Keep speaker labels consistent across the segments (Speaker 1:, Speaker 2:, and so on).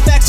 Speaker 1: facts.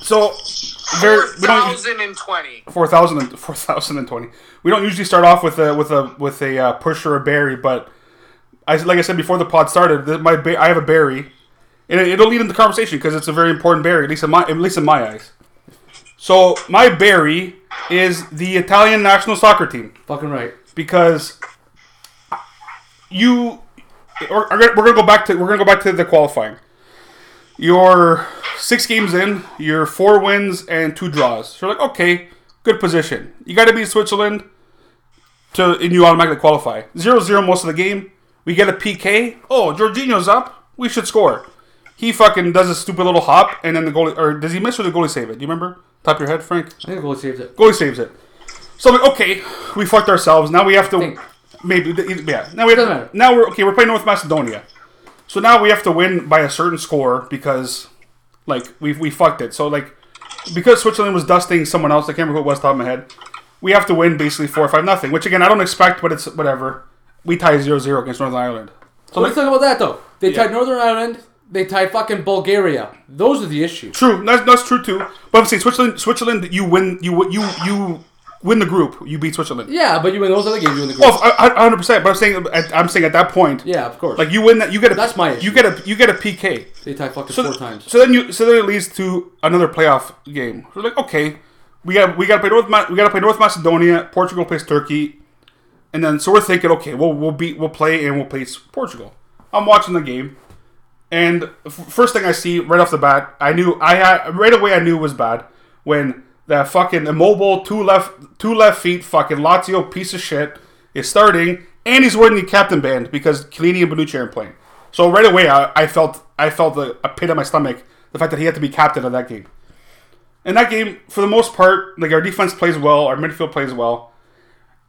Speaker 2: so very we don't
Speaker 3: 4,020.
Speaker 2: four thousand and four thousand and twenty. We don't usually start off with a with a with a uh, push or a berry, but I like I said before the pod started, th- my ba- I have a berry, and it, it'll lead into conversation because it's a very important berry, at least in my at least in my eyes. So my berry is the Italian national soccer team.
Speaker 4: Fucking right.
Speaker 2: because you we're, we're gonna go back to we're gonna go back to the qualifying. You're six games in, you're four wins and two draws. So you're like, okay, good position. You got to beat Switzerland to and you automatically qualify. Zero zero most of the game. We get a PK. Oh, Jorginho's up. We should score. He fucking does a stupid little hop, and then the goalie or does he miss or the goalie save it? Do you remember? Top of your head, Frank.
Speaker 4: I think the goalie saves it.
Speaker 2: Goalie saves it. So I'm like, okay, we fucked ourselves. Now we have to
Speaker 4: Think.
Speaker 2: maybe yeah. Now we
Speaker 4: Doesn't matter.
Speaker 2: have, now we're okay. We're playing North Macedonia, so now we have to win by a certain score because like we we fucked it. So like because Switzerland was dusting someone else, I can't remember who it was top of my head. We have to win basically four or five nothing, which again I don't expect, but it's whatever. We tie 0-0 against Northern Ireland. So
Speaker 4: Let's
Speaker 2: like,
Speaker 4: talk about that though. They
Speaker 2: Yeah.
Speaker 4: tied Northern Ireland. They tied fucking Bulgaria. Those are the issues.
Speaker 2: true, that's, that's true too. But I'm saying Switzerland, Switzerland, you win, you you you win the group, you beat Switzerland.
Speaker 4: Yeah, but you win those other games. You win the group.
Speaker 2: Well, hundred percent. But I'm saying, at, I'm saying at that point,
Speaker 4: yeah, of course.
Speaker 2: Like you win that, you get a
Speaker 4: That's my issue.
Speaker 2: you get a you get a PK.
Speaker 4: they tied fucking
Speaker 2: So,
Speaker 4: four
Speaker 2: th-
Speaker 4: times.
Speaker 2: so then you so then it leads to another playoff game. So like, okay, we got we got to play North Ma- we got to play North Macedonia. Portugal plays Turkey, and then so we're thinking, okay, well we'll beat we'll play and we'll play s- Portugal. I'm watching the game, and f- first thing I see right off the bat, I knew I had right away I knew it was bad when that fucking immobile two left two left feet fucking Lazio piece of shit is starting and he's wearing the captain band because Chiellini and Bonucci aren't playing. So right away I, I felt I felt a, a pit in my stomach the fact that he had to be captain of that game. And that game, for the most part, like our defense plays well, our midfield plays well,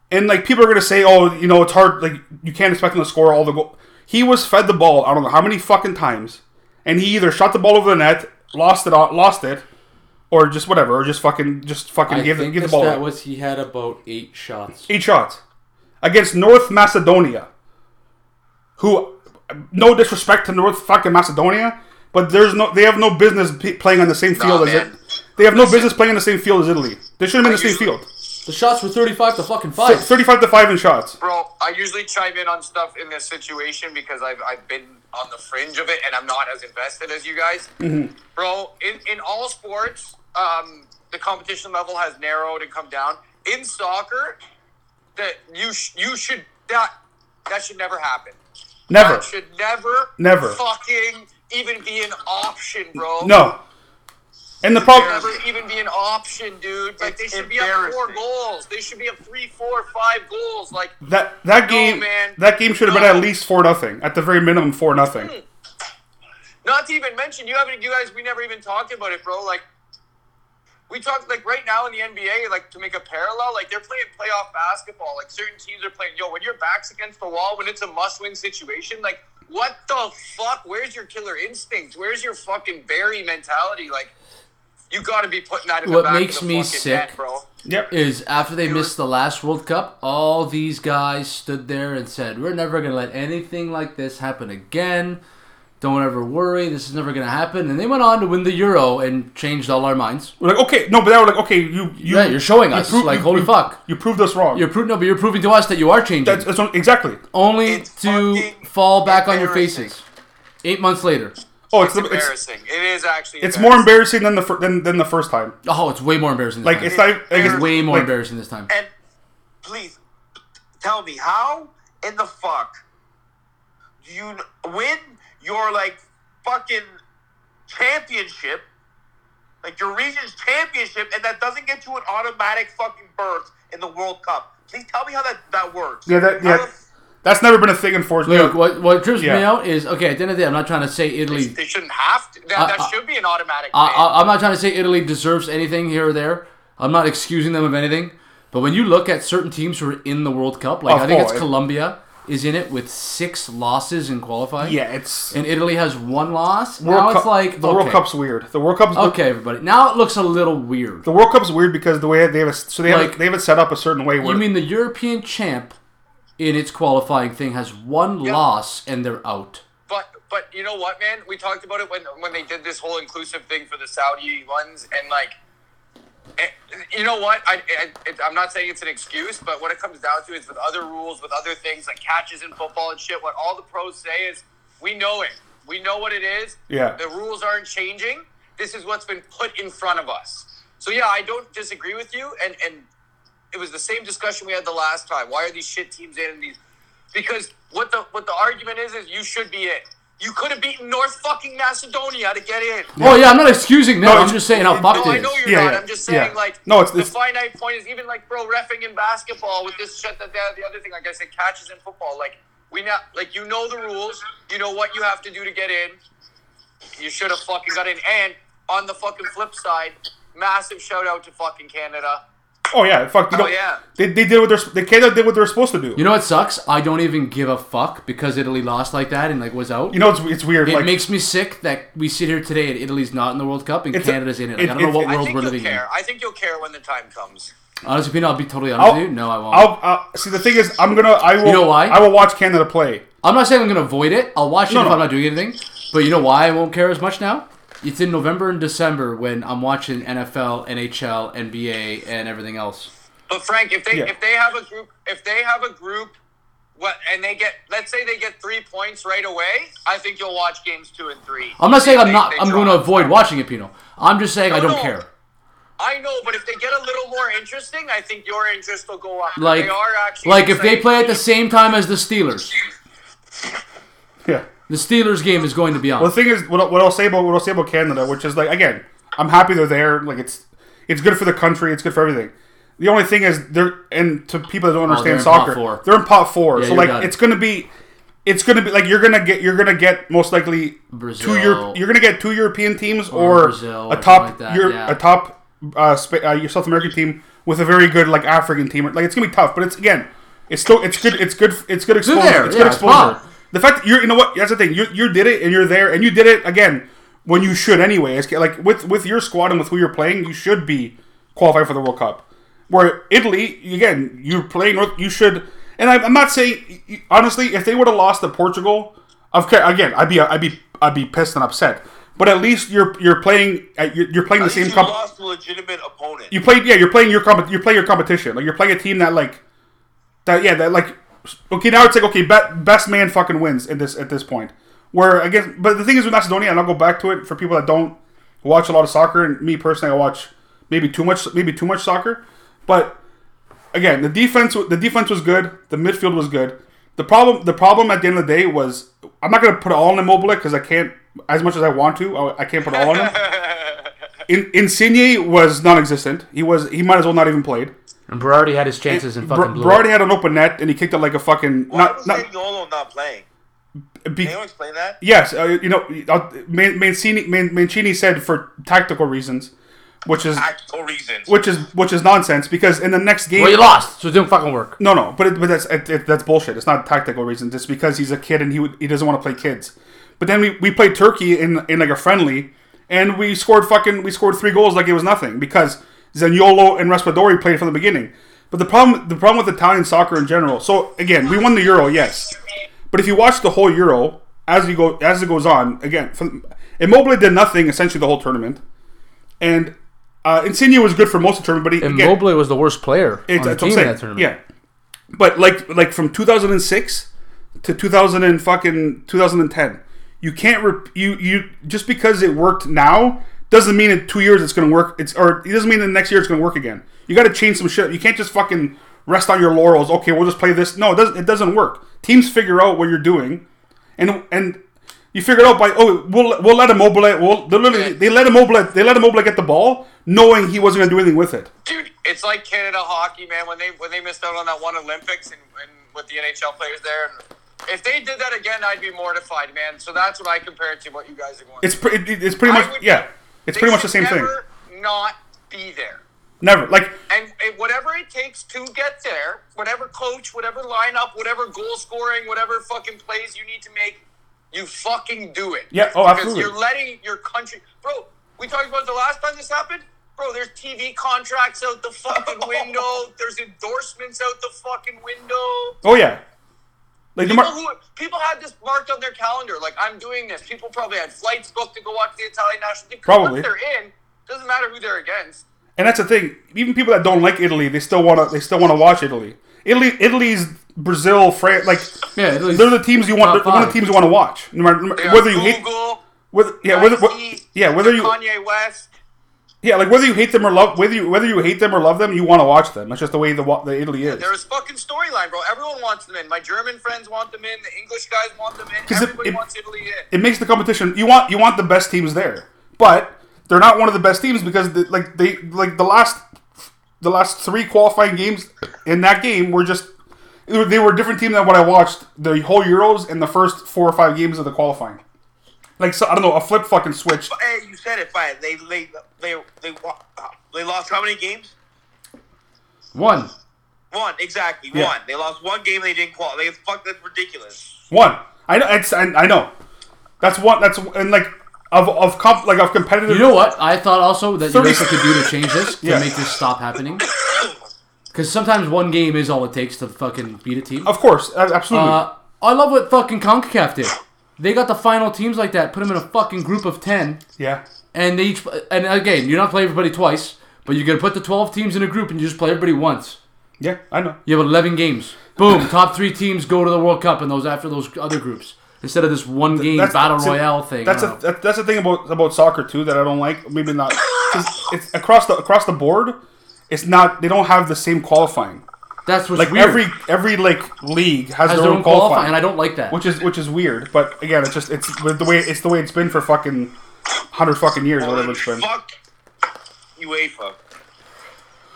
Speaker 2: and like people are gonna say, oh, you know, it's hard. Like you can't expect him to score all the goal. He was fed the ball. I don't know how many fucking times, and he either shot the ball over the net, lost it, lost it, or just whatever, or just fucking, just fucking
Speaker 4: I
Speaker 2: give the,
Speaker 4: think
Speaker 2: give
Speaker 4: the
Speaker 2: the ball.
Speaker 4: stat
Speaker 2: away.
Speaker 4: was he had about eight shots.
Speaker 2: Eight shots against North Macedonia, who, no disrespect to North fucking Macedonia, but there's no, they have no business p- playing on the same field as
Speaker 3: man.
Speaker 2: it. They have no business playing on the same field as Italy. They should have been in the same
Speaker 3: usually-
Speaker 2: field.
Speaker 4: The shots were 35 to fucking
Speaker 2: Thir-
Speaker 4: 5.
Speaker 2: 35 to 5 in shots.
Speaker 3: Bro, I usually chime in on stuff in this situation because I've, I've been on the fringe of it and I'm not as invested as you guys.
Speaker 2: Mm-hmm.
Speaker 3: Bro, in, in all sports, um, the competition level has narrowed and come down. In soccer, that you sh- you should that that should never happen.
Speaker 2: Never.
Speaker 3: That should never,
Speaker 2: Never.
Speaker 3: fucking even be an option, bro.
Speaker 2: No. And the problem.
Speaker 3: never even be an option, dude. Like
Speaker 5: It's
Speaker 3: they should be up four
Speaker 5: embarrassing.
Speaker 3: goals. They should be up three, four, five goals. Like
Speaker 2: That that game
Speaker 3: man.
Speaker 2: that game should have been
Speaker 3: No. Mm.
Speaker 2: at least four nothing at the very minimum four nothing.
Speaker 3: not to even mention you haven't you guys we never even talked about it, bro. Like we talked like right now in the NBA, like to make a parallel, like they're playing playoff basketball. Like certain teams are playing, yo, when your back's against the wall, when it's a must win situation, like what the fuck? Where's your killer instinct? Where's your fucking Barry mentality? Like you gotta be putting that in the
Speaker 5: What
Speaker 3: back of
Speaker 5: makes
Speaker 3: the
Speaker 5: me
Speaker 3: fucking
Speaker 5: sick
Speaker 3: net, bro.
Speaker 2: Yep.
Speaker 5: is after they missed the last World Cup, all these guys stood there and said, "We're never gonna let anything like this happen again. Don't ever worry, this is never gonna happen." And they went on to win the Euro and changed all our minds.
Speaker 2: We're like okay, no, but they were like okay, you you
Speaker 5: Yeah, you're showing us,
Speaker 2: proved-
Speaker 5: like, holy fuck.
Speaker 2: you proved us wrong.
Speaker 5: You're proving, no, but you're proving to us that you are changing,
Speaker 2: that's, that's what- exactly.
Speaker 5: only
Speaker 3: It's
Speaker 5: to
Speaker 3: fucking
Speaker 5: fall back on your
Speaker 3: embarrassing.
Speaker 5: faces. Eight months later,
Speaker 2: Oh, it's
Speaker 3: It's
Speaker 2: the- it's,
Speaker 3: embarrassing. It is actually
Speaker 2: it's more embarrassing than the fir- than than the first time.
Speaker 5: oh, it's way more embarrassing. This
Speaker 2: Like
Speaker 5: time.
Speaker 2: it's not like, it's
Speaker 5: way more
Speaker 2: like,
Speaker 5: embarrassing this time.
Speaker 3: And please
Speaker 5: Tell me how in the fuck
Speaker 3: you win your like fucking championship, like your region's championship, and that doesn't get you an automatic fucking berth in the World Cup. Please tell me how that, that works.
Speaker 2: Yeah, that,
Speaker 3: How
Speaker 2: yeah,
Speaker 4: Um,
Speaker 3: the-
Speaker 2: that's never been a thing in Forza.
Speaker 4: Look, what what trips me
Speaker 2: Yeah.
Speaker 4: out is okay. At the end of the day, I'm not trying to say Italy.
Speaker 3: They shouldn't have to. That,
Speaker 4: I-
Speaker 3: that
Speaker 4: I-
Speaker 3: should be an automatic.
Speaker 4: I,
Speaker 3: ban.
Speaker 4: I, I'm not trying to say Italy deserves anything here or there. I'm not excusing them of anything. But when you look at certain teams who are in the World Cup, like
Speaker 2: Of
Speaker 4: I think it's
Speaker 2: course.
Speaker 4: Colombia is in it with six losses in qualifying.
Speaker 2: yeah, it's
Speaker 4: And Italy has one loss.
Speaker 2: World
Speaker 4: now
Speaker 2: Cup-
Speaker 4: it's like
Speaker 2: the
Speaker 4: okay.
Speaker 2: World Cup's weird. The World Cup's
Speaker 4: Okay, everybody. Now it looks a little weird.
Speaker 2: The World Cup's weird because the way they have it, so they have
Speaker 4: Like-
Speaker 2: it, they have it set up a certain way. Where
Speaker 4: You mean the European champ in its qualifying thing has one loss and they're out.
Speaker 3: But but you know what, man? We talked about it when when they did this whole inclusive thing for the Saudi ones, and like, eh, you know what? I, I it, I'm not saying it's an excuse, but what it comes down to is with other rules, with other things like catches in football and shit. What all the pros say is, we know it. We know what it is.
Speaker 2: Yeah.
Speaker 3: The rules aren't changing. This is what's been put in front of us. So yeah, I don't disagree with you, and and it was the same discussion we had the last time. Why are these shit teams in and these? Because what the what the argument is is you should be in. You could have beaten North fucking Macedonia to get in.
Speaker 4: Oh yeah, I'm not excusing them.
Speaker 2: No,
Speaker 4: I'm
Speaker 2: it's-
Speaker 4: just saying how
Speaker 2: it-
Speaker 4: fucked
Speaker 3: No, I
Speaker 4: it
Speaker 3: know
Speaker 4: is.
Speaker 3: you're
Speaker 2: Yeah,
Speaker 3: not.
Speaker 2: yeah,
Speaker 3: I'm just saying,
Speaker 2: yeah.
Speaker 3: like,
Speaker 2: No, it's-
Speaker 3: the
Speaker 2: it's-
Speaker 3: finite point is even like pro refing in basketball with this shit that the, the other thing, like I said, catches in football. Like we now, like you know the rules, you know what you have to do to get in. You should have fucking got in. And on the fucking flip side, massive shout out to fucking Canada.
Speaker 2: oh yeah, fuck. You
Speaker 3: Oh,
Speaker 2: don't-
Speaker 3: yeah.
Speaker 2: They, they did what they're they Canada did what they're supposed to do.
Speaker 4: You know what sucks? I don't even give a fuck because Italy lost like that and like was out.
Speaker 2: You know, it's it's weird.
Speaker 4: it
Speaker 2: like
Speaker 4: makes me sick that we sit here today and Italy's not in the World Cup and
Speaker 2: It's a-
Speaker 4: Canada's in it. Like,
Speaker 2: it-
Speaker 4: I don't know
Speaker 2: it's-
Speaker 4: what
Speaker 3: I
Speaker 4: world
Speaker 3: think
Speaker 4: we're
Speaker 3: you'll
Speaker 4: living in.
Speaker 3: care. I think you'll care when the time comes.
Speaker 4: Honestly, Pino, I'll be totally honest
Speaker 2: I'll,
Speaker 4: with you. No, I won't.
Speaker 2: I'll, I'll- see. The thing is, I'm gonna. I will.
Speaker 4: You know why?
Speaker 2: I will watch Canada play.
Speaker 4: I'm not saying I'm going to avoid it. I'll watch it
Speaker 2: No,
Speaker 4: if
Speaker 2: no.
Speaker 4: I'm not doing anything. But you know why I won't care as much now? It's in November and December when I'm watching NFL, NHL, NBA, and everything else.
Speaker 3: But Frank, if they
Speaker 2: Yeah.
Speaker 3: if they have a group if they have a group what and they get let's say they get three points right away, I think you'll watch games two and three.
Speaker 4: I'm not saying
Speaker 3: If
Speaker 4: I'm
Speaker 3: they-
Speaker 4: not.
Speaker 3: they
Speaker 4: I'm
Speaker 3: draw.
Speaker 4: going to avoid watching it, Pino. I'm just saying I
Speaker 3: No,
Speaker 4: don't
Speaker 3: no.
Speaker 4: care.
Speaker 3: I know, but if they get a little more interesting, I think your interest will go up.
Speaker 4: Like,
Speaker 3: they are actually
Speaker 4: like if they
Speaker 3: exciting.
Speaker 4: play at the same time as the Steelers,
Speaker 2: Yeah.
Speaker 4: the Steelers game is going to be on.
Speaker 2: Well, the thing is, what, I'll- what I'll say about what I'll say about Canada, which is like again, I'm happy they're there. Like it's it's good for the country. It's good for everything. The only thing is they're and to people that don't
Speaker 4: Oh, they're
Speaker 2: understand
Speaker 4: in pot
Speaker 2: soccer,
Speaker 4: four.
Speaker 2: they're in pot four. so
Speaker 4: you
Speaker 2: like
Speaker 4: got it.
Speaker 2: it's gonna be. It's gonna be like you're gonna get you're gonna get most likely
Speaker 4: Brazil.
Speaker 2: two Europe, you're gonna get two European teams
Speaker 4: Or
Speaker 2: or,
Speaker 4: Brazil or
Speaker 2: a
Speaker 4: something
Speaker 2: top
Speaker 4: like that,
Speaker 2: Euro-
Speaker 4: yeah.
Speaker 2: a top uh, Spa- uh, your South American team with a very good like African team like it's gonna be tough but it's again it's still it's good it's good it's good exposure
Speaker 4: there,
Speaker 2: it's
Speaker 4: yeah,
Speaker 2: good
Speaker 4: it's
Speaker 2: exposure
Speaker 4: pop.
Speaker 2: the fact that you're, you know what? That's the thing. You you did it, and you're there, and you did it again when you should anyway. It's like with with your squad and with who you're playing, you should be qualified for the World Cup. Where Italy, again, you're playing. North, you should. And I'm, I'm not saying honestly, if they would have lost to Portugal, of ca- again, I'd be I'd be I'd be pissed and upset. But at least you're you're playing uh, you're, you're playing
Speaker 3: At
Speaker 2: the
Speaker 3: least
Speaker 2: same
Speaker 3: you
Speaker 2: cup
Speaker 3: lost a legitimate opponent.
Speaker 2: you played yeah you're playing your comp- you're playing your competition like you're playing a team that like that yeah that like okay now it's like okay bet, best man fucking wins at this at this point where I guess but the thing is with Macedonia and I'll go back to it for people that don't watch a lot of soccer and me personally I watch maybe too much maybe too much soccer but again the defense the defense was good the midfield was good the problem the problem at the end of the day was I'm not gonna put it all on Immobile because I can't as much as I want to I, I can't put it all on him. In, Insigne was non-existent. He was he might as well not even played.
Speaker 6: And Berardi had his chances and
Speaker 2: Br-
Speaker 6: fucking blew
Speaker 2: Berardi had an open net and he kicked it like a fucking
Speaker 3: Why
Speaker 2: not
Speaker 3: was
Speaker 2: not
Speaker 3: Zaniolo not playing?
Speaker 2: be-
Speaker 3: Can you explain that?
Speaker 2: yes uh, you know uh, Man- Mancini Man- Mancini said for tactical reasons, which is
Speaker 3: Actual reasons.
Speaker 2: which is which is nonsense because in the next game
Speaker 6: Well, you lost, so it didn't fucking work.
Speaker 2: no no but it, but that's it, it- that's bullshit. It's not tactical reasons. It's because he's a kid and he would- he doesn't want to play kids. But then we, we played Turkey in in like a friendly and we scored fucking we scored three goals like it was nothing because Zaniolo and Raspadori played from the beginning. But the problem the problem with Italian soccer in general. So again, we won the Euro, yes. But if you watch the whole Euro as we go as it goes on, again, from, Immobile did nothing essentially the whole tournament, and uh, Insigne was good for most of the tournament. But he,
Speaker 6: And
Speaker 2: again,
Speaker 6: Mobley was the worst player
Speaker 2: it's,
Speaker 6: on the
Speaker 2: that's
Speaker 6: team
Speaker 2: what I'm
Speaker 6: in
Speaker 2: saying.
Speaker 6: that tournament.
Speaker 2: Yeah, but like like from 2006 to 2000 and fucking 2010, you can't rep- you you just because it worked now doesn't mean in two years it's gonna work. It's or it doesn't mean in the next year it's gonna work again. You got to change some shit. You can't just fucking rest on your laurels. Okay, we'll just play this. No, it doesn't. It doesn't work. Teams figure out what you're doing, and and You figure it out by oh we'll we'll let Immobile we'll they literally they let Immobile they let Immobile get the ball knowing he wasn't going to do anything with it.
Speaker 3: dude, it's like Canada hockey, man. When they when they missed out on that one Olympics and, and with the NHL players there, and if they did that again, I'd be mortified, man. So that's what I compare it to what you guys are going.
Speaker 2: It's pre- it- it's pretty
Speaker 3: I
Speaker 2: much
Speaker 3: would-
Speaker 2: yeah. It's
Speaker 3: They
Speaker 2: pretty much the
Speaker 3: should
Speaker 2: same thing.
Speaker 3: never Not be there,
Speaker 2: Never like
Speaker 3: and it, whatever it takes to get there, whatever coach, whatever lineup, whatever goal scoring, whatever fucking plays you need to make, you fucking do it.
Speaker 2: Yeah, oh,
Speaker 3: Because
Speaker 2: absolutely.
Speaker 3: You're letting your country, bro. We talked about the last time this happened, bro. There's TV contracts out the fucking window. There's endorsements out the fucking window.
Speaker 2: oh yeah. Like the
Speaker 3: People,
Speaker 2: mar-
Speaker 3: who, people had this marked on their calendar, like I'm doing this. People probably had flights booked to go watch the Italian national team. 'Cause
Speaker 2: Probably.
Speaker 3: once they're in. Doesn't matter who they're against.
Speaker 2: And that's the thing. Even people that don't like Italy, they still want to. They still want to watch Italy. Italy, Italy's Brazil, France. Like
Speaker 5: Yeah, Italy's
Speaker 2: they're the teams you want. They're
Speaker 5: top
Speaker 2: one of the
Speaker 5: five.
Speaker 2: teams you want to watch. No matter, no matter-
Speaker 3: They
Speaker 2: whether
Speaker 3: are
Speaker 2: you hate,
Speaker 3: Google,
Speaker 2: whether, yeah, whether, wh-
Speaker 3: Nike,
Speaker 2: yeah, whether you,
Speaker 3: Kanye West.
Speaker 2: yeah, like whether you hate them or love, whether you, whether you hate them or love them, you want to watch them. That's just the way the, wa- the Italy is.
Speaker 3: There's fucking storyline, bro. Everyone wants them in. My German friends want them in. The English guys want them in.
Speaker 2: 'Cause it-
Speaker 3: Everybody
Speaker 2: it-
Speaker 3: wants Italy in.
Speaker 2: It makes the competition. You want, you want the best teams there, but they're not one of the best teams because the, like they, like the last, the last three qualifying games in that game were just. They were a different team than what I watched the whole Euros and the first four or five games of the qualifying. Like so, I don't know, a flip fucking switch.
Speaker 3: Hey, you said it fine. They they they they wa- uh, they lost how many games?
Speaker 5: One.
Speaker 3: One exactly.
Speaker 2: Yeah.
Speaker 3: One. They lost one game. They didn't qualify. They fuck. That's ridiculous.
Speaker 2: One. I know. It's, I, I know. That's one. That's and like of of comp like of competitive.
Speaker 5: You know what? I thought also that
Speaker 2: Thirty-
Speaker 5: UEFA could do to change this to
Speaker 2: Yeah.
Speaker 5: make this stop happening. Because sometimes one game is all it takes to fucking beat a team.
Speaker 2: Of course, a- absolutely.
Speaker 5: Uh, I love what fucking Concacaf did. They got the final teams like that, put them in a fucking group of ten,
Speaker 2: yeah.
Speaker 5: and they each. And again, you're not playing everybody twice, but you're gonna put the twelve teams in a group and you just play everybody once.
Speaker 2: Yeah. I know.
Speaker 5: You have eleven games. Boom! top three teams go to the World Cup, and those after those other groups instead of this one game battle
Speaker 2: see,
Speaker 5: royale thing.
Speaker 2: That's
Speaker 5: I
Speaker 2: a,
Speaker 5: don't know.
Speaker 2: that, that's the thing about about soccer too that I don't like. Maybe not. 'cause It's across the across the board. It's not. They don't have the same qualifying.
Speaker 5: that's what's
Speaker 2: Like
Speaker 5: weird.
Speaker 2: every every like league has,
Speaker 5: has
Speaker 2: their, own qualifying,
Speaker 5: and I don't like that.
Speaker 2: which is which is weird. But again, it's just it's with the way it's the way it's been for fucking hundred fucking years or whatever it's been.
Speaker 3: Fuck UEFA.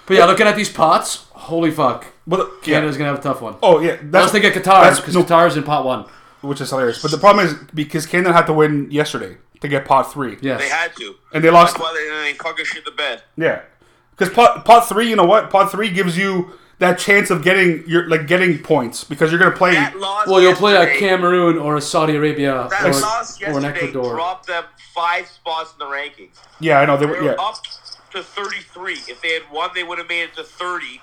Speaker 5: but yeah, looking at these pots, holy fuck,
Speaker 2: But, yeah.
Speaker 5: Canada's gonna have a tough one.
Speaker 2: Oh yeah, that's,
Speaker 5: Unless they get Qatar, because
Speaker 2: no,
Speaker 5: Qatar's in pot one.
Speaker 2: which is hilarious. But the problem is because Canada had to win yesterday to get pot three.
Speaker 5: Yes.
Speaker 7: They had to.
Speaker 2: and they lost.
Speaker 7: That's why they, they fucking shit the bed.
Speaker 2: Yeah, because pot pot three, you know what? Pot three gives you that chance of getting your like getting points because you're gonna play.
Speaker 7: That loss
Speaker 5: Well, you'll play a
Speaker 7: yesterday-
Speaker 5: Cameroon or a Saudi Arabia
Speaker 7: That
Speaker 5: or,
Speaker 7: loss
Speaker 5: or an
Speaker 7: yesterday
Speaker 5: Ecuador.
Speaker 7: dropped them five spots in the rankings.
Speaker 2: Yeah, I know they
Speaker 7: They
Speaker 2: were.
Speaker 7: were
Speaker 2: Yeah,
Speaker 7: up to 33. If they had won, they would have made it to 30,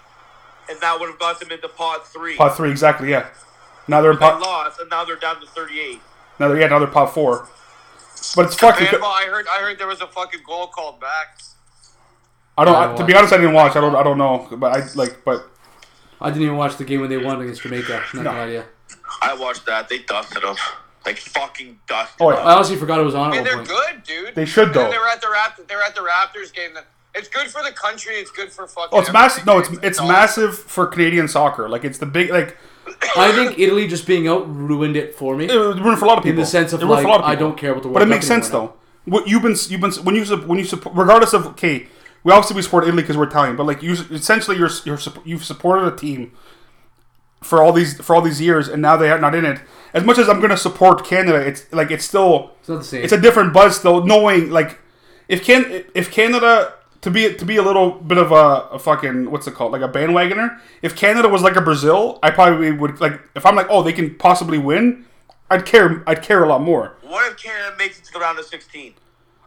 Speaker 7: and that would have got them into pot three.
Speaker 2: pot three exactly. Yeah, now they're in
Speaker 7: they
Speaker 2: pot.
Speaker 7: lost, and now they're down to 38.
Speaker 2: Now they're yeah now they're pot four. But it's fucking.
Speaker 3: Man, well, I heard I heard there was a fucking goal called back.
Speaker 2: I
Speaker 5: I
Speaker 2: don't.
Speaker 5: don't
Speaker 2: to be
Speaker 5: watch.
Speaker 2: honest, I didn't watch. I don't. I don't know. But I like. But
Speaker 5: I didn't even watch the game when they won against Jamaica. Not
Speaker 2: No.
Speaker 5: no. idea.
Speaker 7: I watched that. They dusted them. Like fucking dusted
Speaker 2: oh
Speaker 7: them.
Speaker 2: yeah,
Speaker 5: I honestly forgot it was on at
Speaker 3: Man, they're
Speaker 5: one point.
Speaker 3: good, dude.
Speaker 2: They should,
Speaker 3: And then
Speaker 2: though.
Speaker 3: They were at the Raptors. They were at the Raptors game. Then it's good for the country. It's good for fucking.
Speaker 2: oh it's massive. No, it's
Speaker 3: everything.
Speaker 2: it's
Speaker 3: all-
Speaker 2: massive for Canadian soccer. Like it's the big like.
Speaker 5: I think Italy just being out ruined it for me.
Speaker 2: It would ruin for a lot of people.
Speaker 5: the sense of,
Speaker 2: It would ruin for a
Speaker 5: like,
Speaker 2: lot of
Speaker 5: I
Speaker 2: people.
Speaker 5: don't care about the
Speaker 2: But it
Speaker 5: World
Speaker 2: makes
Speaker 5: Cup
Speaker 2: sense
Speaker 5: anymore
Speaker 2: though. What you've been you've been when you sup- when you support regardless of okay, we obviously we support Italy because we're Italian, but like you essentially you're, you're sup- you've supported a team for all these for all these years, and now they are not in it. As much as I'm gonna support Canada, it's like it's still it's
Speaker 5: not the same.
Speaker 2: It's a different buzz though. Knowing like if can if Canada. To be, to be a little bit of a, a fucking what's it called like a bandwagoner. If Canada was like a Brazil, I probably would like. If I'm like, oh, they can possibly win, I'd care. I'd care a lot more.
Speaker 7: What if Canada makes it to the round of 16?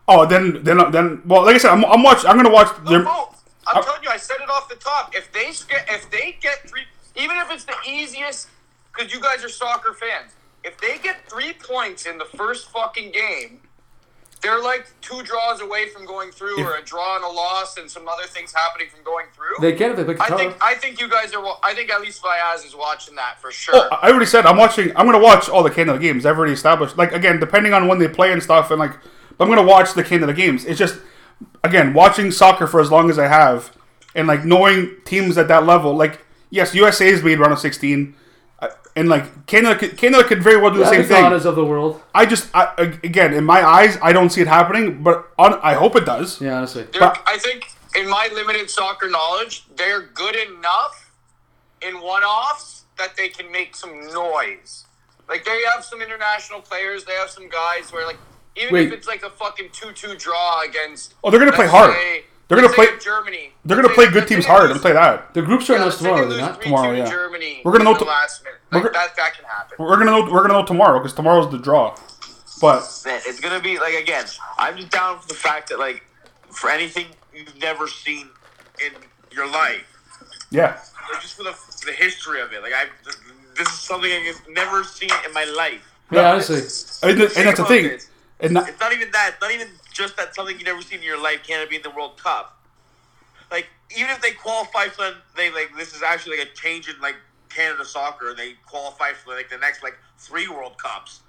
Speaker 2: Oh, then then then. Well, like I said, I'm, I'm watching. I'm gonna watch. Their,
Speaker 3: Bro, I'm telling you, I said it off the top. If they sk- if they get three, even if it's the easiest, because you guys are soccer fans, if they get three points in the first fucking game, they're like two draws away from going through, or a draw and a loss, and some other things happening from going through.
Speaker 5: They get it. They play
Speaker 3: I
Speaker 5: Qatar.
Speaker 3: think I think you guys are. wa- I think at least Fiaz is watching that for sure.
Speaker 2: Oh, I already said I'm watching. I'm gonna watch all the Canada games. I've already established. Like again, depending on when they play and stuff, and like, but I'm gonna watch the Canada games. It's just again watching soccer for as long as I have, and like knowing teams at that level. Like yes, USA is made round of 16. I- uh, And like Canada, could- Canada could very well do the same thing.
Speaker 4: Ghana's of the world.
Speaker 2: I just, I, ag- again, in my eyes, I don't see it happening, but on, I hope it does.
Speaker 4: Yeah, honestly.
Speaker 3: They're-
Speaker 2: But-
Speaker 3: I think, in my limited soccer knowledge, they're good enough in one offs that they can make some noise. Like, they have some international players, they have some guys where, like, even
Speaker 4: Wait.
Speaker 3: if it's like a fucking 2 2 draw against.
Speaker 2: Oh, they're gonna play
Speaker 3: let's
Speaker 2: hard.
Speaker 3: say-
Speaker 2: They're gonna
Speaker 3: let's say
Speaker 2: play-
Speaker 3: if Germany.
Speaker 2: They're going to
Speaker 3: let's
Speaker 2: play
Speaker 3: say-
Speaker 2: good
Speaker 3: let's say
Speaker 2: teams
Speaker 3: they
Speaker 2: hard
Speaker 3: lose-
Speaker 2: and play that.
Speaker 4: The group showing
Speaker 3: yeah,
Speaker 4: us
Speaker 3: let's say they
Speaker 4: tomorrow,
Speaker 3: lose
Speaker 4: they're not?
Speaker 3: 3-2
Speaker 2: Tomorrow, yeah.
Speaker 3: Germany
Speaker 2: We're gonna
Speaker 3: in
Speaker 2: know
Speaker 3: the
Speaker 2: to-
Speaker 3: last minute.
Speaker 2: we're
Speaker 3: Like,
Speaker 2: gonna-
Speaker 3: that, that can happen.
Speaker 2: We're gonna know. We're gonna know tomorrow because tomorrow's the draw. But
Speaker 7: Man, it's gonna be like again. I'm just down for the fact that like for anything you've never seen in your life,
Speaker 2: yeah,
Speaker 7: like just for the, for the history of it. Like I, this is something I've never seen in my life.
Speaker 4: Yeah, honestly.
Speaker 2: and, th- and that's the thing. And that,
Speaker 7: It's not even that. It's not even just that something you've never seen in your life can't be in the World Cup. Like even if they qualify for they like this is actually like a change in like Canada soccer. They qualify for like the next like three World Cups.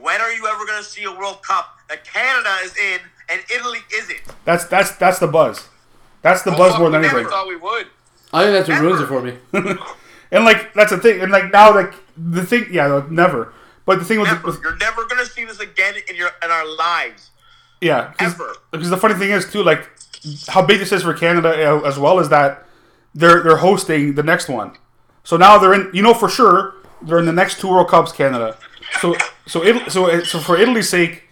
Speaker 7: When are you ever gonna see a World Cup that Canada is in and Italy isn't?
Speaker 2: that's that's that's the buzz. That's the buzz more than
Speaker 3: we never
Speaker 2: anything.
Speaker 3: thought we would.
Speaker 4: I think that's what ruins it for me.
Speaker 2: And like that's the thing. And like now, like the thing. Yeah, like, never. But the thing was,
Speaker 7: Never. You're never gonna see this again in your in our lives.
Speaker 2: yeah,
Speaker 7: Ever.
Speaker 2: because the funny thing is too, like how big this is for Canada uh, as well is that they're they're hosting the next one. So now they're in. You know for sure they're in the next two World Cups, Canada. So so Italy, so so for Italy's sake,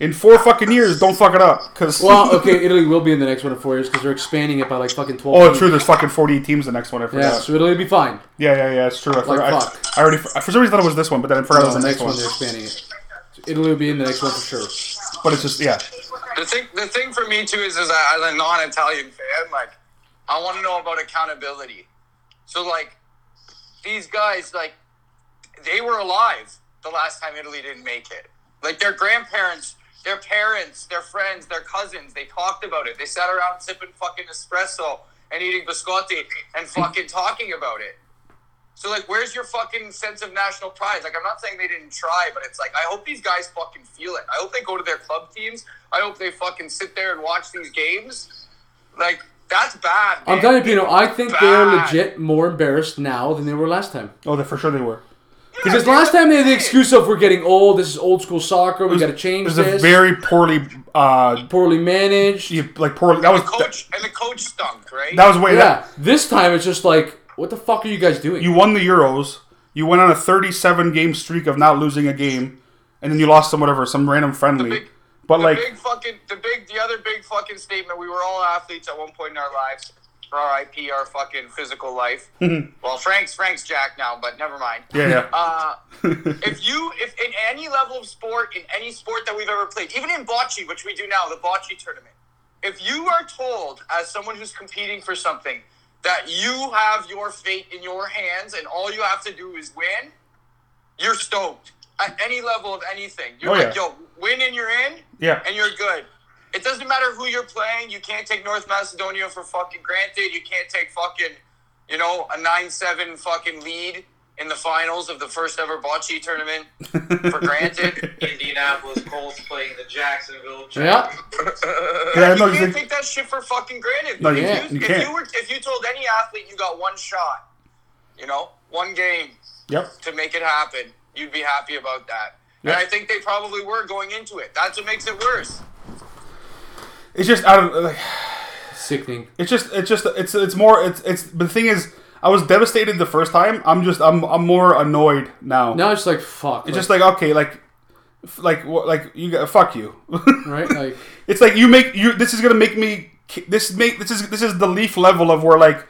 Speaker 2: in four fucking years, don't fuck it up. Because
Speaker 4: Well, okay, Italy will be in the next one in four years because they're expanding it by like fucking 12.
Speaker 2: Oh,
Speaker 4: teams.
Speaker 2: true. There's fucking 48 teams the next one. I forgot.
Speaker 4: Yeah, so Italy will be fine.
Speaker 2: Yeah, yeah, yeah. It's true. I, forgot. I-
Speaker 4: fuck.
Speaker 2: I, already for some reason thought it was this one, but then I forgot
Speaker 4: No,
Speaker 2: it was
Speaker 4: the
Speaker 2: the
Speaker 4: next one,
Speaker 2: one.
Speaker 4: they're expanding it. So Italy will be in the next one for sure.
Speaker 2: But it's just yeah.
Speaker 3: The thing, the thing for me too is, is I- as a non-Italian fan, like I want to know about accountability. So like these guys, like they were alive the last time Italy didn't make it. Like their grandparents, their parents, their friends, their cousins, they talked about it. They sat around sipping fucking espresso and eating biscotti and fucking talking about it. So like, where's your fucking sense of national pride? Like, I'm not saying they didn't try, but it's like I hope these guys fucking feel it. I hope they go to their club teams. I hope they fucking sit there and watch these games. Like that's bad.
Speaker 4: I'm
Speaker 3: man.
Speaker 4: telling you, Pino, I think they're
Speaker 3: Bad.
Speaker 4: legit more embarrassed now than they were last time.
Speaker 2: Oh, they for sure they were.
Speaker 4: Because last time they had the excuse of we're getting old, this is old school soccer, we got to change
Speaker 2: It was a
Speaker 4: this.
Speaker 2: very poorly, uh,
Speaker 4: poorly managed.
Speaker 2: you- like poorly. That was that,
Speaker 3: coach and the coach stunk, right?
Speaker 2: that was way.
Speaker 4: Yeah,
Speaker 2: That,
Speaker 4: this time it's just like, what the fuck are you guys doing?
Speaker 2: you won the Euros. You went on a 37 game streak of not losing a game, and then you lost some whatever some random friendly.
Speaker 3: big-
Speaker 2: but
Speaker 3: the
Speaker 2: like
Speaker 3: big fucking the big the other big fucking statement. We were all athletes at one point in our lives. R.I.P. Our fucking physical life. well, Frank's Frank's Jack now, but never mind.
Speaker 2: yeah, yeah.
Speaker 3: Uh, if you, if in any level of sport, in any sport that we've ever played, even in bocce, which we do now, the bocce tournament, if you are told as someone who's competing for something that you have your fate in your hands and all you have to do is win, you're stoked at any level of anything. You're
Speaker 2: Oh,
Speaker 3: like,
Speaker 2: yeah.
Speaker 3: yo, win and you're in,
Speaker 2: Yeah.
Speaker 3: and you're good. It doesn't matter who you're playing. You can't take North Macedonia for fucking granted. You can't take fucking you know, a 9 7 fucking lead in the finals of the first ever bocce tournament for granted.
Speaker 7: Indianapolis Colts playing the Jacksonville.
Speaker 4: yeah,
Speaker 2: yeah no,
Speaker 3: you
Speaker 2: you
Speaker 3: can't
Speaker 2: think-
Speaker 3: take that shit for fucking granted.
Speaker 2: No, you
Speaker 3: If
Speaker 2: can't. You
Speaker 3: if,
Speaker 2: can't.
Speaker 3: You were, if you told any athlete you got one shot, you know, one game
Speaker 2: yep.
Speaker 3: to make it happen, you'd be happy about that.
Speaker 2: Yeah.
Speaker 3: And I think they probably were going into it. That's what makes it worse.
Speaker 2: It's just out of like,
Speaker 4: sickening.
Speaker 2: It's just it's just it's it's more it's it's the thing is I was devastated the first time. I'm just I'm I'm more annoyed now.
Speaker 4: Now it's like, fuck.
Speaker 2: It's just like okay, like f- like wha- like you got fuck you.
Speaker 4: right? Like,
Speaker 2: it's like you make you. This is gonna make me. ki- This make this is this is the leaf level of where like,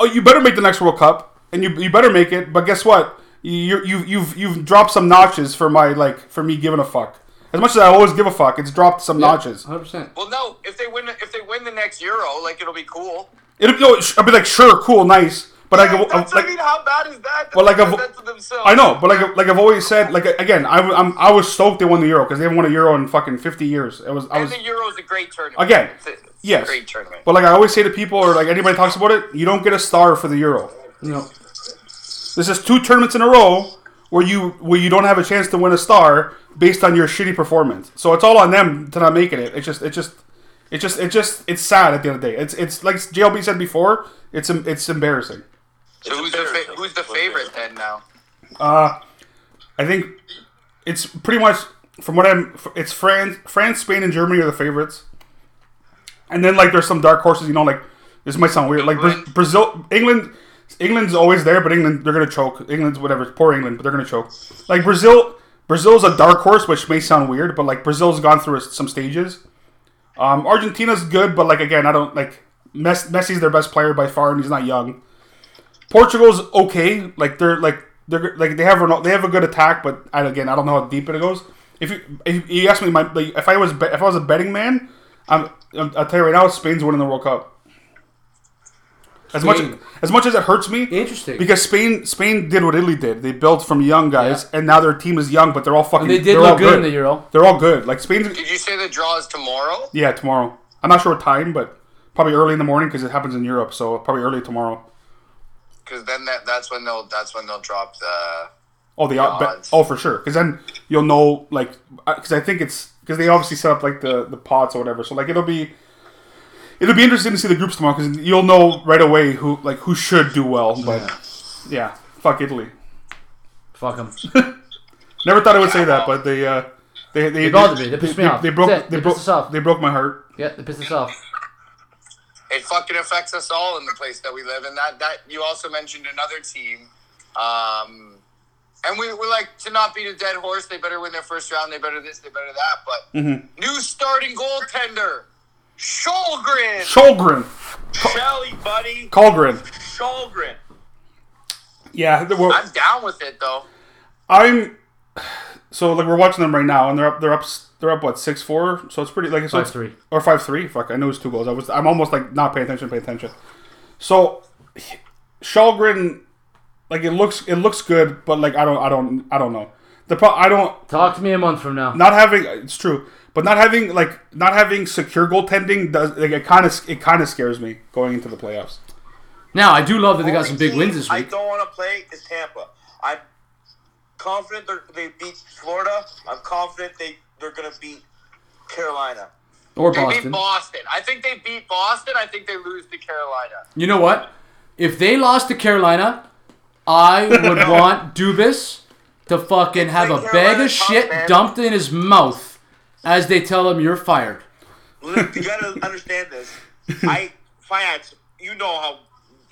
Speaker 2: oh, you better make the next World Cup, and you you better make it. But guess what? You you you've you've dropped some notches for my like for me giving a fuck. As much as I always give a fuck, it's dropped some notches.
Speaker 4: 100%.
Speaker 3: Well, no, if they win, if they win the next Euro, like it'll be cool.
Speaker 2: It'll no, sh- I'll be like sure, cool, nice, but I go
Speaker 3: That's what I
Speaker 2: like.
Speaker 3: mean. How bad is that?
Speaker 2: But like I've-
Speaker 3: that's themselves.
Speaker 2: I know, but like like I've always said, like again, I, w- I'm I was stoked they won the Euro because they haven't won a Euro in fucking fifty years. It was I
Speaker 3: And
Speaker 2: was
Speaker 3: the Euro is a great tournament.
Speaker 2: Again,
Speaker 3: It's a- it's a
Speaker 2: yes.
Speaker 3: great tournament.
Speaker 2: But like I always say to people, or like anybody talks about it, you don't get a star for the Euro.
Speaker 4: No.
Speaker 2: This is two tournaments in a row where you where you don't have a chance to win a star based on your shitty performance. So it's all on them to not making it. It's just it's just it's just it's just it's sad at the end of the day. It's it's like JLB said before. It's em- it's embarrassing.
Speaker 3: So who's the, fa- who's the favorite then now?
Speaker 2: Uh, I think it's pretty much from what I'm. It's France, France, Spain, and Germany are the favorites. And then like there's some dark horses, you know, like this might sound weird, like Bra-
Speaker 7: England.
Speaker 2: Brazil, England, England's always there, but England they're gonna choke. England's whatever, poor England, but they're gonna choke. Like Brazil, Brazil's a dark horse, which may sound weird, but like Brazil's gone through some stages. Um, Argentina's good, but like again, I don't like Mess- Messi's their best player by far, and he's not young. Portugal's okay, like they're like they're like they have Ronal- they have a good attack, but I, again, I don't know how deep it goes. If you if you ask me, my like, if I was be- if I was a betting man, I'm, I'm I'll tell you right now, Spain's winning the World Cup. As much
Speaker 8: Spain.
Speaker 2: as much as it hurts me,
Speaker 8: Interesting.
Speaker 2: because Spain Spain did what Italy did. They built from young guys, and now their team is young, but they're all fucking.
Speaker 8: they did
Speaker 2: they're all
Speaker 8: look good in the Euro.
Speaker 2: They're all good. Like Spain's
Speaker 3: Did you say the draw is tomorrow?
Speaker 2: yeah, tomorrow. I'm not sure what time, but probably early in the morning because it happens in Europe, so probably early tomorrow.
Speaker 3: Because then that, that's when they'll that's when they'll drop the.
Speaker 2: Oh, the
Speaker 3: God.
Speaker 2: but, oh for sure, because then you'll know like because I think it's because they obviously set up like the the pots or whatever. So like it'll be it'll be interesting to see the groups tomorrow because you'll know right away who like who should do well. But yeah, fuck Italy.
Speaker 4: Fuck them.
Speaker 2: Never thought I would say that, but they uh, they they,
Speaker 4: bothered me. They pissed me
Speaker 2: they-
Speaker 4: off.
Speaker 2: They broke
Speaker 4: That's it.
Speaker 2: they
Speaker 4: They
Speaker 2: broke
Speaker 4: pissed us off.
Speaker 2: they broke my heart.
Speaker 4: Yeah, they pissed us off.
Speaker 3: It fucking affects us all in the place that we live in. That that you also mentioned another team, um, and we we like to not beat a dead horse. They better win their first round. They better this. They better that. But
Speaker 2: Mm-hmm.
Speaker 3: new starting goaltender, Shulgren.
Speaker 2: Cholgren,
Speaker 7: Shelly, buddy,
Speaker 2: Colgren.
Speaker 7: Shalgren.
Speaker 2: Yeah, well,
Speaker 3: I'm down with it though.
Speaker 2: I'm so like we're watching them right now, and they're up. They're up. They're up. What six four? So it's pretty like so it's
Speaker 4: 5-3.
Speaker 2: or five three. Fuck, I know it's two goals. I was. I'm almost like not paying attention. Paying attention. So Shalgren, like it looks. It looks good, but like I don't. I don't. I don't know. The pro- I don't
Speaker 4: Talk to me a month from now.
Speaker 2: not having. It's true, but not having like not having secure goaltending does like it kind of it kind of scares me going into the playoffs.
Speaker 4: Now, I do love that they got some
Speaker 7: Only
Speaker 4: big wins
Speaker 7: team
Speaker 4: this
Speaker 7: I
Speaker 4: week.
Speaker 7: don't want to play is Tampa. I'm confident they're, they beat Florida. I'm confident they they're gonna beat Carolina.
Speaker 4: Or
Speaker 3: They beat
Speaker 4: Boston.
Speaker 3: Boston. I think they beat Boston. I think they lose to Carolina.
Speaker 4: You know what? If they lost to Carolina, I would want Dubis to fucking have a
Speaker 7: Carolina
Speaker 4: bag of
Speaker 7: tough,
Speaker 4: shit
Speaker 7: man.
Speaker 4: dumped in his mouth as they tell him you're fired.
Speaker 7: Look, you gotta understand this. I finance. You know how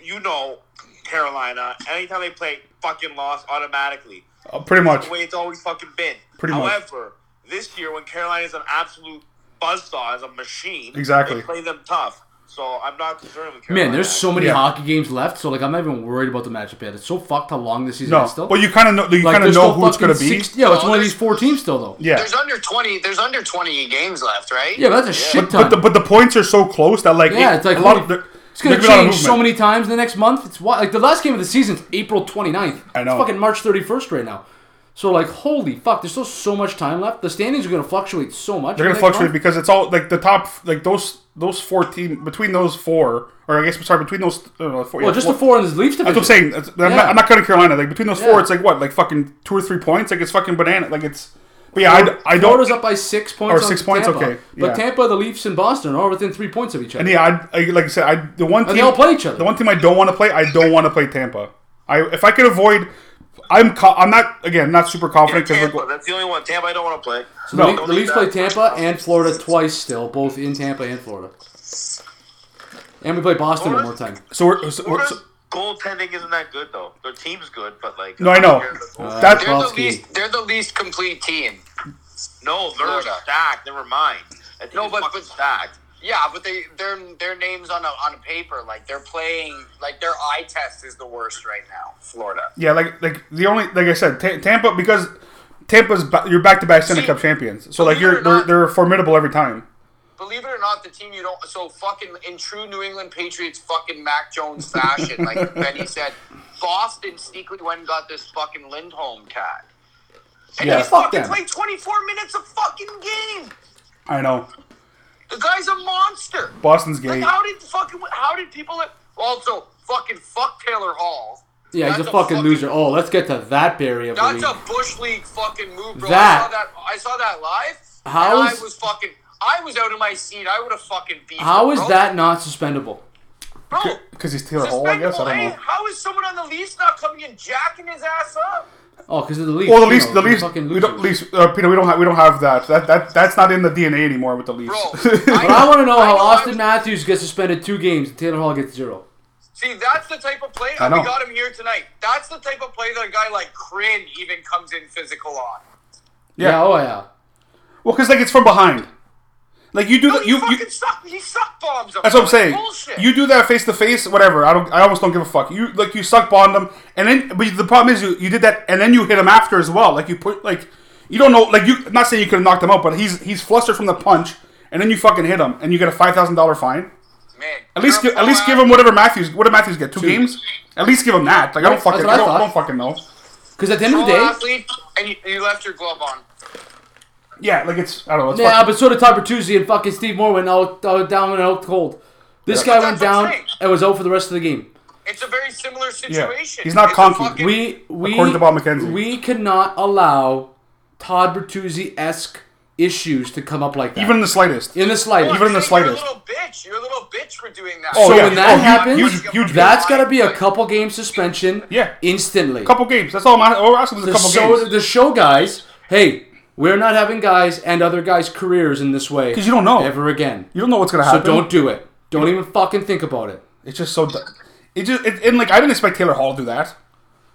Speaker 7: you know Carolina. Anytime they play, fucking loss automatically.
Speaker 2: Uh, pretty much.
Speaker 7: The way it's always fucking been.
Speaker 2: Pretty much.
Speaker 7: However, this year when Carolina's an absolute buzzsaw, as a machine,
Speaker 2: Exactly.
Speaker 7: they play them tough. So I'm not concerned with Carolina.
Speaker 4: Man, there's so many
Speaker 2: Yeah.
Speaker 4: hockey games left, so like I'm not even worried about the matchup yet. It's so fucked how long this season
Speaker 2: No,
Speaker 4: is still.
Speaker 2: but you kind of know. You
Speaker 4: like,
Speaker 2: kind of
Speaker 4: there's
Speaker 2: know
Speaker 4: still
Speaker 2: who it's gonna
Speaker 4: fucking
Speaker 2: be.
Speaker 4: six- yeah, it's
Speaker 3: No,
Speaker 4: one of
Speaker 3: there's-
Speaker 4: these four teams still though.
Speaker 2: yeah,
Speaker 3: There's under twenty. There's under twenty games left, right?
Speaker 4: Yeah, but that's a shit ton.
Speaker 2: But the, but the points are so close that like
Speaker 4: yeah, it's like
Speaker 2: a lot of
Speaker 4: holy-
Speaker 2: there-
Speaker 4: it's gonna
Speaker 2: there's been a lot of
Speaker 4: change so
Speaker 2: movement.
Speaker 4: many times in the next month. It's wi- like the last game of the season's April 29th.
Speaker 2: I know.
Speaker 4: It's fucking March 31st right now. So like, holy fuck, there's still so much time left. The standings are gonna fluctuate so much.
Speaker 2: They're
Speaker 4: in
Speaker 2: gonna
Speaker 4: the next
Speaker 2: fluctuate
Speaker 4: month.
Speaker 2: because it's all like the top like those those four team between those four or I guess sorry between those uh, four.
Speaker 4: well,
Speaker 2: yeah,
Speaker 4: just
Speaker 2: four,
Speaker 4: the four in the Leafs division.
Speaker 2: That's what I'm saying. That's- I'm,
Speaker 4: Yeah.
Speaker 2: not, I'm not counting Carolina. Like between those
Speaker 4: Yeah.
Speaker 2: four, it's like what like fucking two or three points. Like it's fucking banana. Like it's. But yeah, I, I
Speaker 4: Florida's
Speaker 2: don't.
Speaker 4: up by six points.
Speaker 2: Or
Speaker 4: on
Speaker 2: six points,
Speaker 4: Tampa.
Speaker 2: okay, yeah.
Speaker 4: But Tampa, the Leafs, and Boston are all within three points of each other.
Speaker 2: And yeah, I, I like I said, I the one team
Speaker 4: they all play each other.
Speaker 2: The one team I don't want to play, I don't want to play Tampa. I if I could avoid, I'm co- I'm not again not super confident because
Speaker 7: Tampa, that's the only one. Tampa, I don't want to play.
Speaker 4: So the
Speaker 2: No.
Speaker 4: Le- the,
Speaker 7: Don't do
Speaker 4: Leafs
Speaker 7: that.
Speaker 4: play Tampa and Florida twice still, both in Tampa and Florida. And we play Boston one more time.
Speaker 2: so we're, so, we're, so
Speaker 7: Florida's goaltending isn't that good though. Their team's good, but like
Speaker 2: No, I know.
Speaker 7: that
Speaker 2: that
Speaker 3: They're the
Speaker 4: Bobrovsky.
Speaker 3: least. They're the least complete team.
Speaker 7: no, they're
Speaker 3: Florida.
Speaker 7: stacked. Never mind. That team
Speaker 3: No,
Speaker 7: is
Speaker 3: but-
Speaker 7: fucking
Speaker 3: but-
Speaker 7: stacked.
Speaker 3: Yeah, but they their their names on a on a paper like they're playing like their eye test is the worst right now. Florida.
Speaker 2: Yeah, like like the only like I said, Ta Tampa because Tampa's ba- you're back to back Stanley
Speaker 3: See,
Speaker 2: Cup champions, so like
Speaker 3: believe it
Speaker 2: you're
Speaker 3: or
Speaker 2: they're,
Speaker 3: not-
Speaker 2: they're formidable every time.
Speaker 3: Believe it or not, the team you don't so fucking in true New England Patriots fucking Mac Jones fashion, like Benny said, Boston sneakily went and got this fucking Lindholm cat. And
Speaker 2: Yeah.
Speaker 3: he
Speaker 4: Fuck
Speaker 3: fucking
Speaker 4: them.
Speaker 3: played twenty four minutes a fucking game.
Speaker 2: I know
Speaker 3: The guy's a monster.
Speaker 2: Boston's
Speaker 3: Like
Speaker 2: gay.
Speaker 3: how did fucking how did people also fucking fuck Taylor Hall?
Speaker 4: Yeah, he's a
Speaker 3: That's
Speaker 4: fucking loser. Oh, let's get to that barrier of the
Speaker 3: That's
Speaker 4: league.
Speaker 3: a bush league fucking move, bro.
Speaker 4: That-
Speaker 3: I saw that. I saw that live.
Speaker 4: How
Speaker 3: and
Speaker 4: is-
Speaker 3: I was fucking. I was out of my seat. I would have fucking beat.
Speaker 4: How
Speaker 3: him,
Speaker 4: is
Speaker 3: bro.
Speaker 4: that not suspendable?
Speaker 3: bro?
Speaker 2: Because he's Taylor Hall, Oh, I guess. I
Speaker 3: Suspendable.
Speaker 2: don't
Speaker 3: Hey,
Speaker 2: know.
Speaker 3: how is someone on the Leafs not coming and jacking his ass up?
Speaker 4: Oh, because of the Leafs.
Speaker 2: Well, the
Speaker 4: you
Speaker 2: Leafs,
Speaker 4: know,
Speaker 2: the Leafs,
Speaker 4: fucking
Speaker 2: we don't,
Speaker 4: losers.
Speaker 2: Leafs, uh, Peter, we don't have, we don't have that. That, that, that's not in the DNA anymore with the Leafs.
Speaker 3: Bro,
Speaker 4: But I want to know how
Speaker 3: know I
Speaker 4: Austin
Speaker 3: was-
Speaker 4: Matthews gets suspended two games and Taylor Hall gets zero.
Speaker 3: See, that's the type of play.
Speaker 2: I
Speaker 3: and We
Speaker 2: know.
Speaker 3: got him here tonight. That's the type of play that a guy like Crin even comes in physical on.
Speaker 4: Yeah. oh yeah.
Speaker 2: well, because like it's from behind. Like you do
Speaker 3: No,
Speaker 2: that,
Speaker 3: he
Speaker 2: you,
Speaker 3: fucking
Speaker 2: you
Speaker 3: suck. He suck bombs.
Speaker 2: That's what I'm saying.
Speaker 3: Bullshit.
Speaker 2: You do that face to face, whatever. I don't. I almost don't give a fuck. You like you suck bond them, and then but the problem is you, you did that, and then you hit him after as well. Like you put like you don't know. Like you I'm not saying you could have knocked him out, but he's he's flustered from the punch, and then you fucking hit him, and you get a five thousand dollar fine.
Speaker 3: man.
Speaker 2: At least
Speaker 3: you're
Speaker 2: give,
Speaker 3: a
Speaker 2: at least give
Speaker 3: bum
Speaker 2: him whatever Matthews. What did Matthews get? Two, games. At least give him that. Like I don't
Speaker 4: That's
Speaker 2: fucking.
Speaker 4: what I
Speaker 2: I don't,
Speaker 4: thought.
Speaker 2: I don't fucking know.
Speaker 4: Because at the end of
Speaker 3: ass.
Speaker 4: the
Speaker 3: Pro
Speaker 4: day,
Speaker 3: athlete, and you, you left your glove on.
Speaker 2: Yeah, like it's I don't know. It's
Speaker 4: yeah,
Speaker 2: fucking-
Speaker 4: but so did Todd Bertuzzi and fucking Steve Moore went out, out down and out cold. This
Speaker 3: Yeah.
Speaker 4: guy went
Speaker 3: That's what I'm
Speaker 4: down
Speaker 3: saying.
Speaker 4: and was out for the rest of the game.
Speaker 3: It's a very similar situation.
Speaker 2: He's not
Speaker 3: It's a
Speaker 2: conky.
Speaker 3: fucking-
Speaker 4: We we
Speaker 2: According to Bob McKenzie.
Speaker 4: we cannot allow Todd Bertuzzi esque issues to come up like that.
Speaker 2: even in the slightest.
Speaker 4: in the slightest.
Speaker 2: even in the
Speaker 3: Hey, you're a
Speaker 2: slightest.
Speaker 3: little bitch. You're a little bitch for doing that.
Speaker 2: Oh,
Speaker 4: so
Speaker 2: yeah.
Speaker 4: when that
Speaker 2: Oh, huge-
Speaker 4: happens,
Speaker 2: huge- huge
Speaker 4: that's
Speaker 3: game.
Speaker 4: got to be a couple game suspension.
Speaker 2: Yeah.
Speaker 4: instantly.
Speaker 2: couple games. That's all. My all we're asking is a
Speaker 4: the
Speaker 2: couple
Speaker 4: show,
Speaker 2: games.
Speaker 4: the show guys, hey, we're not having guys and other guys' careers in this way.
Speaker 2: 'Cause you don't know.
Speaker 4: ever again.
Speaker 2: You don't know what's gonna
Speaker 4: so
Speaker 2: happen.
Speaker 4: don't do it. Don't even fucking think about it.
Speaker 2: It's just so. du- It just it, and like I didn't expect Taylor Hall to do that.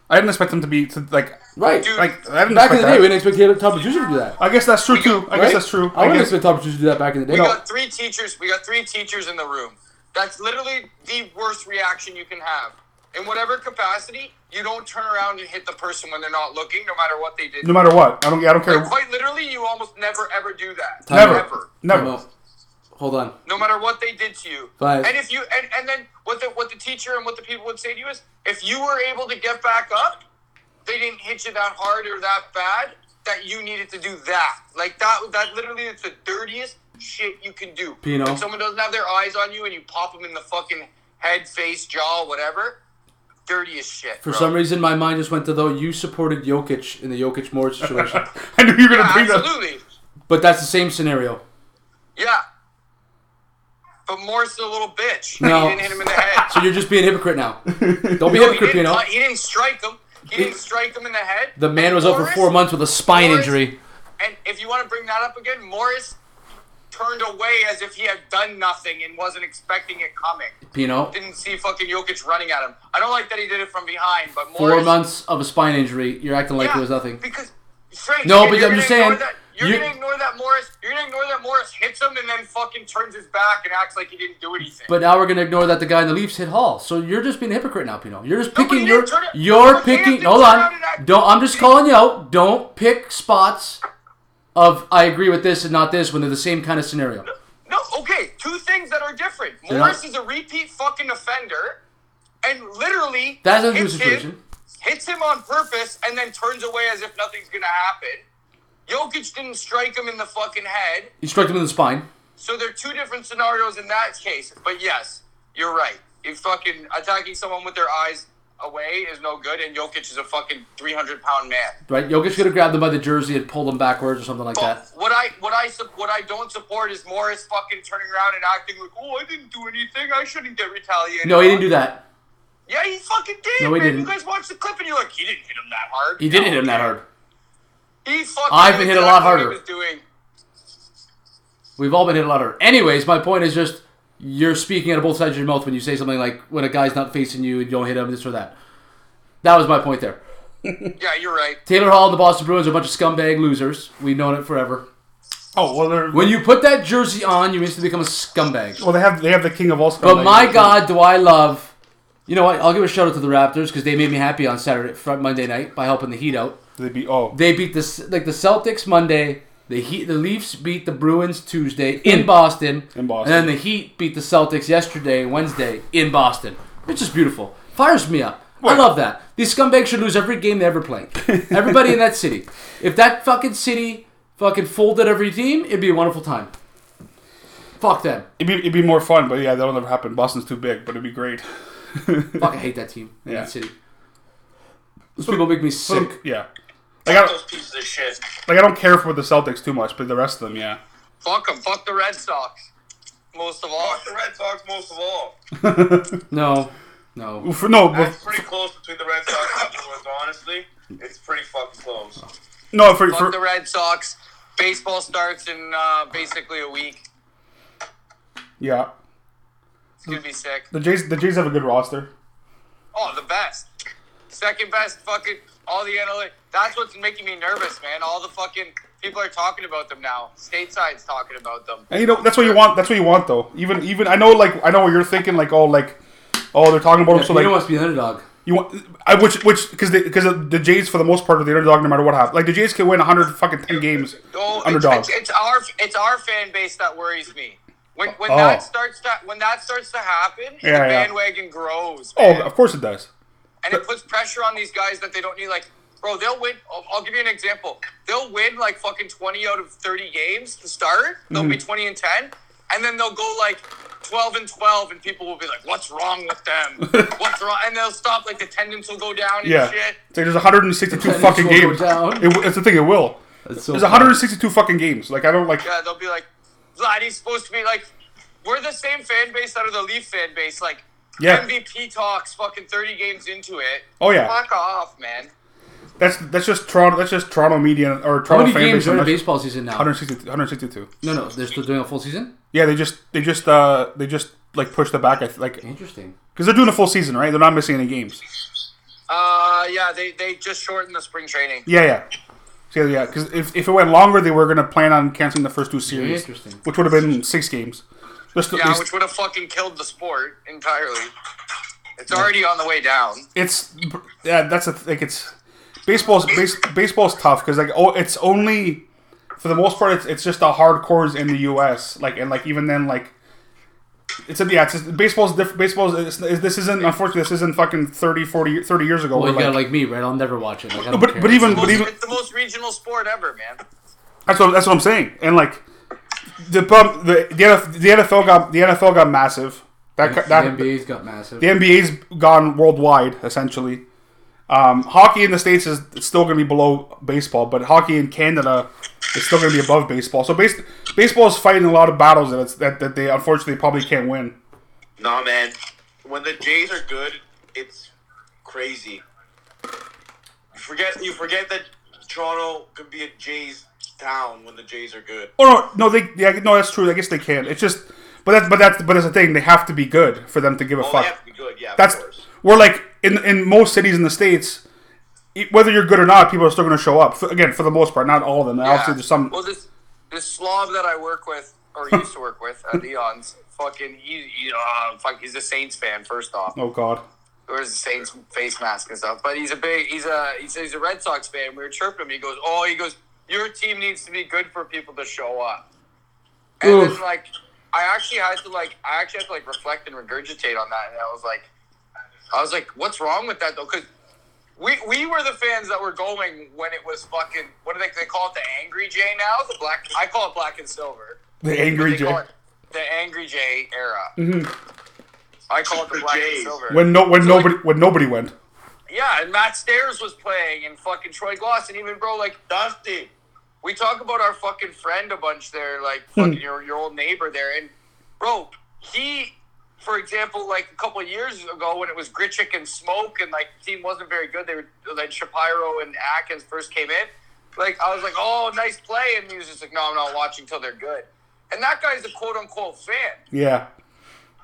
Speaker 2: I didn't expect him to be to like.
Speaker 4: Right.
Speaker 3: Dude,
Speaker 2: Like I didn't
Speaker 4: back in
Speaker 2: expect
Speaker 4: the day, we
Speaker 2: that.
Speaker 4: didn't expect Taylor Tom Bertuzzi to do that.
Speaker 2: I guess that's true too. I guess
Speaker 4: right?
Speaker 2: that's true.
Speaker 4: I
Speaker 2: I
Speaker 4: wouldn't
Speaker 2: guess.
Speaker 4: expect Tom Bertuzzi to do that back in the day.
Speaker 3: We got three teachers. We got three teachers in the room. That's literally the worst reaction you can have. In whatever capacity, you don't turn around and hit the person when they're not looking, no matter what they did.
Speaker 2: No matter what, I don't. I don't care.
Speaker 3: Like, quite literally, you almost never ever do that.
Speaker 4: Never.
Speaker 3: Ever.
Speaker 4: Time
Speaker 2: Never.
Speaker 4: out. Hold on.
Speaker 3: No matter what they did to you.
Speaker 4: Five.
Speaker 3: And if you and, and then what the what the teacher and what the people would say to you is if you were able to get back up, they didn't hit you that hard or that bad that you needed to do that. Like that that literally is the dirtiest shit you can do.
Speaker 4: Pino.
Speaker 3: When someone doesn't have their eyes on you and you pop them in the fucking head, face, jaw, whatever. Dirtiest shit.
Speaker 4: For
Speaker 3: bro.
Speaker 4: some reason, my mind just went to though you supported Jokic in the Jokic Moore situation,
Speaker 2: I knew you were gonna
Speaker 3: Yeah,
Speaker 2: bring that.
Speaker 3: absolutely.
Speaker 4: but that's the same scenario.
Speaker 3: Yeah. But Morris is a little bitch.
Speaker 4: No.
Speaker 3: He didn't hit him in the head.
Speaker 4: So you're just being a hypocrite now. Don't be a
Speaker 3: No, he,
Speaker 4: hypocrite,
Speaker 3: didn't,
Speaker 2: Uh,
Speaker 4: Pino.
Speaker 3: pu- he didn't strike him. He didn't strike him in the head.
Speaker 4: The man
Speaker 3: And
Speaker 4: was out for
Speaker 3: Morris-
Speaker 4: four months with a spine
Speaker 3: Morris-
Speaker 4: injury.
Speaker 3: And if you want to bring that up again, Morris turned away as if he had done nothing and wasn't expecting it coming.
Speaker 4: Pino,
Speaker 3: Didn't see fucking Jokic running at him. I don't like that he did it from behind, but
Speaker 4: four
Speaker 3: Morris.
Speaker 4: months of a spine injury. You're acting like
Speaker 3: Yeah,
Speaker 4: it was nothing.
Speaker 3: Because Frank,
Speaker 4: No,
Speaker 3: you're
Speaker 4: but
Speaker 3: gonna
Speaker 4: I'm just
Speaker 3: ignore
Speaker 4: saying,
Speaker 3: that- You're
Speaker 4: you-
Speaker 3: gonna ignore that Morris. You're gonna ignore that Morris hits him and then fucking turns his back and acts like he didn't do anything.
Speaker 4: But now we're gonna ignore that the guy in the Leafs hit Hall. So you're just being a hypocrite now, Pino. You're just
Speaker 3: No, but
Speaker 4: picking
Speaker 3: he
Speaker 4: your
Speaker 3: didn't turn it-
Speaker 4: you're
Speaker 3: no, he
Speaker 4: picking.
Speaker 3: didn't
Speaker 4: Hold
Speaker 3: turn around
Speaker 4: on.
Speaker 3: and act-
Speaker 4: Don't. I'm just calling you out. Don't pick spots of I agree with this and not this when they're the same kind of scenario.
Speaker 3: No, okay, two things that are different.
Speaker 4: not-
Speaker 3: Morris is a repeat fucking offender, and literally
Speaker 4: That's a new
Speaker 3: hits him-
Speaker 4: situation.
Speaker 3: hits him on purpose, and then turns away as if nothing's gonna happen. Jokic didn't strike him in the fucking head,
Speaker 4: You struck him in the spine.
Speaker 3: so there are two different scenarios in that case. But yes, you're right. You fucking attacking someone with their eyes away is no good, and Jokic is a fucking 300 pound man.
Speaker 4: Right, Jokic could have grabbed him by the jersey and pulled him backwards or something like
Speaker 3: But
Speaker 4: that.
Speaker 3: what I what I sup- what I don't support is Morris fucking turning around and acting like, oh, I didn't do anything. I shouldn't get retaliated.
Speaker 4: No, he didn't
Speaker 3: on."
Speaker 4: do that.
Speaker 3: Yeah, he fucking did.
Speaker 4: No, he
Speaker 3: man.
Speaker 4: didn't.
Speaker 3: You guys watched the clip and you're like, he didn't hit him that hard.
Speaker 4: He did hit him that hard.
Speaker 3: He fucking.
Speaker 4: I've been
Speaker 3: knew
Speaker 4: hit a lot
Speaker 3: exactly what
Speaker 4: harder.
Speaker 3: He was doing.
Speaker 4: We've all been hit a lot harder. Anyways, my point is just you're speaking out of both sides of your mouth when you say something like when a guy's not facing you and you don't hit him, this or that. That was my point there.
Speaker 3: Yeah, you're right.
Speaker 4: Taylor Hall and the Boston Bruins are a bunch of scumbag losers. We've known it forever.
Speaker 2: Oh well, they're,
Speaker 4: When you put that jersey on, you instantly become a scumbag.
Speaker 2: well they have they have the king of all.
Speaker 4: But my God, do I love. You know what? I'll give a shout out to the Raptors because they made me happy on Saturday, fr- Monday night by helping the Heat out.
Speaker 2: they be oh
Speaker 4: They beat the C- like the Celtics Monday. The Heat, the Leafs beat the Bruins Tuesday in Boston.
Speaker 2: In Boston.
Speaker 4: and then the Heat beat the Celtics yesterday, Wednesday in Boston. It's just beautiful. Fires me up. I love that. These scumbags should lose every game they ever play. Everybody in that city. If that fucking city fucking folded every team, it'd be a wonderful time. Fuck them.
Speaker 2: it'd be, it'd be more fun. But yeah, that'll never happen. Boston's too big, but it'd be great.
Speaker 4: Fuck, I hate that team in
Speaker 2: Yeah.
Speaker 4: that city. Those people make me sick.
Speaker 2: Yeah, like I
Speaker 7: Those
Speaker 2: don't
Speaker 7: pieces of shit.
Speaker 2: like I don't care for the Celtics too much, but the rest of them, yeah.
Speaker 3: Fuck him. Fuck the Red Sox. Most of all.
Speaker 7: Fuck the Red Sox most of all.
Speaker 4: No, no.
Speaker 2: For, no, but
Speaker 7: That's pretty close between the Red Sox and the Bruins, honestly. It's pretty fucking close.
Speaker 2: No, for,
Speaker 3: Fuck
Speaker 2: for
Speaker 3: the Red Sox. Baseball starts in uh, basically a week.
Speaker 2: yeah,
Speaker 3: It's gonna be sick.
Speaker 2: the Jays the Jays have a good roster.
Speaker 3: Oh, the best. Second best fucking all the analytics. That's what's making me nervous, man. All the fucking people are talking about them now. Stateside's talking about them.
Speaker 2: And you know that's what you want. That's what you want, though. Even even I know like I know what you're thinking. Like oh like oh they're talking about him. So
Speaker 5: you
Speaker 2: like
Speaker 5: don't want to be an underdog.
Speaker 2: you want I which which because because the Jays for the most part are the underdog no matter what happens. Like the Jays can win 100 fucking 10 games
Speaker 3: Oh, it's,
Speaker 2: underdogs.
Speaker 3: it's, it's our it's our fan base that worries me. When when that starts to when that starts to happen,
Speaker 2: Oh. Yeah,
Speaker 3: the
Speaker 2: yeah.
Speaker 3: bandwagon grows.
Speaker 2: Oh,
Speaker 3: man.
Speaker 2: of course it does.
Speaker 3: and it puts pressure on these guys that they don't need. Like, bro, they'll win. I'll, I'll give you an example. They'll win like fucking twenty out of thirty games to start. They'll be
Speaker 2: Mm-hmm.
Speaker 3: twenty and ten, and then they'll go like twelve and twelve, and people will be like, "What's wrong with them? What's wrong?" And they'll stop. Like the tendons will go down and
Speaker 2: Yeah.
Speaker 3: shit.
Speaker 2: It's like there's 162
Speaker 5: Attendance
Speaker 2: fucking
Speaker 5: will go
Speaker 2: games.
Speaker 5: down.
Speaker 2: It, w- that's the thing. It will.
Speaker 5: That's so
Speaker 2: There's
Speaker 5: funny.
Speaker 2: 162 fucking games. Like I don't like.
Speaker 3: Yeah, they'll be like, "Vladdy's supposed to be like." We're the same fan base out of the Leaf fan base. Like
Speaker 2: Yeah.
Speaker 3: MVP talks fucking thirty games into it.
Speaker 2: Oh, yeah.
Speaker 3: fuck off, man.
Speaker 2: That's that's just Toronto. That's just Toronto media or
Speaker 5: How
Speaker 2: Toronto
Speaker 5: many
Speaker 2: fan
Speaker 5: games
Speaker 2: base.
Speaker 5: are in
Speaker 2: and
Speaker 5: the
Speaker 2: that's-
Speaker 5: baseball season now?
Speaker 2: 162, 162.
Speaker 5: No, no, they're still doing a full season.
Speaker 2: Yeah, they just they just uh they just like pushed it back. I th- like because
Speaker 5: Interesting.
Speaker 2: they're doing a full season, right? They're not missing any games.
Speaker 3: Uh, yeah, they they just shortened the spring training.
Speaker 2: Yeah, yeah. So, yeah, because if, if it went longer, they were gonna plan on canceling the first two series,
Speaker 5: interesting.
Speaker 2: which would have been six games. Just,
Speaker 3: Yeah,
Speaker 2: it's,
Speaker 3: which would have fucking killed the sport entirely. It's already on the way down.
Speaker 2: it's yeah, that's a like it's baseball's base, baseball's tough because like oh, it's only for the most part it's it's just the hardcores in the U.S. Like and like even then like it's a, yeah, it's just, baseball's different. Baseball's it's, this isn't unfortunately this isn't fucking 30, 40, 30 years ago.
Speaker 5: Well,
Speaker 2: where,
Speaker 5: you gotta
Speaker 2: like,
Speaker 5: like me, right? I'll never watch it. Like, I don't
Speaker 2: but
Speaker 5: care.
Speaker 2: but even but
Speaker 3: Most,
Speaker 2: even
Speaker 3: it's the most regional sport ever, man.
Speaker 2: That's what that's what I'm saying. And like the problem, the the NFL, the NFL got the NFL got massive. That
Speaker 5: the
Speaker 2: that the
Speaker 5: NBA's got massive.
Speaker 2: NBA's gone worldwide essentially. Um, hockey in the states is still going to be below baseball, but hockey in Canada is still going to be above baseball. So base, baseball is fighting a lot of battles that it's, that that they unfortunately probably can't win.
Speaker 7: Nah, man. When the Jays are good, it's crazy. You forget you forget that Toronto could be a Jays town when the Jays are good.
Speaker 2: Oh no, no they yeah no that's true. I guess they can. It's just but that's but that's but that's the thing. They have to be good for them to give a
Speaker 7: Oh,
Speaker 2: fuck.
Speaker 7: they have to be good. Yeah,
Speaker 2: That's
Speaker 7: of course.
Speaker 2: we're like in in most cities in the states, e- whether you're good or not, people are still going to show up. For, again, for the most part, not all of them. Obviously, there's some.
Speaker 3: Well, this this slob that I work with or used to work with at Eon's, fucking he, he uh, fuck, he's a Saints fan. First off,
Speaker 2: Oh God,
Speaker 3: wears the Saints face mask and stuff. But he's a big, he's a, he's a, he's a Red Sox fan. We were chirping him. He goes, "Oh, he goes, your team needs to be good for people to show up." And
Speaker 5: Oof.
Speaker 3: then like, I actually had to like, I actually had to like reflect and regurgitate on that. And I was like, I was like, what's wrong with that though? Because we we were the fans that were going when it was fucking. What do they they call it? The Angry J now? The black? I call it black and silver.
Speaker 2: the angry
Speaker 3: They
Speaker 2: Jay.
Speaker 3: call it the Angry J era. I call it the black and
Speaker 7: Jays.
Speaker 3: silver.
Speaker 2: When no, when
Speaker 3: So, like-
Speaker 2: nobody, when nobody went.
Speaker 3: Yeah, and Matt Stairs was playing, and fucking Troy Gloss, and even bro, like
Speaker 7: Dusty.
Speaker 3: we talk about our fucking friend a bunch there, like fucking your your old neighbor there, and bro, he, for example, like a couple of years ago when it was Gritchick and Smoke, and like the team wasn't very good, they were like Shapiro and Atkins first came in, like I was like, oh, nice play, and he was just like, no, I'm not watching till they're good, and that guy's a quote unquote fan.
Speaker 2: Yeah,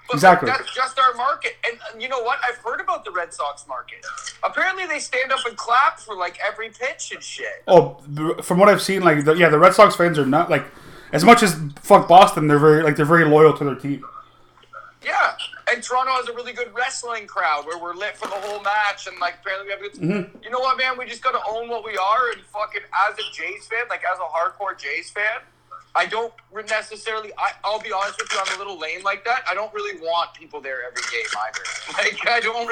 Speaker 3: But
Speaker 2: Exactly.
Speaker 3: like, that's just our market. And uh, you know what? I've heard about the Red Sox market. Apparently, they stand up and clap for like every pitch and shit.
Speaker 2: Oh, the- from what I've seen, like the, yeah, the Red Sox fans are not like as much as fuck Boston. They're very like they're very loyal to their team.
Speaker 3: Yeah. And Toronto has a really good wrestling crowd where we're lit for the whole match. And like, apparently, we have good. You know what, man? We just got to own what we are. And fucking, as a Jays fan, like, as a hardcore Jays fan, I don't re- necessarily. I, I'll be honest with you, I'm a little lame like that. I don't really want people there every game either. Like, I don't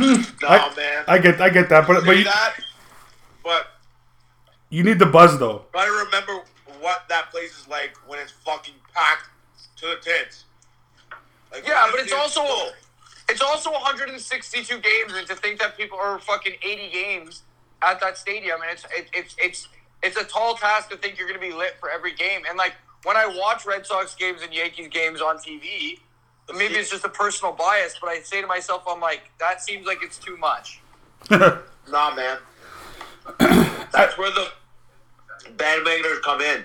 Speaker 3: really.
Speaker 7: No, man.
Speaker 2: I get, I get that, but but
Speaker 7: but
Speaker 2: you,
Speaker 7: that. But
Speaker 2: you need the buzz though.
Speaker 7: try to remember what that place is like when it's fucking packed to the tits. Like,
Speaker 3: Yeah,
Speaker 7: when
Speaker 3: but
Speaker 7: the
Speaker 3: it's
Speaker 7: tits
Speaker 3: also
Speaker 7: full.
Speaker 3: it's also 162 games, and to think that people are fucking 80 games at that stadium, and it's it, it's it's it's a tall task to think you're going to be lit for every game. And like when I watch Red Sox games and Yankees games on TV, maybe it's just a personal bias, but I say to myself, I'm like, that seems like it's too much.
Speaker 7: Nah, man. That's where the bandwagoners come in.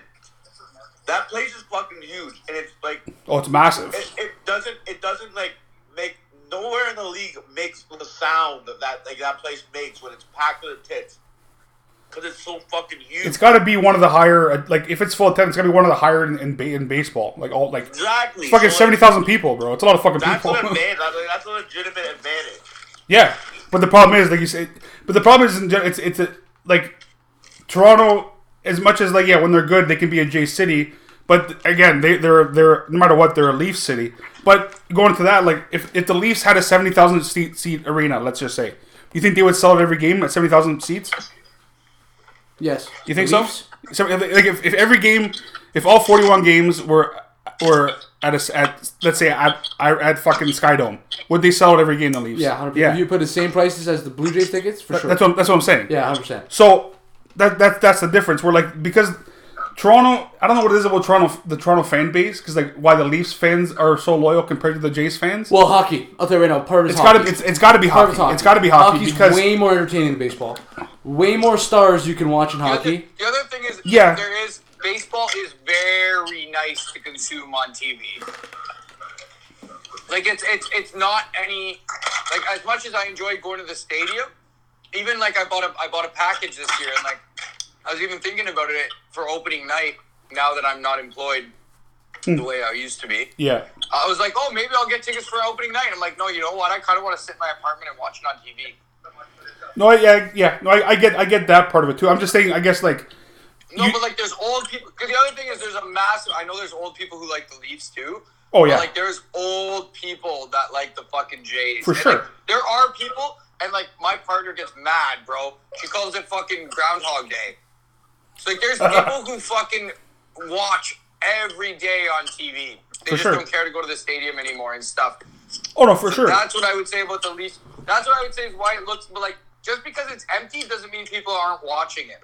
Speaker 7: That place is fucking huge, and it's like
Speaker 2: Oh, it's massive.
Speaker 7: it, it doesn't it doesn't like make nowhere in the league makes the sound that that like that place makes when it's packed with tits because it's so fucking huge.
Speaker 2: It's got to be one of the higher, uh, like if it's full of ten, it's got to be one of the higher in, in, ba- in baseball. Like all like
Speaker 7: exactly
Speaker 2: fucking
Speaker 7: so,
Speaker 2: seventy
Speaker 7: like,
Speaker 2: thousand people, bro. It's a lot of fucking
Speaker 7: That's an
Speaker 2: people.
Speaker 7: advantage. That's, like, that's a legitimate advantage.
Speaker 2: yeah, but the problem is, like you say, but the problem is, in gen- it's it's a, like Toronto. As much as like yeah, when they're good, they can be a J city. But again, they they're they're no matter what, they're a Leaf city. But going to that, like if if the Leafs had a seventy thousand seat seat arena, let's just say, you think they would sell it every game at seventy thousand seats?
Speaker 4: Yes.
Speaker 2: You think so? so? if- Like if, if every game, if all forty-one games were were at a s at let's say at I- at fucking Skydome, would they sell out every game the Leafs?
Speaker 4: Yeah, 100%.
Speaker 2: yeah.
Speaker 4: If you put the same prices as the Blue Jays tickets, for sure.
Speaker 2: that's what that's what I'm saying.
Speaker 4: yeah, 100%.
Speaker 2: So that that that's the difference. We're like because Toronto, I don't know what it is about Toronto, the Toronto fan base, because like why the Leafs fans are so loyal compared to the Jays fans.
Speaker 4: Well, hockey. I'll tell you right now, part of it's
Speaker 2: it's
Speaker 4: hockey.
Speaker 2: gotta it's, it's gotta be
Speaker 4: Part of
Speaker 2: hockey. It's gotta be hockey
Speaker 4: Hockey's
Speaker 2: because
Speaker 4: way more entertaining than baseball. Way more stars you can watch in
Speaker 3: The other-
Speaker 4: hockey.
Speaker 3: The other thing is,
Speaker 2: Yeah.
Speaker 3: there is baseball is very nice to consume on TV. Like it's it's it's not any like as much as I enjoy going to the stadium. Even like I bought a I bought a package this year and like I was even thinking about it for opening night. Now that I'm not employed the way I used to be,
Speaker 2: yeah.
Speaker 3: I was like, oh, maybe I'll get tickets for opening night. I'm like, no, you know what? I kind of want to sit in my apartment and watch it on TV.
Speaker 2: No, I- yeah, yeah. No, I, I get, I get that part of it too. I'm just saying, I guess like
Speaker 3: No,
Speaker 2: You-
Speaker 3: but like there's old people. Because the other thing is there's a massive. I know there's old people who like the Leafs too.
Speaker 2: Oh,
Speaker 3: but,
Speaker 2: yeah.
Speaker 3: like there's old people that like the fucking Jays.
Speaker 2: For
Speaker 3: And,
Speaker 2: sure.
Speaker 3: like, there are people, and like my partner gets mad, bro. She calls it fucking Groundhog Day. So like there's people who fucking watch every day on TV. They
Speaker 2: For
Speaker 3: just
Speaker 2: sure.
Speaker 3: don't care to go to the stadium anymore and stuff.
Speaker 2: Oh no, for sure.
Speaker 3: That's what I would say about the Leafs. That's what I would say is why it looks. But like just because it's empty doesn't mean people aren't watching it.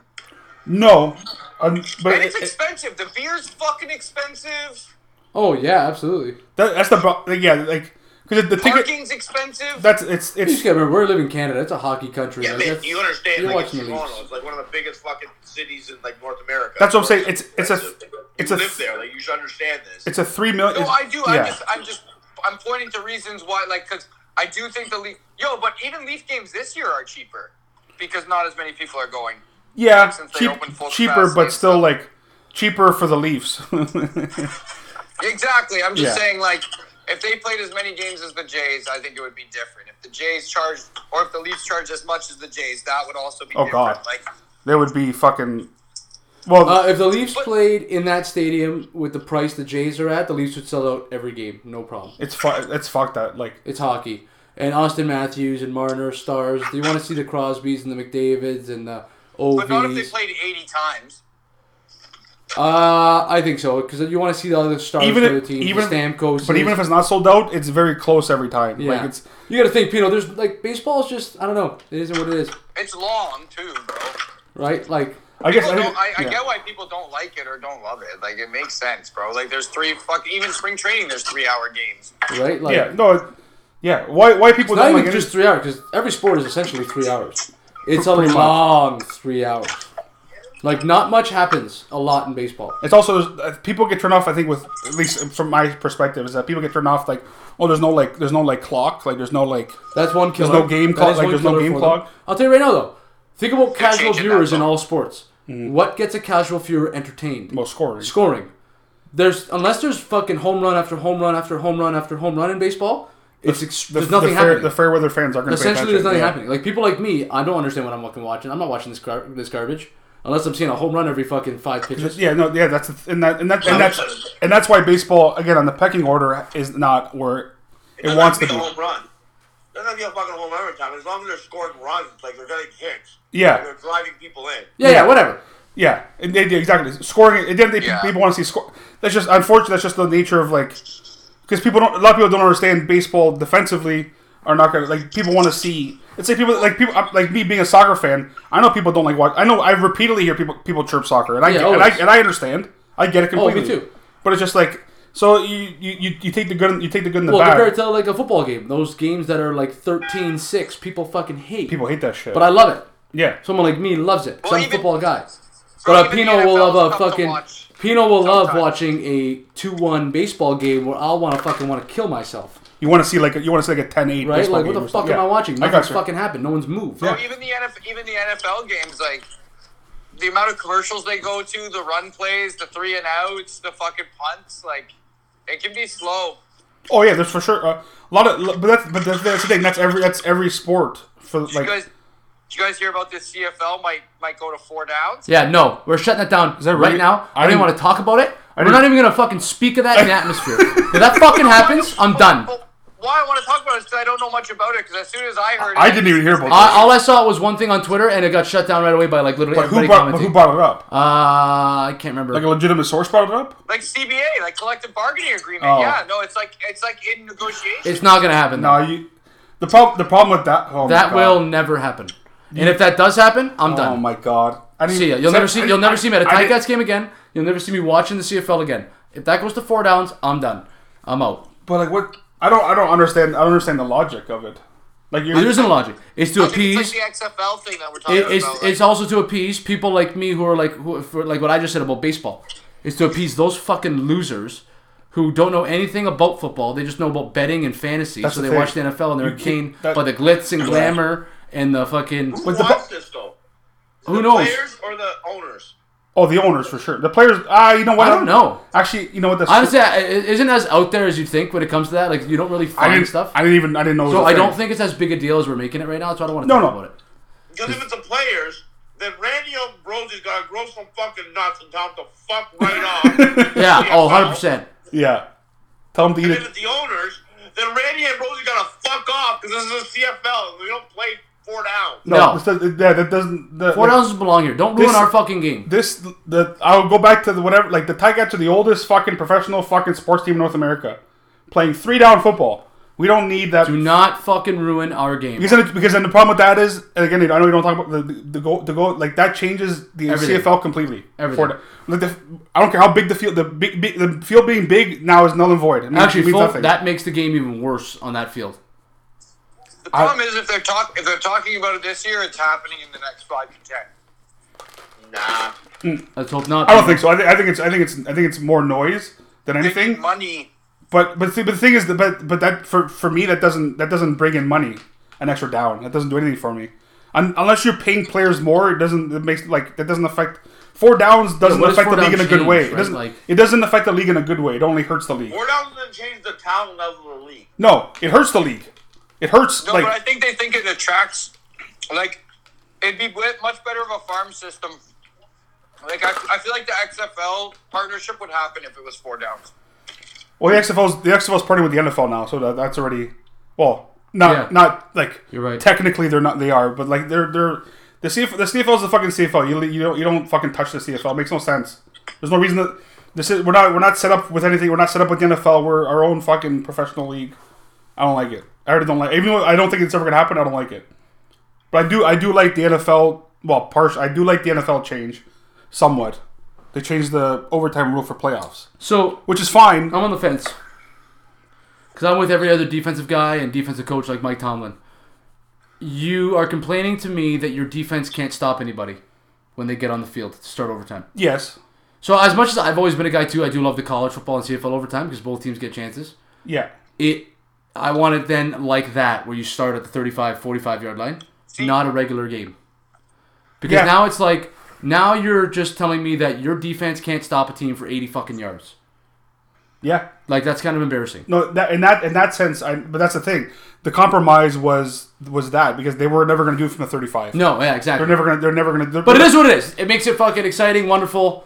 Speaker 2: No, um, but
Speaker 3: And it's
Speaker 2: it- it-
Speaker 3: expensive. The beer's fucking expensive.
Speaker 4: Oh, yeah, absolutely.
Speaker 2: that, that's the pro- like, yeah, like because the ticket
Speaker 3: Parking's expensive.
Speaker 2: that's it's
Speaker 4: You just
Speaker 2: it's
Speaker 4: gotta remember, we're living in Canada. It's a hockey country.
Speaker 7: Yeah,
Speaker 4: like,
Speaker 7: man,
Speaker 4: that's-
Speaker 7: you understand?
Speaker 4: You're
Speaker 7: Like it's
Speaker 4: watching the
Speaker 7: Toronto.
Speaker 4: Leafs.
Speaker 7: It's like one of the biggest fucking cities in like North America.
Speaker 2: That's what I'm saying. It's- it's a-
Speaker 7: expensive.
Speaker 2: it's a-
Speaker 7: you live there. Like you should understand this.
Speaker 2: it's a three million.
Speaker 3: no, I do.
Speaker 2: Yeah.
Speaker 3: I'm just, I'm just, I'm pointing to reasons why, like, because I do think the Leaf. Yo, but even Leaf games this year are cheaper because not as many people are going.
Speaker 2: yeah,
Speaker 3: since they
Speaker 2: cheap,
Speaker 3: opened full
Speaker 2: cheaper,
Speaker 3: capacity
Speaker 2: but
Speaker 3: and
Speaker 2: still
Speaker 3: stuff.
Speaker 2: like cheaper for the Leafs.
Speaker 3: Exactly. I'm just
Speaker 2: Yeah.
Speaker 3: saying, like, if they played as many games as the Jays, I think it would be different. If the Jays charged, or if the Leafs charged as much as the Jays, that would also be
Speaker 2: Oh,
Speaker 3: different.
Speaker 2: God.
Speaker 3: Like,
Speaker 2: they would be fucking. Well,
Speaker 4: Uh, if the Leafs played in that stadium with the price the Jays are at, the Leafs would sell out every game, no problem.
Speaker 2: it's fu- it's fucked that like
Speaker 4: It's hockey. And Austin Matthews and Marner, stars. Do you want to see the Crosbys and the McDavids and the
Speaker 3: but not if they
Speaker 4: Ovies?
Speaker 3: played 80 times.
Speaker 4: Uh, I think so because you want to see the other stars
Speaker 2: even
Speaker 4: of the
Speaker 2: if,
Speaker 4: team,
Speaker 2: even
Speaker 4: the Stamkos.
Speaker 2: but even if it's not sold out, it's very close every time.
Speaker 4: yeah,
Speaker 2: Like it's
Speaker 4: you got to think, Pino. There's like baseball's just I don't know. It isn't what it is,
Speaker 3: It's long too, bro.
Speaker 4: right? Like
Speaker 2: I guess
Speaker 3: People
Speaker 2: I,
Speaker 3: don't- I, I
Speaker 2: yeah.
Speaker 3: get why people don't like it or don't love it. Like, it makes sense, bro. Like, there's three fuck. Even spring training, there's three hour games.
Speaker 4: right? Like
Speaker 2: yeah, no, it, yeah. Why why people
Speaker 4: not
Speaker 2: don't
Speaker 4: even
Speaker 2: like
Speaker 4: just
Speaker 2: just
Speaker 4: three hours because every sport is essentially three hours. It's a
Speaker 2: Pretty much.
Speaker 4: long three hours. Like not much happens a lot in baseball.
Speaker 2: It's also uh, people get turned off. I think with at least from my perspective is that people get turned off like oh there's no like there's no like clock like there's no like
Speaker 4: That's one killer.
Speaker 2: no game
Speaker 4: That
Speaker 2: clock,
Speaker 4: is
Speaker 2: like,
Speaker 4: one
Speaker 2: there's no
Speaker 4: killer
Speaker 2: game
Speaker 4: for
Speaker 2: clock.
Speaker 4: them. I'll tell you right now though. Think about casual
Speaker 3: changing that,
Speaker 4: viewers in
Speaker 3: though.
Speaker 4: all sports. What gets a casual viewer entertained?
Speaker 2: Mm. well scoring.
Speaker 4: scoring. There's unless there's fucking home run after home run after home run after home run in baseball, it's ex-
Speaker 2: the,
Speaker 4: there's nothing
Speaker 2: the fair,
Speaker 4: happening.
Speaker 2: The fair weather fans aren't going to pay attention.
Speaker 4: Essentially, there's nothing
Speaker 2: yeah.
Speaker 4: happening. Like people like me, I don't understand what I'm fucking watching. I'm not watching this gar- this garbage unless I'm seeing a home run every fucking five pitches.
Speaker 2: Yeah, no, yeah, that's the th- and that and that and that's and that's why baseball again on the pecking order is not where it
Speaker 7: doesn't
Speaker 2: wants to
Speaker 7: have
Speaker 2: be.
Speaker 7: a home run. Doesn't have to be a fucking home run every time. As long as they're scoring runs, like they're getting hits.
Speaker 2: Yeah.
Speaker 7: they're driving people in.
Speaker 4: Yeah, yeah, whatever.
Speaker 2: Yeah, and they, they- exactly. Scoring, and then they,
Speaker 3: Yeah.
Speaker 2: people want to see score. That's just unfortunately that's just the nature of like because people don't a lot of people don't understand baseball defensively are not going to like people want to see. It's like people like people like me being a soccer fan. I know people don't like watch. I know I repeatedly hear people people chirp soccer, and I
Speaker 4: Yeah,
Speaker 2: get- and I,
Speaker 4: always.
Speaker 2: and I understand. I get it
Speaker 4: Oh, me
Speaker 2: completely.
Speaker 4: too.
Speaker 2: But it's just like so you you, you, you take the good and- you take the good and the
Speaker 4: Well,
Speaker 2: bad.
Speaker 4: compared to like a football game, those games that are like 13-6, people fucking hate.
Speaker 2: people hate that shit.
Speaker 4: but I love it
Speaker 2: Yeah.
Speaker 9: Someone like me loves it. 'cause
Speaker 3: Well,
Speaker 9: I'm a
Speaker 3: even-
Speaker 9: football guy.
Speaker 3: Bro,
Speaker 9: But uh,
Speaker 3: even the
Speaker 9: Pino will
Speaker 3: NFL
Speaker 9: love a
Speaker 3: stuff to
Speaker 9: fucking.
Speaker 3: watch.
Speaker 9: Pino will love
Speaker 3: Sometimes.
Speaker 9: watching a two-one baseball game where I'll want to fucking want to kill myself.
Speaker 2: You want to see like a, you want to see like a 10-8
Speaker 9: Right?
Speaker 2: baseball
Speaker 9: Like, what
Speaker 2: game
Speaker 9: the
Speaker 2: or
Speaker 9: fuck
Speaker 2: something.
Speaker 9: am I
Speaker 2: Yeah.
Speaker 9: watching?
Speaker 2: I
Speaker 9: Nothing's
Speaker 2: got you.
Speaker 9: fucking happened. No one's moved.
Speaker 3: Bro, even the NFL, even the NFL games, like the amount of commercials they go to, the run plays, the three and outs, the fucking punts, like it can be slow.
Speaker 2: Oh yeah, there's for sure uh, a lot of, but that's but that's, that's the thing. That's every that's every sport for
Speaker 3: Did
Speaker 2: like.
Speaker 3: you guys, did you guys hear about this? CFL might might go to four downs.
Speaker 4: Yeah, no, we're shutting that down
Speaker 2: that
Speaker 4: right
Speaker 2: right?
Speaker 4: now. I,
Speaker 2: I
Speaker 4: don't even
Speaker 2: didn't-
Speaker 4: want to talk about it. We're
Speaker 2: didn't-
Speaker 4: not even gonna fucking speak of that in the atmosphere. if that fucking happens, I'm done.
Speaker 3: But why I want to talk about it is 'cause I don't know much about it. Because as soon as I heard,
Speaker 2: I
Speaker 3: it,
Speaker 2: didn't even hear about
Speaker 4: I, all I saw was one thing on Twitter, and it got shut down right away by like literally
Speaker 2: But who
Speaker 4: everybody
Speaker 2: brought but
Speaker 4: commenting.
Speaker 2: who brought it up?
Speaker 4: uh, I can't remember.
Speaker 2: like a legitimate source brought it up?
Speaker 3: like CBA, like collective bargaining agreement.
Speaker 2: Oh.
Speaker 3: Yeah, no, it's like it's like in negotiation.
Speaker 4: it's not gonna happen.
Speaker 2: No,
Speaker 4: though.
Speaker 2: Uh, you. The problem the problem with that. Oh my
Speaker 4: that
Speaker 2: God.
Speaker 4: will never happen. And if that does happen, I'm
Speaker 2: Oh
Speaker 4: done.
Speaker 2: my god! I didn't
Speaker 4: See ya.
Speaker 2: even-
Speaker 4: You'll
Speaker 2: I-
Speaker 4: never see.
Speaker 2: I-
Speaker 4: You'll never see me at a
Speaker 2: I- I
Speaker 4: tight
Speaker 2: didn't-
Speaker 4: cats game again. You'll never see me watching the CFL again. If that goes to four downs, I'm done. I'm out.
Speaker 2: But like, what? I don't. I don't understand. I don't understand the logic of it. Like you're.
Speaker 4: There isn't logic. It's to
Speaker 3: I think
Speaker 4: appease.
Speaker 3: it's like the XFL thing that we're talking
Speaker 4: It, it's
Speaker 3: about. like-
Speaker 4: it's also to appease people like me who are like who for like what I just said about baseball. It's to appease those fucking losers who don't know anything about football. They just know about betting and fantasy.
Speaker 2: That's
Speaker 4: so
Speaker 2: the
Speaker 4: they
Speaker 2: thing.
Speaker 4: watch the NFL and they're
Speaker 2: You keep-
Speaker 4: entertained
Speaker 2: that-
Speaker 4: by the glitz and glamour and the fucking
Speaker 7: Who
Speaker 2: But the
Speaker 7: wants this though?
Speaker 4: who
Speaker 7: the
Speaker 4: knows.
Speaker 7: Players or the owners?
Speaker 2: oh, the owners for sure. The players. Ah, you know what?
Speaker 4: I don't know.
Speaker 2: Actually, you know what? That's
Speaker 4: Honestly, I- it isn't as out there as you think when it comes to that. Like you don't really
Speaker 2: I
Speaker 4: find
Speaker 2: didn't.
Speaker 4: stuff.
Speaker 2: I didn't even. I didn't know. it
Speaker 4: so
Speaker 2: was a
Speaker 4: I don't
Speaker 2: thing.
Speaker 4: think it's as big a deal as we're making it right now. So I don't want to
Speaker 2: No,
Speaker 4: talk
Speaker 2: no.
Speaker 4: about it.
Speaker 7: Because if it's the players, then Randy Ambrose's got to grow some fucking nuts and tell him to fuck right off.
Speaker 4: Yeah.
Speaker 7: CFL.
Speaker 4: Oh, 100 percent.
Speaker 2: Yeah. Tell them to eat
Speaker 7: And if
Speaker 2: it.
Speaker 7: it's the owners, then Randy Ambrose's got to fuck off because this is a CFL. We don't play four downs.
Speaker 2: No,
Speaker 4: No.
Speaker 2: This doesn't, yeah, that doesn't. The,
Speaker 4: Four
Speaker 2: the-
Speaker 4: downs belong here. Don't ruin
Speaker 2: This-
Speaker 4: our fucking game.
Speaker 2: This the I'll go back to the whatever. Like the Ticats are the oldest fucking professional fucking sports team in North America, playing three down football. We don't need that.
Speaker 4: Do not fucking ruin our game.
Speaker 2: Because then, because then the problem with that is, and again, I know we don't talk about the the, the goal. The goal like that changes the
Speaker 4: Everything.
Speaker 2: CFL completely.
Speaker 4: Everything.
Speaker 2: For the, like the, I don't care how big the field, the big, big the field being big now is null and void. It means,
Speaker 4: Actually,
Speaker 2: it means
Speaker 4: full,
Speaker 2: nothing.
Speaker 4: that makes the game even worse on that field.
Speaker 3: The problem is if they're talk if they're talking about it this year, it's happening in the next five to ten.
Speaker 7: Nah.
Speaker 4: Let's hope not.
Speaker 2: I don't think so. I, th- I think it's I think it's I think it's more noise than
Speaker 3: They need
Speaker 2: anything.
Speaker 3: money.
Speaker 2: But but see, but the thing is, that- but but that for for me that doesn't that doesn't bring in money, an extra down. That doesn't do anything for me. Un- unless you're paying players more, it doesn't. It makes like that doesn't affect. Four downs doesn't
Speaker 4: what does
Speaker 2: affect the
Speaker 4: four
Speaker 2: league in a
Speaker 4: down
Speaker 2: good
Speaker 4: change,
Speaker 2: way.
Speaker 4: right?
Speaker 2: It doesn't.
Speaker 4: Like-
Speaker 2: it doesn't affect the league in a good way. It only hurts the league.
Speaker 7: Four downs doesn't change the talent level of the league.
Speaker 2: No, it hurts the league. It hurts
Speaker 3: No,
Speaker 2: like
Speaker 3: but I think they think it attracts. Like, it'd be w- much better of a farm system. Like, I, I feel like the XFL partnership would happen if it was four downs.
Speaker 2: well the XFL's the XFL's partying with the NFL now, so that, that's already well not
Speaker 4: Yeah.
Speaker 2: not like
Speaker 4: You're right.
Speaker 2: Technically, they're not. They are, but like they're they're the CFL. The CFL is the fucking CFL. You you don't you don't fucking touch the CFL. It makes no sense. There's no reason that this is we're not we're not set up with anything. We're not set up with the NFL. We're our own fucking professional league. I don't like it. I already don't like. Even though I don't think it's ever gonna happen, I don't like it. But I do I do like the NFL. Well, partial. I do like the NFL change, somewhat. They changed the overtime rule for playoffs.
Speaker 4: so.
Speaker 2: which is fine.
Speaker 4: I'm on the fence because I'm with every other defensive guy and defensive coach like Mike Tomlin. You are complaining to me that your defense can't stop anybody when they get on the field to start overtime.
Speaker 2: Yes.
Speaker 4: So as much as I've always been a guy too, I do love the college football and CFL overtime because both teams get chances.
Speaker 2: Yeah.
Speaker 4: It, I want it then like that where you start at the 35, 45 yard line, not a regular game. Because
Speaker 2: Yeah.
Speaker 4: now it's like now you're just telling me that your defense can't stop a team for 80 fucking yards.
Speaker 2: Yeah.
Speaker 4: Like that's kind of embarrassing.
Speaker 2: No, that in that in that sense, I, but that's the thing. The compromise was was that because they were never going to do it from the thirty-five.
Speaker 4: No, yeah, exactly.
Speaker 2: they're never going. to They're never going to.
Speaker 4: But it is what it is. It makes it fucking exciting, wonderful,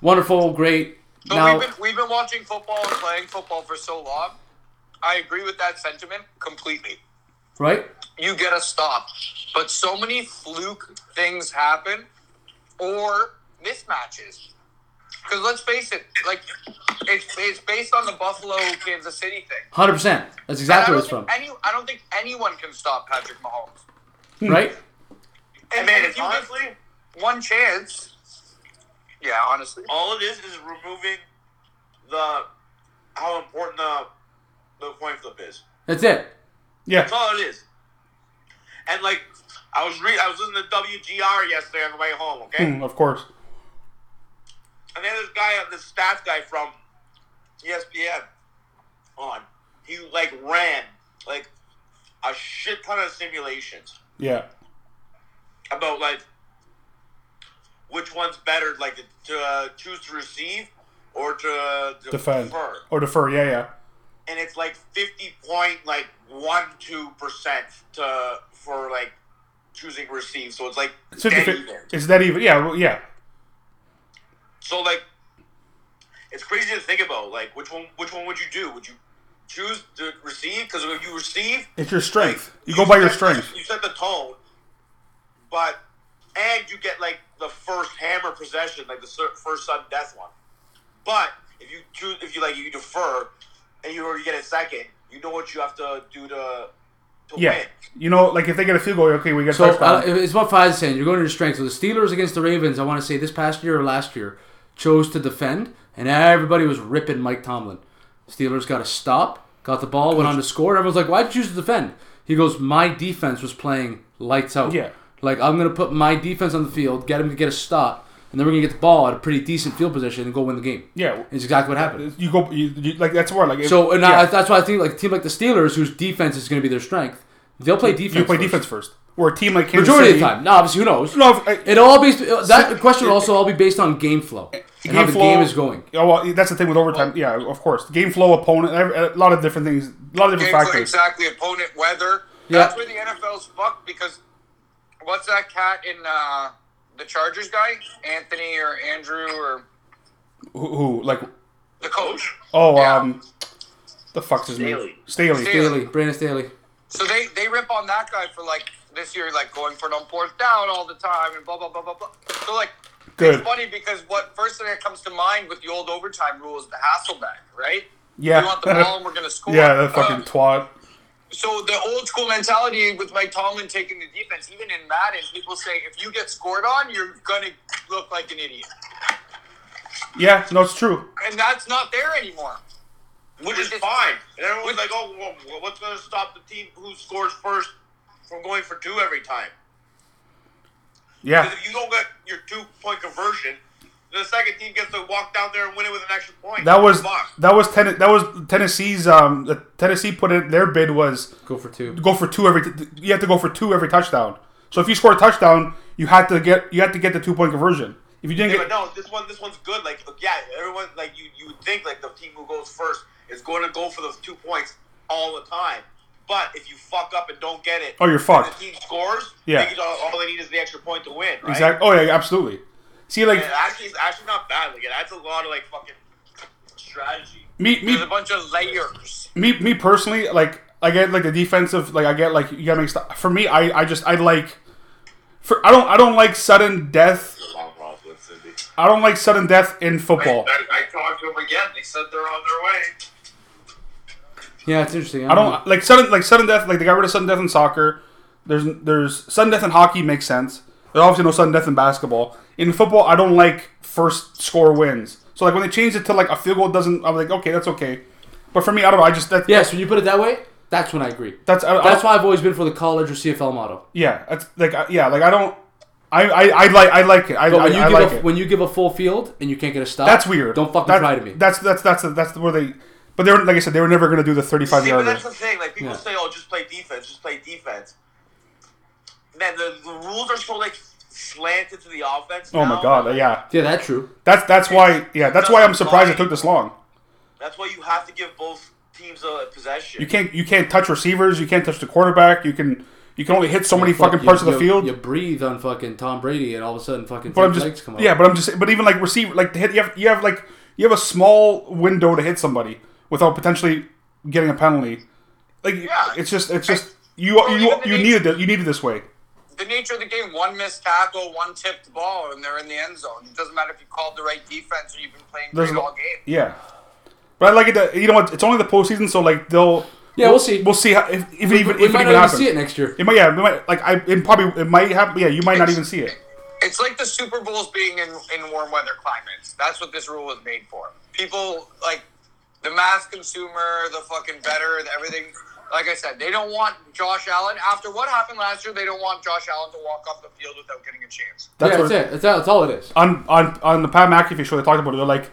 Speaker 4: wonderful, great.
Speaker 3: So
Speaker 4: now,
Speaker 3: we've been we've been watching football and playing football for so long. I agree with that sentiment completely.
Speaker 4: right?
Speaker 3: you get a stop. But so many fluke things happen or mismatches. Because let's face it, like it's, it's based on the Buffalo Kansas City thing.
Speaker 4: Hundred percent. That's
Speaker 3: And
Speaker 4: exactly
Speaker 3: I don't
Speaker 4: where it's from,
Speaker 3: think Any, I don't think anyone can stop Patrick Mahomes.
Speaker 4: right?
Speaker 3: And,
Speaker 7: Man,
Speaker 3: if
Speaker 7: it's
Speaker 3: you get
Speaker 7: honestly,
Speaker 3: one chance, yeah, honestly,
Speaker 7: all it is is removing the how important the the coin flip is.
Speaker 4: That's it.
Speaker 2: Yeah.
Speaker 7: That's all it is. And like, I was re- I was listening to WGR yesterday on the way home. Okay,
Speaker 2: Hmm, of course.
Speaker 7: and then this guy, this stats guy from E ESPN, on he like ran like a shit ton of simulations
Speaker 2: Yeah.
Speaker 7: about like which one's better, like to uh, choose to receive or to uh, to
Speaker 2: Defend.
Speaker 7: defer.
Speaker 2: Or defer. Yeah, yeah.
Speaker 7: and it's like fifty point like one two percent to for like choosing receive. So it's like
Speaker 2: It's,
Speaker 7: dead
Speaker 2: 50,
Speaker 7: even.
Speaker 2: is that even? Yeah, well, yeah.
Speaker 7: So like, it's crazy to think about. Like, which one? Which one would you do? Would you choose to receive? Because if you receive,
Speaker 2: It's your strength. You go by your
Speaker 7: set-
Speaker 2: strength.
Speaker 7: You set the tone, but and you get like the first hammer possession, like the sur- first sudden death one. But if you choose, if you like, you defer, and you already get a second. You know what you have to do to to
Speaker 2: Yeah.
Speaker 7: win.
Speaker 2: You know, like if they get a field goal, okay, we get a
Speaker 4: So uh,
Speaker 2: touchdown.
Speaker 4: it's what Faz is saying. You're going to your strength. So the Steelers against the Ravens, I want to say this past year or last year, chose to defend, and everybody was ripping Mike Tomlin. Steelers got a stop, got the ball, went on to score. Everyone's like, "Why'd you choose to defend?" He goes, "My defense was playing lights out.
Speaker 2: Yeah.
Speaker 4: like I'm going to put my defense on the field, get him to get a stop, and then we're going to get the ball at a pretty decent field position and go win the game."
Speaker 2: yeah.
Speaker 4: it's exactly what happened.
Speaker 2: You go, you, you, like that's where, like, if-
Speaker 4: So and
Speaker 2: yeah,
Speaker 4: I, that's why I think like a team like the Steelers, whose defense is going to be their strength, they'll play defense.
Speaker 2: you play
Speaker 4: first.
Speaker 2: defense first. Or a team like Kansas
Speaker 4: Majority of
Speaker 2: City-
Speaker 4: the time. No, obviously, who knows?
Speaker 2: No, if- I-
Speaker 4: it all based. uh, That question will also all be based on game flow and how the game is going.
Speaker 2: Oh well, that's the thing with overtime. yeah, of course, game flow, opponent, every- a lot of different things, a lot of
Speaker 3: Game
Speaker 2: different
Speaker 3: flow,
Speaker 2: factors.
Speaker 3: exactly. Opponent weather.
Speaker 4: Yeah.
Speaker 3: That's where the NFL's fucked because what's that cat in uh, the Chargers guy? Anthony or Andrew or
Speaker 2: Who, who, like,
Speaker 3: the coach.
Speaker 2: oh,
Speaker 3: Yeah.
Speaker 2: um, the fuck's his name?
Speaker 7: Staley.
Speaker 2: Staley.
Speaker 3: Staley.
Speaker 4: Daily, Brandon Staley.
Speaker 3: So they they rip on that guy for like this year, like going for it on fourth down all the time and blah blah blah blah blah. So like.
Speaker 2: Good.
Speaker 3: It's funny because what first thing that comes to mind with the old overtime rule is the Hasselback, right?
Speaker 2: Yeah.
Speaker 3: We want the ball and we're gonna score.
Speaker 2: yeah, that fucking
Speaker 3: Uh,
Speaker 2: twat.
Speaker 3: So the old school mentality with Mike Tomlin taking the defense, even in Madden, people say if you get scored on, you're gonna look like an idiot,
Speaker 2: Yeah, no, it's true.
Speaker 3: and that's not there anymore.
Speaker 7: which is fine. And everyone's like, "Oh, well, what's going to stop the team who scores first from going for two every time?"
Speaker 2: Yeah,
Speaker 7: Because if you don't get your two point conversion, the second team gets to walk down there and win it with an extra point.
Speaker 2: that was
Speaker 7: Fuck.
Speaker 2: that was ten, that was Tennessee's. Um, the Tennessee put in their bid was
Speaker 4: Go for two.
Speaker 2: go for two every. You have to go for two every touchdown. So if you score a touchdown, you had to get you had to get the two point conversion. If you didn't
Speaker 7: Yeah,
Speaker 2: get
Speaker 7: but no, this one, this one's good. Like, yeah, everyone, like you, you would think like the team who goes first is going to go for those two points all the time. But if you fuck up and don't get it,
Speaker 2: Oh, you're
Speaker 7: and
Speaker 2: fucked.
Speaker 7: The team scores.
Speaker 2: Yeah.
Speaker 7: they get all, all they need is the extra point to win. Right?
Speaker 2: exactly, oh yeah, absolutely. See, like
Speaker 7: And it actually, it's actually not bad. Like, it adds a lot of like fucking strategy.
Speaker 2: me, me
Speaker 3: There's a bunch of layers.
Speaker 2: me me personally like I get like the defensive like I get like you gotta make st- for me I I just I like for I don't I don't like sudden death
Speaker 7: Long Rob with Cindy.
Speaker 2: I Oh. don't like sudden death in football
Speaker 7: talked to them again. They said they're on their way.
Speaker 4: Yeah, it's interesting.
Speaker 2: I don't like sudden like sudden death like they got rid of sudden death in soccer there's there's sudden death in hockey makes sense there's obviously no sudden death in basketball in football I don't like first score wins so like when they changed it to like a field goal doesn't I'm like okay that's okay but for me I don't know I just that,
Speaker 4: Yes, when you put it that way, that's when I agree.
Speaker 2: that's I,
Speaker 4: That's
Speaker 2: that's why
Speaker 4: why I've always been for the college or CFL motto.
Speaker 2: yeah that's like I, yeah like I don't. I, I, I like I like it. I,
Speaker 4: But when
Speaker 2: I-
Speaker 4: you
Speaker 2: I
Speaker 4: give
Speaker 2: like
Speaker 4: a,
Speaker 2: it.
Speaker 4: when you give a full field and you can't get a stop,
Speaker 2: That's weird.
Speaker 4: Don't fucking
Speaker 2: That-
Speaker 4: try to me.
Speaker 2: That's that's that's that's where they. But they were like I said, they were never going to do the thirty-five
Speaker 7: See, but
Speaker 2: yarder.
Speaker 7: that's the thing. Like people
Speaker 4: Yeah.
Speaker 7: say, "Oh, just play defense. Just play defense." Man, the, the rules are so like slanted to the offense.
Speaker 2: Oh my
Speaker 7: now.
Speaker 2: god, yeah.
Speaker 4: yeah, that's true.
Speaker 2: That's that's why yeah. That's why I'm surprised it took this long.
Speaker 7: That's why you have to give both teams a possession.
Speaker 2: You can't you can't touch receivers. You can't touch the quarterback. You can you can only hit so many
Speaker 4: Fuck,
Speaker 2: fucking
Speaker 4: you-
Speaker 2: parts of the
Speaker 4: you-
Speaker 2: field.
Speaker 4: You breathe on fucking Tom Brady, and all of a sudden, fucking
Speaker 2: but I'm
Speaker 4: fake legs
Speaker 2: just
Speaker 4: come up.
Speaker 2: yeah. But I'm just but even like receiver like to hit you have you have like you have a small window to hit somebody without potentially getting a penalty. Like it's just it's just you you
Speaker 3: even the
Speaker 2: you
Speaker 3: next-
Speaker 2: needed it you needed this way.
Speaker 3: The nature of the game: one missed tackle, one tipped ball, and they're in the end zone. It doesn't matter if you called the right defense or you've been playing
Speaker 2: There's
Speaker 3: great
Speaker 2: no-
Speaker 3: all game.
Speaker 2: Yeah, but I like it that you know what? It's only the postseason, so like they'll
Speaker 4: yeah, we'll see.
Speaker 2: we'll see how, if, if it even
Speaker 4: we
Speaker 2: if it
Speaker 4: might
Speaker 2: even
Speaker 4: not
Speaker 2: happens.
Speaker 4: even see it next year.
Speaker 2: It might yeah, it might, like I it probably it might happen. Yeah, you might not even see it.
Speaker 3: It's like the Super Bowls being in, in warm weather climates. That's what this rule was made for. People like the mass consumer, the fucking better, the everything. like I said, they don't want Josh Allen. After what happened last year, they don't want Josh Allen to walk off the field without getting a chance.
Speaker 2: That's
Speaker 4: yeah,
Speaker 2: what-
Speaker 4: that's it. That's, that's all it is.
Speaker 2: on on on the Pat McAfee show, they talked about it. They're like,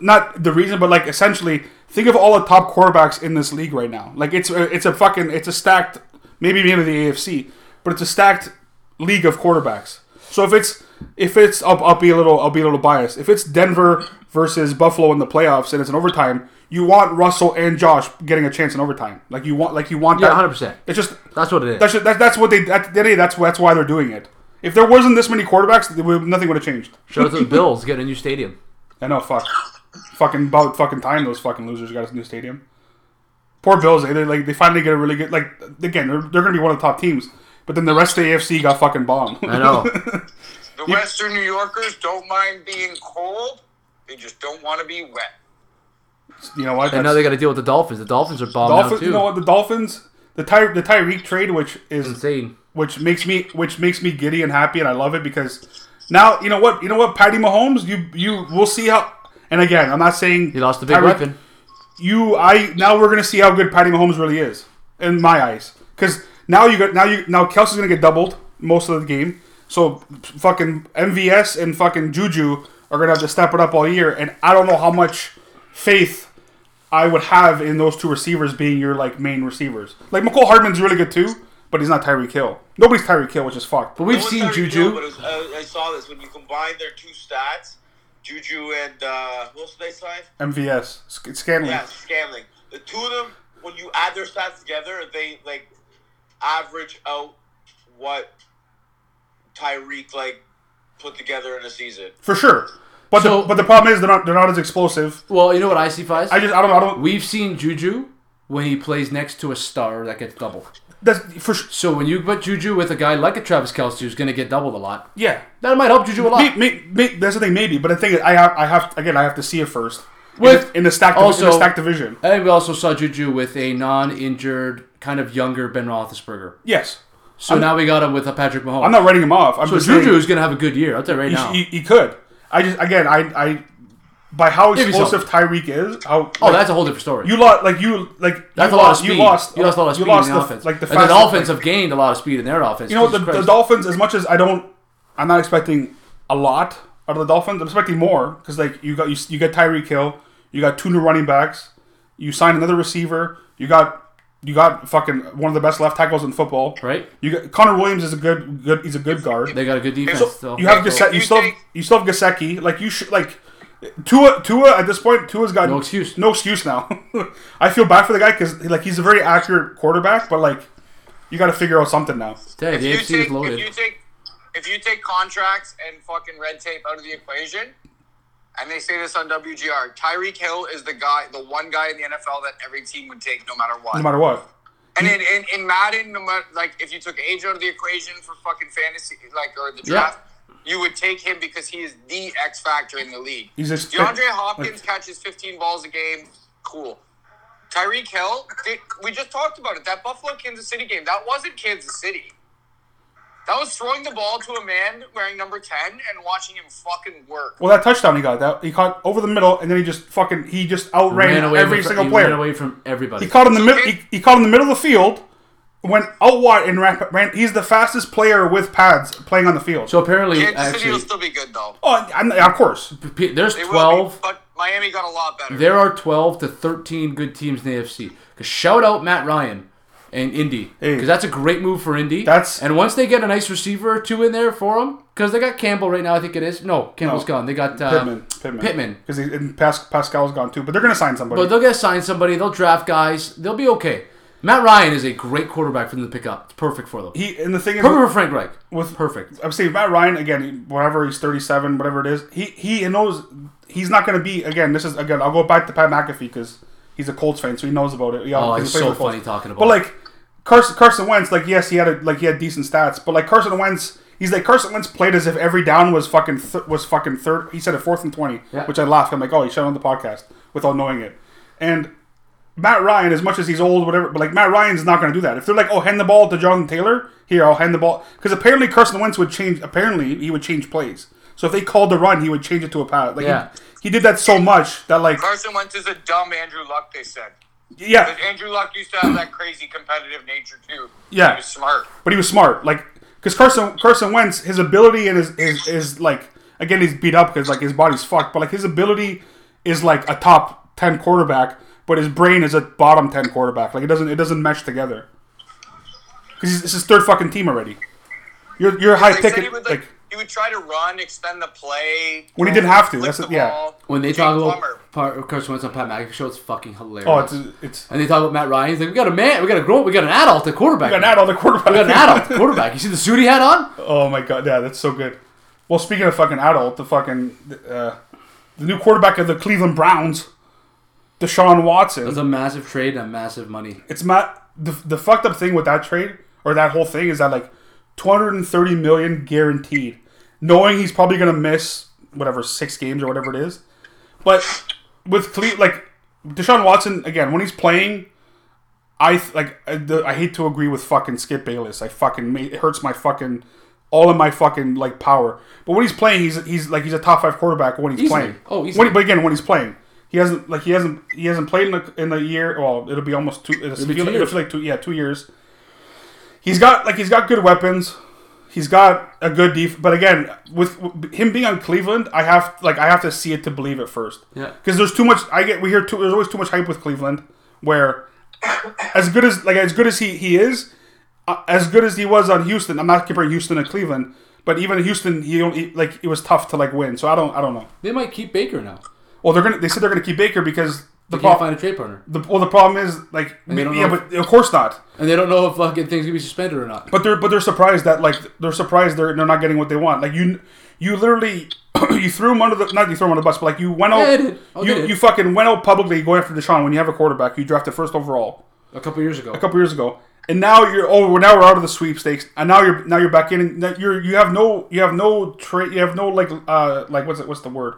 Speaker 2: not the reason, but like essentially, think of all the top quarterbacks in this league right now. Like it's a, it's a fucking it's a stacked maybe maybe the AFC, but it's a stacked league of quarterbacks. So if it's if it's I'll, I'll be a little I'll be a little biased. If it's Denver versus Buffalo in the playoffs and it's an overtime, you want Russell and Josh getting a chance in overtime. Like you want like you want
Speaker 4: Yeah,
Speaker 2: that
Speaker 4: 100%.
Speaker 2: It's just
Speaker 4: That's what it is.
Speaker 2: that's just, that, that's what they at the end of the day, that's that's why they're doing it. If there wasn't this many quarterbacks, they would- nothing would have changed.
Speaker 4: Shout out to the Bills getting a new stadium.
Speaker 2: I know, fuck. fucking about fucking time those fucking losers got us a new stadium. Poor Bills, eh? They like they finally get a really good like again, they're, they're gonna be one of the top teams. But then the rest of the AFC got fucking bombed.
Speaker 4: I know.
Speaker 3: The Western New Yorkers don't mind being cold; they just don't want to be wet.
Speaker 2: you know what?
Speaker 4: and now
Speaker 2: That's-
Speaker 4: they got to deal with the Dolphins. The Dolphins are bombed
Speaker 2: Dolphins,
Speaker 4: now
Speaker 2: you
Speaker 4: too.
Speaker 2: know what? The Dolphins, the Ty the Tyreek trade, which is
Speaker 4: Insane.
Speaker 2: which makes me which makes me giddy and happy, and I love it because now you know what you know what Patty Mahomes, you you we'll see how. And again, I'm not saying
Speaker 4: He lost a big
Speaker 2: Tyreek-
Speaker 4: weapon.
Speaker 2: you I now we're gonna see how good Patty Mahomes really is in my eyes because now you got now you now Kelsey's gonna get doubled most of the game so fucking MVS and fucking Juju are gonna have to step it up all year and I don't know how much faith I would have in those two receivers being your like main receivers like McCole Hardman's really good too but he's not Tyreek Hill nobody's Tyreek Hill which is fucked
Speaker 4: But we've
Speaker 7: No one
Speaker 4: seen
Speaker 7: started Hill, but it
Speaker 4: Juju.
Speaker 7: was- I- I saw this when you combine their two stats, Juju and uh, who else did they sign?
Speaker 2: MVS Sc- Scanley
Speaker 7: Yeah, Scanling. The two of them, when you add their stats together, they like average out what Tyreek like put together in a season.
Speaker 2: for sure but
Speaker 4: So-
Speaker 2: the, but the problem is they're not they're not as explosive
Speaker 4: Well, you know what I see, Fies?
Speaker 2: I just I don't I don't
Speaker 4: We've seen Juju when he plays next to a star that gets doubled.
Speaker 2: that's for sure
Speaker 4: So when you put Juju with a guy like a Travis Kelsey who's going to get doubled a lot,
Speaker 2: yeah
Speaker 4: that might help Juju a
Speaker 2: May,
Speaker 4: lot.
Speaker 2: may, may, that's the thing, maybe. But the thing is, I have, I have, again, I have to see it first. in
Speaker 4: With-
Speaker 2: the, in the stack, in
Speaker 4: also-
Speaker 2: the stack division.
Speaker 4: And we also saw Juju with a non-injured, kind of younger Ben Roethlisberger.
Speaker 2: Yes,
Speaker 4: So now we got him with a Patrick Mahomes.
Speaker 2: I'm not writing him off. I'm
Speaker 4: so
Speaker 2: just
Speaker 4: Juju
Speaker 2: saying
Speaker 4: is going to have a good year. I'll tell you right
Speaker 2: he,
Speaker 4: now.
Speaker 2: he, he could. I just again, I, I, by how
Speaker 4: Give yourself-
Speaker 2: explosive Tyreek is, how
Speaker 4: oh, that's a whole different story.
Speaker 2: you lost, like you, like
Speaker 4: that's
Speaker 2: you
Speaker 4: a lot
Speaker 2: lost,
Speaker 4: of speed.
Speaker 2: you lost,
Speaker 4: you lost a lot of speed
Speaker 2: you lost
Speaker 4: in the, offense.
Speaker 2: like the
Speaker 4: and the
Speaker 2: fast-
Speaker 4: Dolphins have gained a lot of speed in their offense.
Speaker 2: You know, the,
Speaker 4: Jesus
Speaker 2: the
Speaker 4: Christ.
Speaker 2: Dolphins. As much as I don't, I'm not expecting a lot out of the Dolphins. I'm expecting more because like you got you, you got Tyreek Hill, you got two new running backs, you signed another receiver, you got you got fucking one of the best left tackles in football.
Speaker 4: Right.
Speaker 2: You got Connor Williams is a good good. He's a good guard.
Speaker 4: they got a good defense.
Speaker 3: So,
Speaker 4: still.
Speaker 2: you have
Speaker 3: Okay,
Speaker 2: Gase-
Speaker 3: you
Speaker 2: you still have,
Speaker 3: take-
Speaker 2: you still have Gasecki. Like you should like. Tua, Tua, at this point, Tua's got
Speaker 4: No excuse.
Speaker 2: No excuse now. I feel bad for the guy because, like, he's a very accurate quarterback, but like, you got to figure out something now.
Speaker 4: Dang, the
Speaker 3: you
Speaker 4: AFC
Speaker 3: take,
Speaker 4: is loaded.
Speaker 3: If you take if you take contracts and fucking red tape out of the equation, and they say this on WGR, Tyreek Hill is the guy, the one guy in the NFL that every team would take no matter what.
Speaker 2: No matter what,
Speaker 3: and in, in, in Madden, no matter, like if you took age out of the equation for fucking fantasy, like or the draft, you would take him because he is the X factor in the league.
Speaker 2: He's a spit-
Speaker 3: DeAndre Hopkins catches 15 balls a game. Cool. Tyreek Hill, they- we just talked about it. That Buffalo Kansas City game, that wasn't Kansas City. That was throwing the ball to a man wearing number 10 and watching him fucking work.
Speaker 2: Well, that touchdown he got, that he caught over the middle, and then he just fucking he just outran
Speaker 4: ran away
Speaker 2: every
Speaker 4: from,
Speaker 2: single
Speaker 4: he
Speaker 2: player.
Speaker 4: Ran away from everybody.
Speaker 2: He caught him in the middle. He, he caught him in the middle of the field, went out wide and ran, ran. He's the fastest player with pads playing on the field.
Speaker 4: so apparently,
Speaker 3: Kansas City will
Speaker 4: actually,
Speaker 3: still be good, though.
Speaker 2: oh, I'm, of course,
Speaker 4: p- there's
Speaker 3: They will be,
Speaker 4: twelve.
Speaker 3: but Miami got a lot better.
Speaker 4: There are twelve to thirteen good teams in the AFC. 'Cause shout out Matt Ryan and Indy
Speaker 2: Hey.
Speaker 4: because that's a great move for Indy.
Speaker 2: That's-
Speaker 4: and once they get a nice receiver or two in there for them, because they got Campbell right now. I think it is. No, Campbell's
Speaker 2: No.
Speaker 4: gone. They got uh,
Speaker 2: Pittman, Pittman,
Speaker 4: Pittman.
Speaker 2: because Pas- Pascal's gone too. But they're gonna sign somebody.
Speaker 4: But they'll get signed somebody. They'll draft guys. They'll be okay. Matt Ryan is a great quarterback for them to pick up. It's perfect for them.
Speaker 2: he and the thing is,
Speaker 4: perfect for Frank Reich.
Speaker 2: with
Speaker 4: perfect.
Speaker 2: I'm saying Matt Ryan again. he- Whatever he's 37, whatever it is, he he knows he's not going to be again. This is again. I'll go back to Pat McAfee because he's a Colts fan, so he knows about it. Yeah,
Speaker 4: Oh,
Speaker 2: 'cause he
Speaker 4: it's
Speaker 2: played
Speaker 4: so
Speaker 2: with the Colts.
Speaker 4: funny talking about
Speaker 2: But
Speaker 4: it.
Speaker 2: like Carson Carson Wentz, like yes, he had a, like he had decent stats, but like Carson Wentz, he's like Carson Wentz played as if every down was fucking th- was fucking third. He said a fourth and twenty, which I laughed. I'm like, oh, he shut on the podcast without knowing it, and. Matt Ryan, as much as he's old, whatever, but like Matt Ryan's not going to do that. If they're like, "Oh, hand the ball to Jonathan Taylor," here I'll hand the ball because apparently Carson Wentz would change. Apparently, he would change plays. So if they called a run, he would change it to a pass. Like
Speaker 4: Yeah.
Speaker 2: he, he did that so much that like
Speaker 3: Carson Wentz is a dumb Andrew Luck, they said.
Speaker 2: yeah,
Speaker 3: But Andrew Luck used to have that crazy competitive nature too.
Speaker 2: Yeah.
Speaker 3: he was smart.
Speaker 2: but he was smart. Like because Carson Carson Wentz, his ability and his is is like again he's beat up because like his body's fucked, but like his ability is like a top ten quarterback, but his brain is a bottom ten quarterback. Like it doesn't it doesn't mesh together. Because it's his third fucking team already. You're you're a high
Speaker 3: They said he
Speaker 2: ticket.
Speaker 3: would
Speaker 2: Like,
Speaker 3: like, he would try to run, extend the play
Speaker 2: When he didn't have to,
Speaker 3: flick
Speaker 2: that's it,
Speaker 3: the
Speaker 2: yeah.
Speaker 3: ball.
Speaker 4: When they
Speaker 3: Jake
Speaker 4: talk about
Speaker 3: Plummer.
Speaker 4: part, Carson Wentz on Pat McAfee show, it's fucking hilarious.
Speaker 2: oh, it's it's
Speaker 4: and they talk about Matt Ryan. He's like, we got a man, we got a grown, we got an adult at quarterback.
Speaker 2: an adult the quarterback.
Speaker 4: We got an adult quarterback. You see the suit he had on?
Speaker 2: Oh my god, yeah, that's so good. Well, speaking of fucking adult, the fucking uh, the new quarterback of the Cleveland Browns, Deshaun Watson.
Speaker 4: It's a massive trade and massive money.
Speaker 2: it's not the, the fucked up thing with that trade or that whole thing is that like 230 million guaranteed knowing he's probably going to miss whatever six games or whatever it is but with Cle- like deshaun watson again when he's playing i th- like I, the, I hate to agree with fucking skip bayless i fucking ma- it hurts my fucking all in my fucking like power but when he's playing he's he's like he's a top five quarterback when he's
Speaker 4: Easily.
Speaker 2: playing
Speaker 4: Oh,
Speaker 2: When-
Speaker 4: easily.
Speaker 2: but again when he's playing he hasn't like he hasn't he hasn't played in a, in a year. Well, it'll be almost two. It'll,
Speaker 4: be
Speaker 2: feel,
Speaker 4: two
Speaker 2: it'll
Speaker 4: years.
Speaker 2: feel like two. Yeah, two years. He's got like he's got good weapons. He's got a good def. But again, with, with him being on Cleveland, I have like I have to see it to believe it first.
Speaker 4: Yeah.
Speaker 2: Because there's too much. I get we hear too. There's always too much hype with Cleveland. Where as good as like as good as he he is, uh, as good as he was on Houston. I'm not comparing Houston to Cleveland, but even Houston, he only like it was tough to like win. So I don't I don't know.
Speaker 4: They might keep Baker now.
Speaker 2: Well, they're gonna they said they're gonna keep Baker because. The
Speaker 4: They can't
Speaker 2: problem.
Speaker 4: find a trade partner,
Speaker 2: The, well, the problem is like
Speaker 4: they don't
Speaker 2: yeah,
Speaker 4: know
Speaker 2: but of course not.
Speaker 4: and they don't know if fucking things gonna be suspended or not.
Speaker 2: But they're but they're surprised that like they're surprised they're they're not getting what they want. Like you you literally you threw him under the not you threw him under the bus, but like you went out
Speaker 4: Yeah, I did. I
Speaker 2: you
Speaker 4: did.
Speaker 2: you fucking went out publicly going after Deshaun when you have a quarterback you drafted first overall
Speaker 4: A couple years ago,
Speaker 2: a couple years ago, and now you're oh well, now we're out of the sweepstakes and now you're now you're back in and that you're you have no you have no trade you have no like uh like what's it what's the word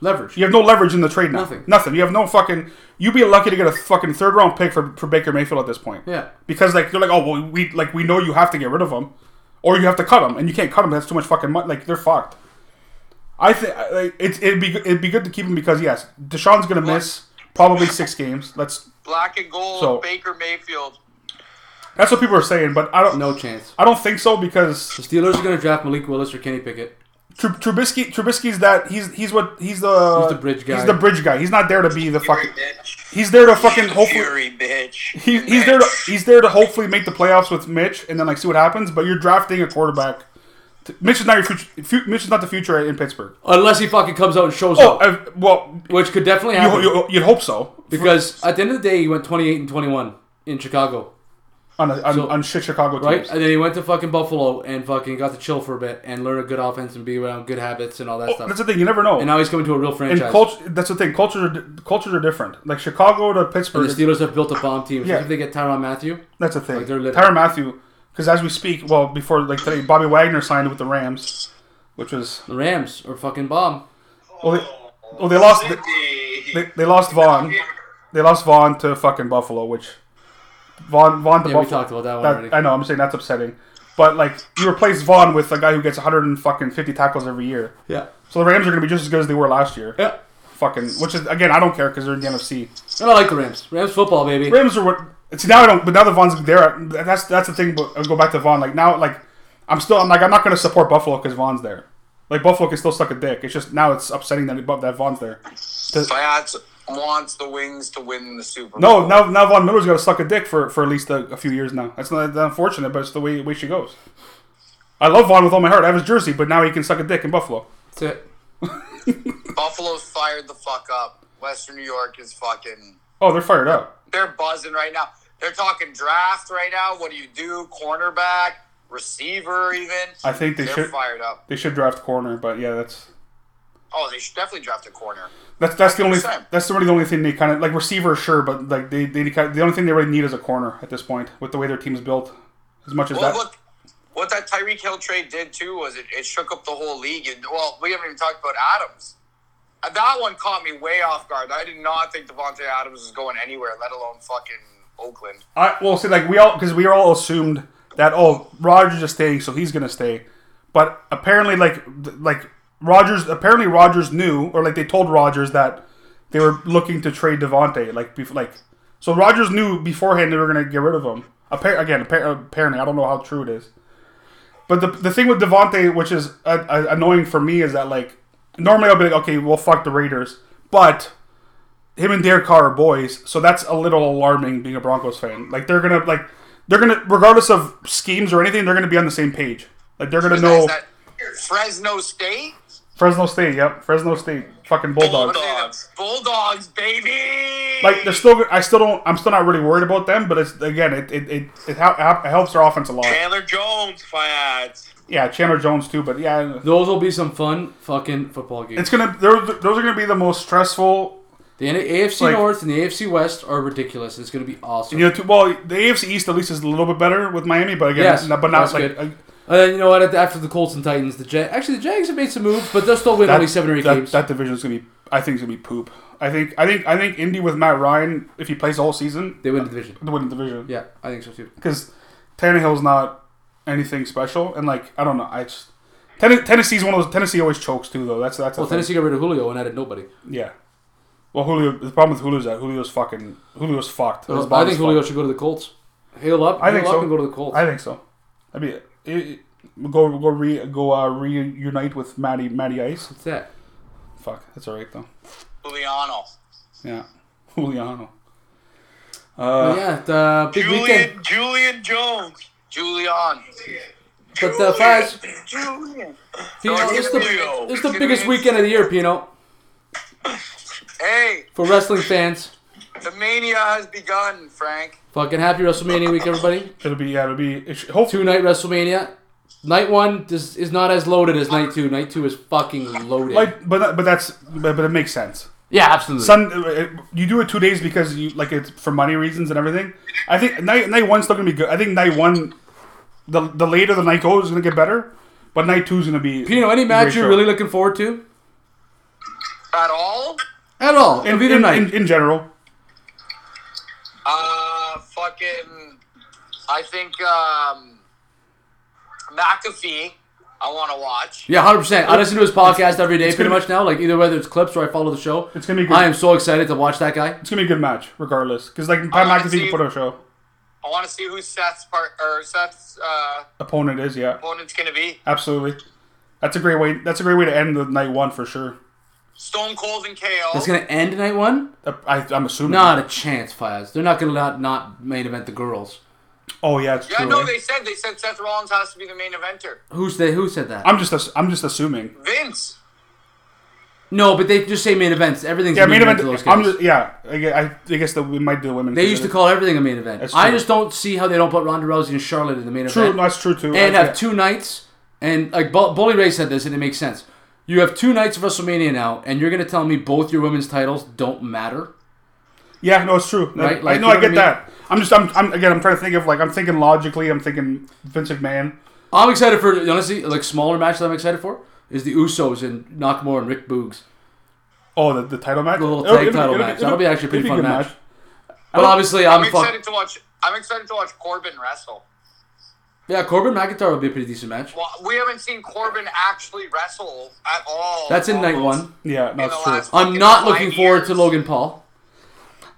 Speaker 4: leverage.
Speaker 2: you have no leverage in the trade now
Speaker 4: Nothing.
Speaker 2: nothing you have no fucking you'd be lucky to get a fucking third round pick for for Baker Mayfield at this point
Speaker 4: Yeah.
Speaker 2: because like they're like, oh well, we like we know you have to get rid of them, or you have to cut them, and you can't cut them. That's too much fucking money. Like they're fucked. I think like, it's it'd be it'd be good to keep him because yes, Deshaun's gonna miss probably six games. That's
Speaker 3: Black and gold,
Speaker 2: So-
Speaker 3: Baker Mayfield.
Speaker 2: that's what people are saying, but I don't
Speaker 4: No chance.
Speaker 2: I don't think so
Speaker 4: The
Speaker 2: because
Speaker 4: Steelers are gonna draft Malik Willis or Kenny Pickett.
Speaker 2: Tr- Trubisky Trubisky's that he's he's what he's the
Speaker 4: He's the bridge guy.
Speaker 2: He's the bridge guy. He's not there to be the fucking.
Speaker 7: Fury, bitch.
Speaker 2: He's there to fucking hopefully.
Speaker 7: Fury, bitch.
Speaker 2: He, he's there. To, he's there to hopefully make the playoffs with Mitch, and then like see what happens. But you're drafting a quarterback. T- Mitch is not your future. Fu- Mitch is not the future in Pittsburgh.
Speaker 4: Unless he fucking comes out and shows
Speaker 2: Oh,
Speaker 4: up,
Speaker 2: uh, well,
Speaker 4: which could definitely
Speaker 2: you,
Speaker 4: happen.
Speaker 2: you, you'd hope so
Speaker 4: because at the end of the day, he went 28 and 21 in Chicago,
Speaker 2: on a, on,
Speaker 4: So-
Speaker 2: on shit Chicago
Speaker 4: right?
Speaker 2: teams.
Speaker 4: And then he went to fucking Buffalo and fucking got to chill for a bit and learn a good offense and be around good habits and all that
Speaker 2: Oh, That's
Speaker 4: stuff.
Speaker 2: the thing. You never know.
Speaker 4: And now he's coming to a real
Speaker 2: and
Speaker 4: franchise.
Speaker 2: culture. That's the thing. Cultures are di- cultures are different. Like Chicago to
Speaker 4: the
Speaker 2: Pittsburgh.
Speaker 4: Steelers have built a bomb team. So
Speaker 2: Yeah.
Speaker 4: If they get Tyron Matthew,
Speaker 2: that's the thing.
Speaker 4: like, they're lit-
Speaker 2: Tyron Matthew, because as we speak, well, before like today, Bobby Wagner signed with the Rams, which was
Speaker 4: the Rams are fucking bomb.
Speaker 2: well, they, well, they lost. They,
Speaker 7: Cindy.
Speaker 2: they, they lost Vaughn. They lost Vaughn to fucking Buffalo, which Vaughn Vaughn to
Speaker 4: Yeah, we
Speaker 2: Buffalo.
Speaker 4: talked about that one
Speaker 2: That-
Speaker 4: already.
Speaker 2: I know. I'm saying that's upsetting, but like you replace Vaughn with a guy who gets 150 tackles every year.
Speaker 4: yeah.
Speaker 2: So the Rams are going to be just as good as they were last year.
Speaker 4: Yeah.
Speaker 2: Fucking, which is again, I don't care because they're in the NFC.
Speaker 4: And I like the Rams. Rams football, baby.
Speaker 2: Rams are what. See now I don't, but now that Vaughn's there, that's that's the thing. But I'll go back to Vaughn. Like now, like I'm still, I'm like I'm not going to support Buffalo because Vaughn's there. Like Buffalo can still suck a dick. It's just now it's upsetting that that Vaughn's there.
Speaker 3: Fiat wants the Wings to win the Super Bowl.
Speaker 2: No, now now Von Miller's got to suck a dick for, for at least a, a few years now. That's not that's unfortunate, but it's the way way she goes. I love Von with all my heart. I have his jersey, but now he can suck a dick in Buffalo.
Speaker 4: That's it.
Speaker 3: Buffalo's fired the fuck up. Western New York is fucking.
Speaker 2: Oh, they're fired up.
Speaker 3: They're buzzing right now. They're talking draft right now. What do you do? Cornerback, receiver, even.
Speaker 2: I think they
Speaker 3: They're
Speaker 2: should
Speaker 3: fired up.
Speaker 2: they should draft corner, but yeah, that's
Speaker 3: Oh, they should definitely draft a corner.
Speaker 2: that's that's the only
Speaker 3: Same.
Speaker 2: that's really the only thing they kind of like receiver sure, but like they they kind of, the only thing they really need is a corner at this point with the way their team's built. As much as
Speaker 3: Well,
Speaker 2: that,
Speaker 3: look, what that Tyreek Hill trade did too was it, it shook up the whole league. And well, we haven't even talked about Adams. Uh, That one caught me way off guard. I did not think Devontae Adams was going anywhere, let alone fucking Oakland.
Speaker 2: I well see like we all because we all assumed that oh Rogers is staying, so he's gonna stay, but apparently like th- like Rogers apparently Rogers knew or like they told Rogers that they were looking to trade Devonte like bef- like So Rogers knew beforehand they were going to get rid of him. Appar- again, appar- apparently, I don't know how true it is. But the, the thing with Devontae, which is uh, uh, annoying for me, is that like normally I'll be like, okay, well, fuck the Raiders, but him and Derek Carr are boys, so that's a little alarming being a Broncos fan. Like they're gonna like they're gonna regardless of schemes or anything, they're gonna be on the same page. Like they're gonna know
Speaker 3: Is that Fresno State?
Speaker 2: Fresno State. Yep, Fresno State. Fucking
Speaker 3: What
Speaker 2: Bulldogs.
Speaker 3: are they, the Bulldogs, baby.
Speaker 2: Oh, Like they're still. I still don't. I'm still not really worried about them, but it's again, it it it, it, hel- it helps their offense a lot.
Speaker 7: Chandler Jones, Fiat.
Speaker 2: Yeah, Chandler Jones too, but yeah,
Speaker 4: Those will be some fun fucking football games.
Speaker 2: it's gonna. they're- Those are gonna be the most stressful.
Speaker 4: The AFC
Speaker 2: Like-
Speaker 4: North and the AFC West are ridiculous. It's going to be awesome.
Speaker 2: You know, two, well, the AFC East at least is a little bit better with Miami, but again,
Speaker 4: Yes,
Speaker 2: no- but not
Speaker 4: that's
Speaker 2: like.
Speaker 4: good. And then, you know what? After the Colts and Titans, the Jag- actually the Jags have made some moves, but they'll still win only seven or eight
Speaker 2: that,
Speaker 4: games.
Speaker 2: That division is gonna be. I think it's gonna be poop. I think. I think. I think Indy with Matt Ryan, if he plays the whole season,
Speaker 4: they win the division.
Speaker 2: they win the division.
Speaker 4: Yeah, I think so too.
Speaker 2: because Tannehill's not anything special, and like I don't know, I just Ten- Tennessee's one of those. Tennessee always chokes too, though. That's that's the
Speaker 4: Well,
Speaker 2: thing.
Speaker 4: Tennessee got rid of Julio and added nobody.
Speaker 2: Yeah. Well, Julio. The problem with Julio's that Julio's fucking Julio's fucked. His
Speaker 4: I
Speaker 2: body's
Speaker 4: think Julio
Speaker 2: fucked.
Speaker 4: should go to the Colts. Hail up,
Speaker 2: I
Speaker 4: hail
Speaker 2: think
Speaker 4: up
Speaker 2: so.
Speaker 4: and go to the Colts.
Speaker 2: I think so. I mean, it, it, go go re go uh, reunite with Matty Matty Ice.
Speaker 4: What's that?
Speaker 2: Fuck, that's all right though.
Speaker 3: Juliano.
Speaker 2: Yeah, Juliano.
Speaker 4: But yeah, the big weekend.
Speaker 7: Julian Julian Jones.
Speaker 3: Julian.
Speaker 4: But the Faz,
Speaker 3: Julian.
Speaker 4: Pino, it's the,
Speaker 7: Julio.
Speaker 4: it's the biggest weekend of the year, Pino,
Speaker 3: Hey,
Speaker 4: for wrestling fans.
Speaker 3: the mania has begun, Frank.
Speaker 4: Fucking happy WrestleMania week, everybody.
Speaker 2: It'll be yeah, it'll be it should, hopefully
Speaker 4: Two night WrestleMania. Night one is, is not as loaded as night two. Night two is fucking loaded.
Speaker 2: like but that- but that's but, but it makes sense.
Speaker 4: yeah, absolutely.
Speaker 2: Sun, it- you do it two days because you like it's for money reasons and everything. I think night night one's still gonna be good. I think night one, the the later the night goes, is gonna get better. But night two's gonna be.
Speaker 4: You know, any
Speaker 2: a
Speaker 4: match
Speaker 2: great
Speaker 4: you're
Speaker 2: show.
Speaker 4: really looking forward to?
Speaker 3: At all?
Speaker 4: At all.
Speaker 2: in,
Speaker 4: of either
Speaker 2: in,
Speaker 4: night.
Speaker 2: in, in general.
Speaker 3: Uh, fucking. I think um, McAfee. I want to watch.
Speaker 4: yeah, 100%. I listen to his podcast every day
Speaker 2: it's
Speaker 4: pretty
Speaker 2: gonna be-
Speaker 4: much now. Like, either whether it's clips or I follow the show.
Speaker 2: It's gonna be good.
Speaker 4: I am so excited to watch that guy.
Speaker 2: It's gonna be a good match regardless because like Pat
Speaker 3: wanna
Speaker 2: McAfee
Speaker 3: see-
Speaker 2: can put on a show.
Speaker 3: I want to see who Seth's part or Seth's uh,
Speaker 2: Opponent is yeah,
Speaker 3: opponent's gonna be.
Speaker 2: absolutely. That's a great way. That's a great way to end the night one for sure.
Speaker 3: Stone Cold and KO.
Speaker 4: That's going to end night one?
Speaker 2: Uh, I, I'm assuming.
Speaker 4: Not a chance, Faz. They're not going to not, not main event the girls.
Speaker 2: Oh yeah, it's
Speaker 3: yeah,
Speaker 2: true.
Speaker 3: no,
Speaker 2: eh?
Speaker 3: they said they said Seth Rollins has to be the main eventer.
Speaker 4: Who's they, Who said that?
Speaker 2: I'm just. ass- I'm just assuming.
Speaker 3: Vince.
Speaker 4: no, but they just say main events. Everything's
Speaker 2: Yeah,
Speaker 4: a main,
Speaker 2: main event.
Speaker 4: event to those
Speaker 2: I'm
Speaker 4: guys.
Speaker 2: just, yeah, I gue- I, I guess that we might do the women.
Speaker 4: they used to call everything a main event.
Speaker 2: That's
Speaker 4: I
Speaker 2: true.
Speaker 4: just don't see how they don't put Ronda Rousey and Charlotte in the main
Speaker 2: True,
Speaker 4: event.
Speaker 2: no, that's true too.
Speaker 4: and
Speaker 2: I-
Speaker 4: have two nights. And like Bu- Bully Ray said this, and it makes sense. You have two nights of WrestleMania now, and you're gonna tell me both your women's titles don't matter?
Speaker 2: Yeah, no, it's true.
Speaker 4: Right?
Speaker 2: I,
Speaker 4: Like,
Speaker 2: no,
Speaker 4: you
Speaker 2: I get
Speaker 4: know what I mean?
Speaker 2: that. I'm just, I'm, I'm, again, I'm trying to think of like, I'm thinking logically. I'm thinking Vince McMahon.
Speaker 4: I'm excited for honestly, like smaller match that I'm excited for is the Usos and Nakamura and Rick Boogs.
Speaker 2: Oh, the, the title match,
Speaker 4: The little
Speaker 2: It'll-
Speaker 4: tag
Speaker 2: it'll-
Speaker 4: title
Speaker 2: it'll-
Speaker 4: match.
Speaker 2: it'll-
Speaker 4: That'll be actually a pretty
Speaker 2: it'll
Speaker 4: fun
Speaker 2: a good
Speaker 4: match. But obviously, I'm,
Speaker 3: I'm
Speaker 4: fuck.
Speaker 3: excited to watch. I'm excited to watch Corbin wrestle.
Speaker 4: Yeah, Corbin McIntyre would be a pretty decent match.
Speaker 3: Well, we haven't seen Corbin actually wrestle at all.
Speaker 4: That's in night
Speaker 3: almost.
Speaker 4: one.
Speaker 2: Yeah, no,
Speaker 3: the
Speaker 2: it's true.
Speaker 3: last-
Speaker 4: I'm
Speaker 3: Fucking
Speaker 4: not
Speaker 3: five
Speaker 4: looking forward to
Speaker 3: years.
Speaker 4: Logan Paul.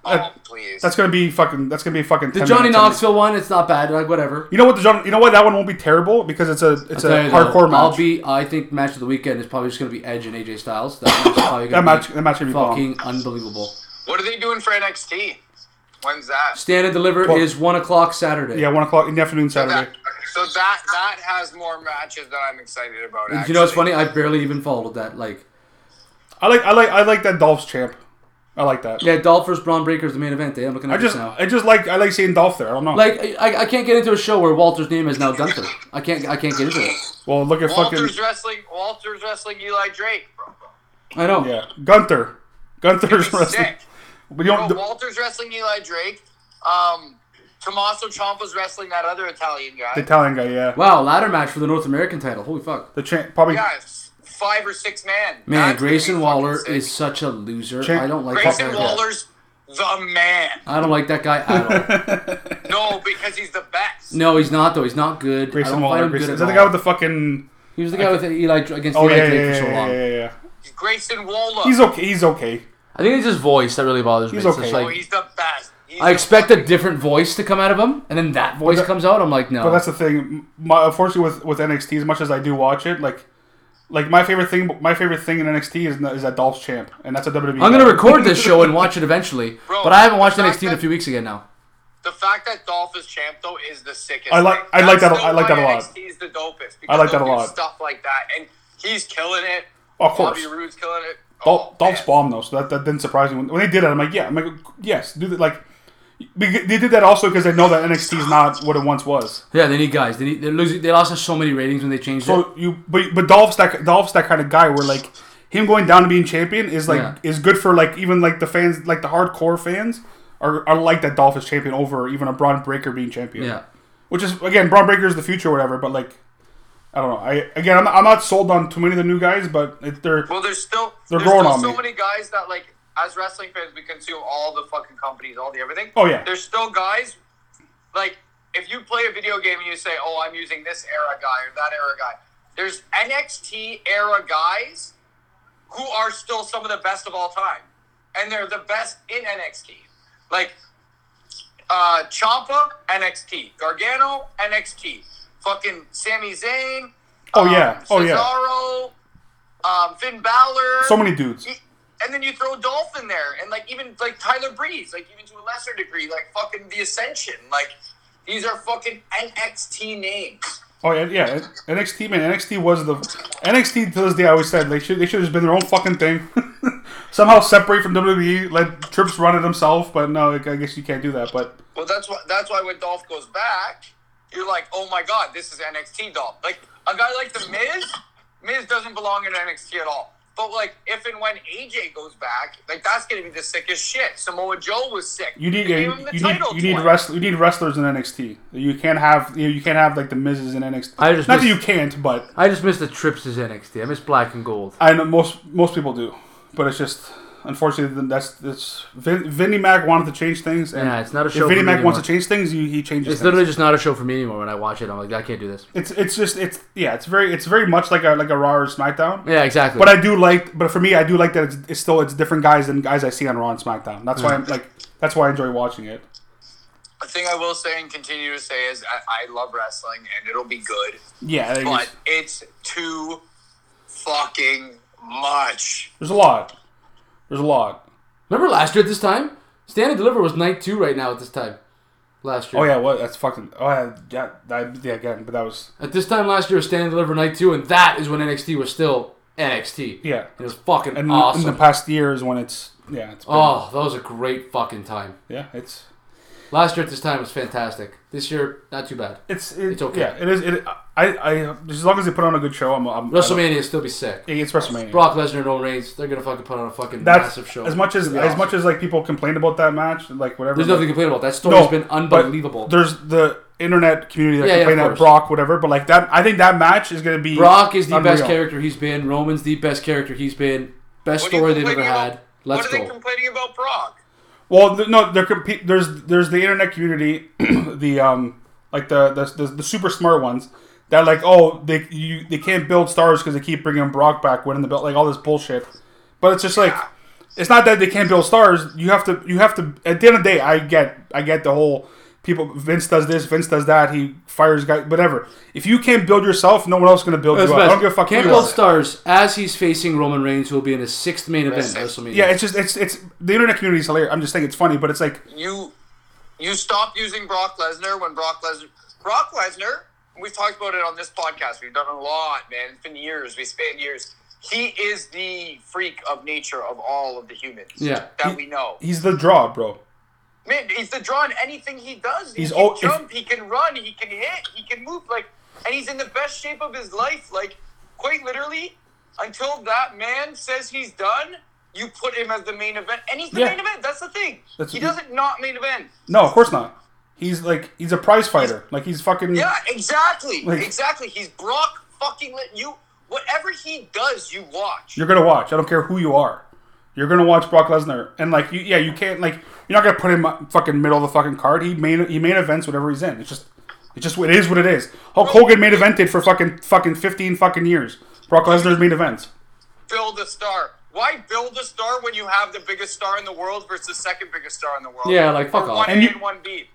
Speaker 3: Oh, please.
Speaker 2: That's gonna be fucking. That's gonna be fucking.
Speaker 4: The
Speaker 2: 10
Speaker 4: Johnny
Speaker 2: minutes anyway.
Speaker 4: Knoxville one, it's not bad. Like whatever.
Speaker 2: You know what? The John, you know what? That one won't be terrible because it's a it's
Speaker 4: Tell
Speaker 2: a
Speaker 4: you
Speaker 2: hardcore
Speaker 4: though,
Speaker 2: match.
Speaker 4: I'll be. I think match of the weekend is probably just gonna be Edge and AJ Styles. That, one's probably gonna
Speaker 2: that match
Speaker 4: be
Speaker 2: that match gonna be bomb.
Speaker 4: fucking unbelievable.
Speaker 3: What are they doing for NXT? When's that?
Speaker 4: Stand and deliver
Speaker 2: Well-
Speaker 4: is one o'clock Saturday.
Speaker 2: Yeah, one o'clock in the afternoon
Speaker 3: that
Speaker 2: Saturday.
Speaker 3: so that that has more matches that I'm excited about.
Speaker 4: Do you know what's funny?
Speaker 3: actually.
Speaker 4: I barely even followed that. Like,
Speaker 2: I like I like I like that Dolph's champ. I like that.
Speaker 4: yeah, Dolph versus Braun Breaker is the main event. Eh? I'm looking at
Speaker 2: I just
Speaker 4: this now.
Speaker 2: I just like I like seeing Dolph there. I don't know.
Speaker 4: Like, I- I, I can't get into a show where Walter's name is now Gunther. I can't. I can't get into it.
Speaker 2: well, look at fucking
Speaker 3: Walter's wrestling. Walter's wrestling Eli Drake, bro.
Speaker 4: I know.
Speaker 2: yeah, Gunther. Gunther's
Speaker 3: He's
Speaker 2: wrestling.
Speaker 3: sick.
Speaker 2: But you
Speaker 3: Bro,
Speaker 2: don't, the-
Speaker 3: Walter's wrestling Eli Drake. Um, Tommaso Ciampa's wrestling that other Italian guy.
Speaker 2: the Italian guy, yeah.
Speaker 4: Wow, ladder match for the North American title. Holy fuck.
Speaker 2: The champ probably
Speaker 3: yeah, it's five or six man.
Speaker 4: Man,
Speaker 3: That's
Speaker 4: Grayson
Speaker 3: fucking
Speaker 4: Waller
Speaker 3: sick.
Speaker 4: is such a loser.
Speaker 2: Champ-
Speaker 4: I don't like
Speaker 3: Grayson
Speaker 4: that guy.
Speaker 3: Waller's the man.
Speaker 4: I don't like that guy at all.
Speaker 3: No, because he's the best.
Speaker 4: no, he's not though. He's not good. I
Speaker 2: Grayson
Speaker 4: don't find
Speaker 2: Waller.
Speaker 4: him good
Speaker 2: Grayson,
Speaker 4: at
Speaker 2: is that the
Speaker 4: all.
Speaker 2: guy with the fucking?
Speaker 4: he was the guy with Eli against
Speaker 2: Oh
Speaker 4: Eli
Speaker 2: yeah, yeah,
Speaker 4: Drake
Speaker 2: yeah,
Speaker 4: for so
Speaker 2: yeah,
Speaker 4: long.
Speaker 2: yeah, yeah.
Speaker 3: Grayson Waller.
Speaker 2: He's okay. He's okay.
Speaker 5: I think it's his voice that really bothers me.
Speaker 2: He's
Speaker 5: It's just
Speaker 2: okay.
Speaker 3: oh,
Speaker 5: like,
Speaker 3: he's the best. He's
Speaker 4: I expect a different voice to come out of him, and then that voice
Speaker 2: that-
Speaker 4: comes out. I'm like, no.
Speaker 2: But that's the thing. My, unfortunately, with, with NXT, as much as I do watch it, like, like my favorite thing, my favorite thing in NXT is is that Dolph's champ, and that's a E WWE.
Speaker 4: I'm gonna record this show and watch it eventually.
Speaker 3: Bro,
Speaker 4: but I haven't watched
Speaker 3: the fact
Speaker 4: NXT in a
Speaker 3: that-
Speaker 4: few weeks again now.
Speaker 3: The fact that Dolph is champ though is the sickest.
Speaker 2: I like-
Speaker 3: thing.
Speaker 2: I like that
Speaker 3: That's
Speaker 2: a- I
Speaker 3: still
Speaker 2: like that a
Speaker 3: why
Speaker 2: lot.
Speaker 3: NXT is the dopest.
Speaker 2: I like
Speaker 3: because
Speaker 2: that a
Speaker 3: they'll do
Speaker 2: lot.
Speaker 3: Stuff like that, and he's killing it.
Speaker 2: Of course.
Speaker 3: Bobby Roode's killing it.
Speaker 2: Dol-
Speaker 3: Oh,
Speaker 2: Dolph's
Speaker 3: man.
Speaker 2: bomb though, so that, that didn't surprise me when, when they did it. I'm like, yeah, I'm like, yes, do that. Like, beca- they did that also because they know that NXT is not what it once was.
Speaker 4: Yeah, they need guys. They need, they're losing. They lost us so many ratings when they changed it.
Speaker 2: So you, but but Dolph's that Dolph's that kind of guy where like him going down to being champion is like
Speaker 4: Yeah.
Speaker 2: is good for like even like the fans like the hardcore fans are, are like that Dolph is champion over even a Braun Breaker being champion.
Speaker 4: Yeah.
Speaker 2: which is again Braun Breaker is the future or whatever. But like, I don't know. I again I'm, I'm not sold on too many of the new guys, but it, they're oh,
Speaker 3: Well, there's still
Speaker 2: They're
Speaker 3: there's
Speaker 2: growing
Speaker 3: still
Speaker 2: on
Speaker 3: so
Speaker 2: me.
Speaker 3: many guys that like as wrestling fans we consume all the fucking companies, all the everything.
Speaker 2: Oh, yeah.
Speaker 3: There's still guys like if you play a video game and you say, "Oh, I'm using this era guy or that era guy," there's NXT era guys who are still some of the best of all time, and they're the best in NXT. Like uh, Champa NXT, Gargano NXT, fucking Sami Zayn.
Speaker 2: Oh,
Speaker 3: um,
Speaker 2: yeah. Oh, yeah.
Speaker 3: Cesaro, um, Finn Balor.
Speaker 2: so many dudes.
Speaker 3: He- And then you throw Dolph in there, and like even like Tyler Breeze, like even to a lesser degree, like fucking the Ascension. Like these are fucking NXT names.
Speaker 2: Oh yeah, yeah. NXT man, NXT was the NXT to this day. I always said they should they should have just been their own fucking thing. Somehow separate from WWE, let Trips run it himself. But no, I guess you can't do that. But
Speaker 3: Well, that's why that's why when Dolph goes back, you're like, oh my god, this is NXT Dolph. Like a guy like the Miz, Miz doesn't belong in NXT at all. But like if and when AJ goes back, like that's gonna be the sickest shit. Samoa Joe was sick.
Speaker 2: you need
Speaker 3: They gave
Speaker 2: you,
Speaker 3: him the
Speaker 2: you need
Speaker 3: title
Speaker 2: you need
Speaker 3: twice.
Speaker 2: wrestl- you need wrestlers in NXT. You can't have you, know, you can't have like the Miz's in NXT.
Speaker 4: I just
Speaker 2: not that
Speaker 4: miss-
Speaker 2: you can't, but
Speaker 4: I just miss the trips as NXT. I miss black and gold.
Speaker 2: I know most most people do. But it's just unfortunately that's that's Vin, Vinnie Mac wanted to change things. And
Speaker 4: Yeah, it's not a show
Speaker 2: If
Speaker 4: for
Speaker 2: Vinnie
Speaker 4: me
Speaker 2: Mac wants
Speaker 4: anymore.
Speaker 2: to change things, you, he changes.
Speaker 4: It's
Speaker 2: things.
Speaker 4: literally just not a show for me anymore. When I watch it, I'm like, I can't do this.
Speaker 2: it's it's just it's yeah it's very it's very much like a like a Raw or SmackDown.
Speaker 4: Yeah, exactly.
Speaker 2: But I do like, but for me, I do like that it's, it's still it's different guys than guys I see on Raw and SmackDown. That's why I'm
Speaker 4: Mm.
Speaker 2: like, that's why I enjoy watching it.
Speaker 3: The thing I will say and continue to say is I, I love wrestling and it'll be good,
Speaker 2: Yeah, there's,
Speaker 3: but it's too fucking much.
Speaker 2: there's a lot. There's a lot.
Speaker 4: remember last year at this time, Stand and Deliver was night two right now at this time. Last year.
Speaker 2: Oh yeah, what? That's fucking. Oh yeah, yeah, that, yeah again. But that was
Speaker 4: At this time last year, was Stand and Deliver night two, and that is when NXT was still NXT.
Speaker 2: yeah.
Speaker 4: It was fucking
Speaker 2: And
Speaker 4: awesome.
Speaker 2: in the past years, when it's yeah, it's been,
Speaker 4: oh, that was a great fucking time.
Speaker 2: yeah, it's
Speaker 4: Last year at this time was fantastic. This year, not too bad.
Speaker 2: it's it,
Speaker 4: It's okay.
Speaker 2: Yeah, it is. It I I as long as they put on a good show, I'm. I'm
Speaker 4: WrestleMania will still be sick.
Speaker 2: I, it's WrestleMania.
Speaker 4: Brock Lesnar and Roman Reigns, they're gonna fucking put on a fucking
Speaker 2: that's
Speaker 4: massive show.
Speaker 2: as much as as much as like people complain about that match, like whatever.
Speaker 4: There's
Speaker 2: like-
Speaker 4: nothing to complain about. That story's been
Speaker 2: but
Speaker 4: unbelievable.
Speaker 2: There's the internet community that
Speaker 4: Yeah, yeah,
Speaker 2: complain
Speaker 4: of
Speaker 2: at
Speaker 4: course.
Speaker 2: Brock, whatever. But like that, I think that match is gonna be
Speaker 4: Brock is the best
Speaker 2: unreal.
Speaker 4: character he's been. Roman's the best character he's been. Best
Speaker 3: What are you
Speaker 4: story they've ever
Speaker 3: complaining about-
Speaker 4: had. Let's
Speaker 3: what are they
Speaker 4: go.
Speaker 3: complaining about Prague?
Speaker 2: Well, th- no, they're comp- there's there's the internet community, the um like the the, the the super smart ones that like oh they you they can't build stars because they keep bringing Brock back winning the belt like all this bullshit. But it's just like it's not that they can't build stars. You have to you have to at the end of the day I get I get the whole people Vince does this Vince does that he fires guy whatever. If you can't build yourself, no one else is gonna build you up. I don't give a fuck. who
Speaker 4: Can't
Speaker 2: you are.
Speaker 4: build stars as he's facing Roman Reigns, who will be in his sixth main event at
Speaker 3: Yes.
Speaker 4: WrestleMania.
Speaker 2: Yeah, it's just it's it's the internet community is hilarious. I'm just saying it's funny, but it's like
Speaker 3: You you stopped using Brock Lesnar when Brock Lesnar Brock Lesnar, we've talked about it on this podcast. We've done a lot, man. It's been years. We spent years. He is the freak of nature of all of the humans
Speaker 4: Yeah.
Speaker 3: that we know.
Speaker 2: he's the draw, bro.
Speaker 3: Man, he's the draw in anything he does. He
Speaker 2: He's
Speaker 3: can
Speaker 2: all- if-
Speaker 3: jump, he can run, he can hit, he can move, like and he's in the best shape of his life. Like, quite literally, until that man says he's done, you put him as the main event. And he's the
Speaker 2: Yeah.
Speaker 3: main event, that's the thing.
Speaker 2: That's-
Speaker 3: he doesn't not main event.
Speaker 2: No, of course not. He's like he's a prize fighter. Like he's fucking
Speaker 3: Yeah, exactly.
Speaker 2: Like-
Speaker 3: exactly. He's Brock fucking lit you whatever he does, you watch.
Speaker 2: you're gonna watch. I don't care who you are. You're gonna watch Brock Lesnar, and like you, yeah, you can't like you're not gonna put him up fucking middle of the fucking card. He main he main events whatever he's in. It's just it's just it is what it is. Hulk Hogan main evented for fucking fucking fifteen fucking years. Brock Lesnar's main events.
Speaker 3: build a star. why build a star when you have the biggest star in the world versus the second biggest star in the world?
Speaker 4: Yeah, like, fuck
Speaker 3: Or
Speaker 4: off.
Speaker 3: One
Speaker 2: And
Speaker 3: and
Speaker 2: you-
Speaker 3: one B.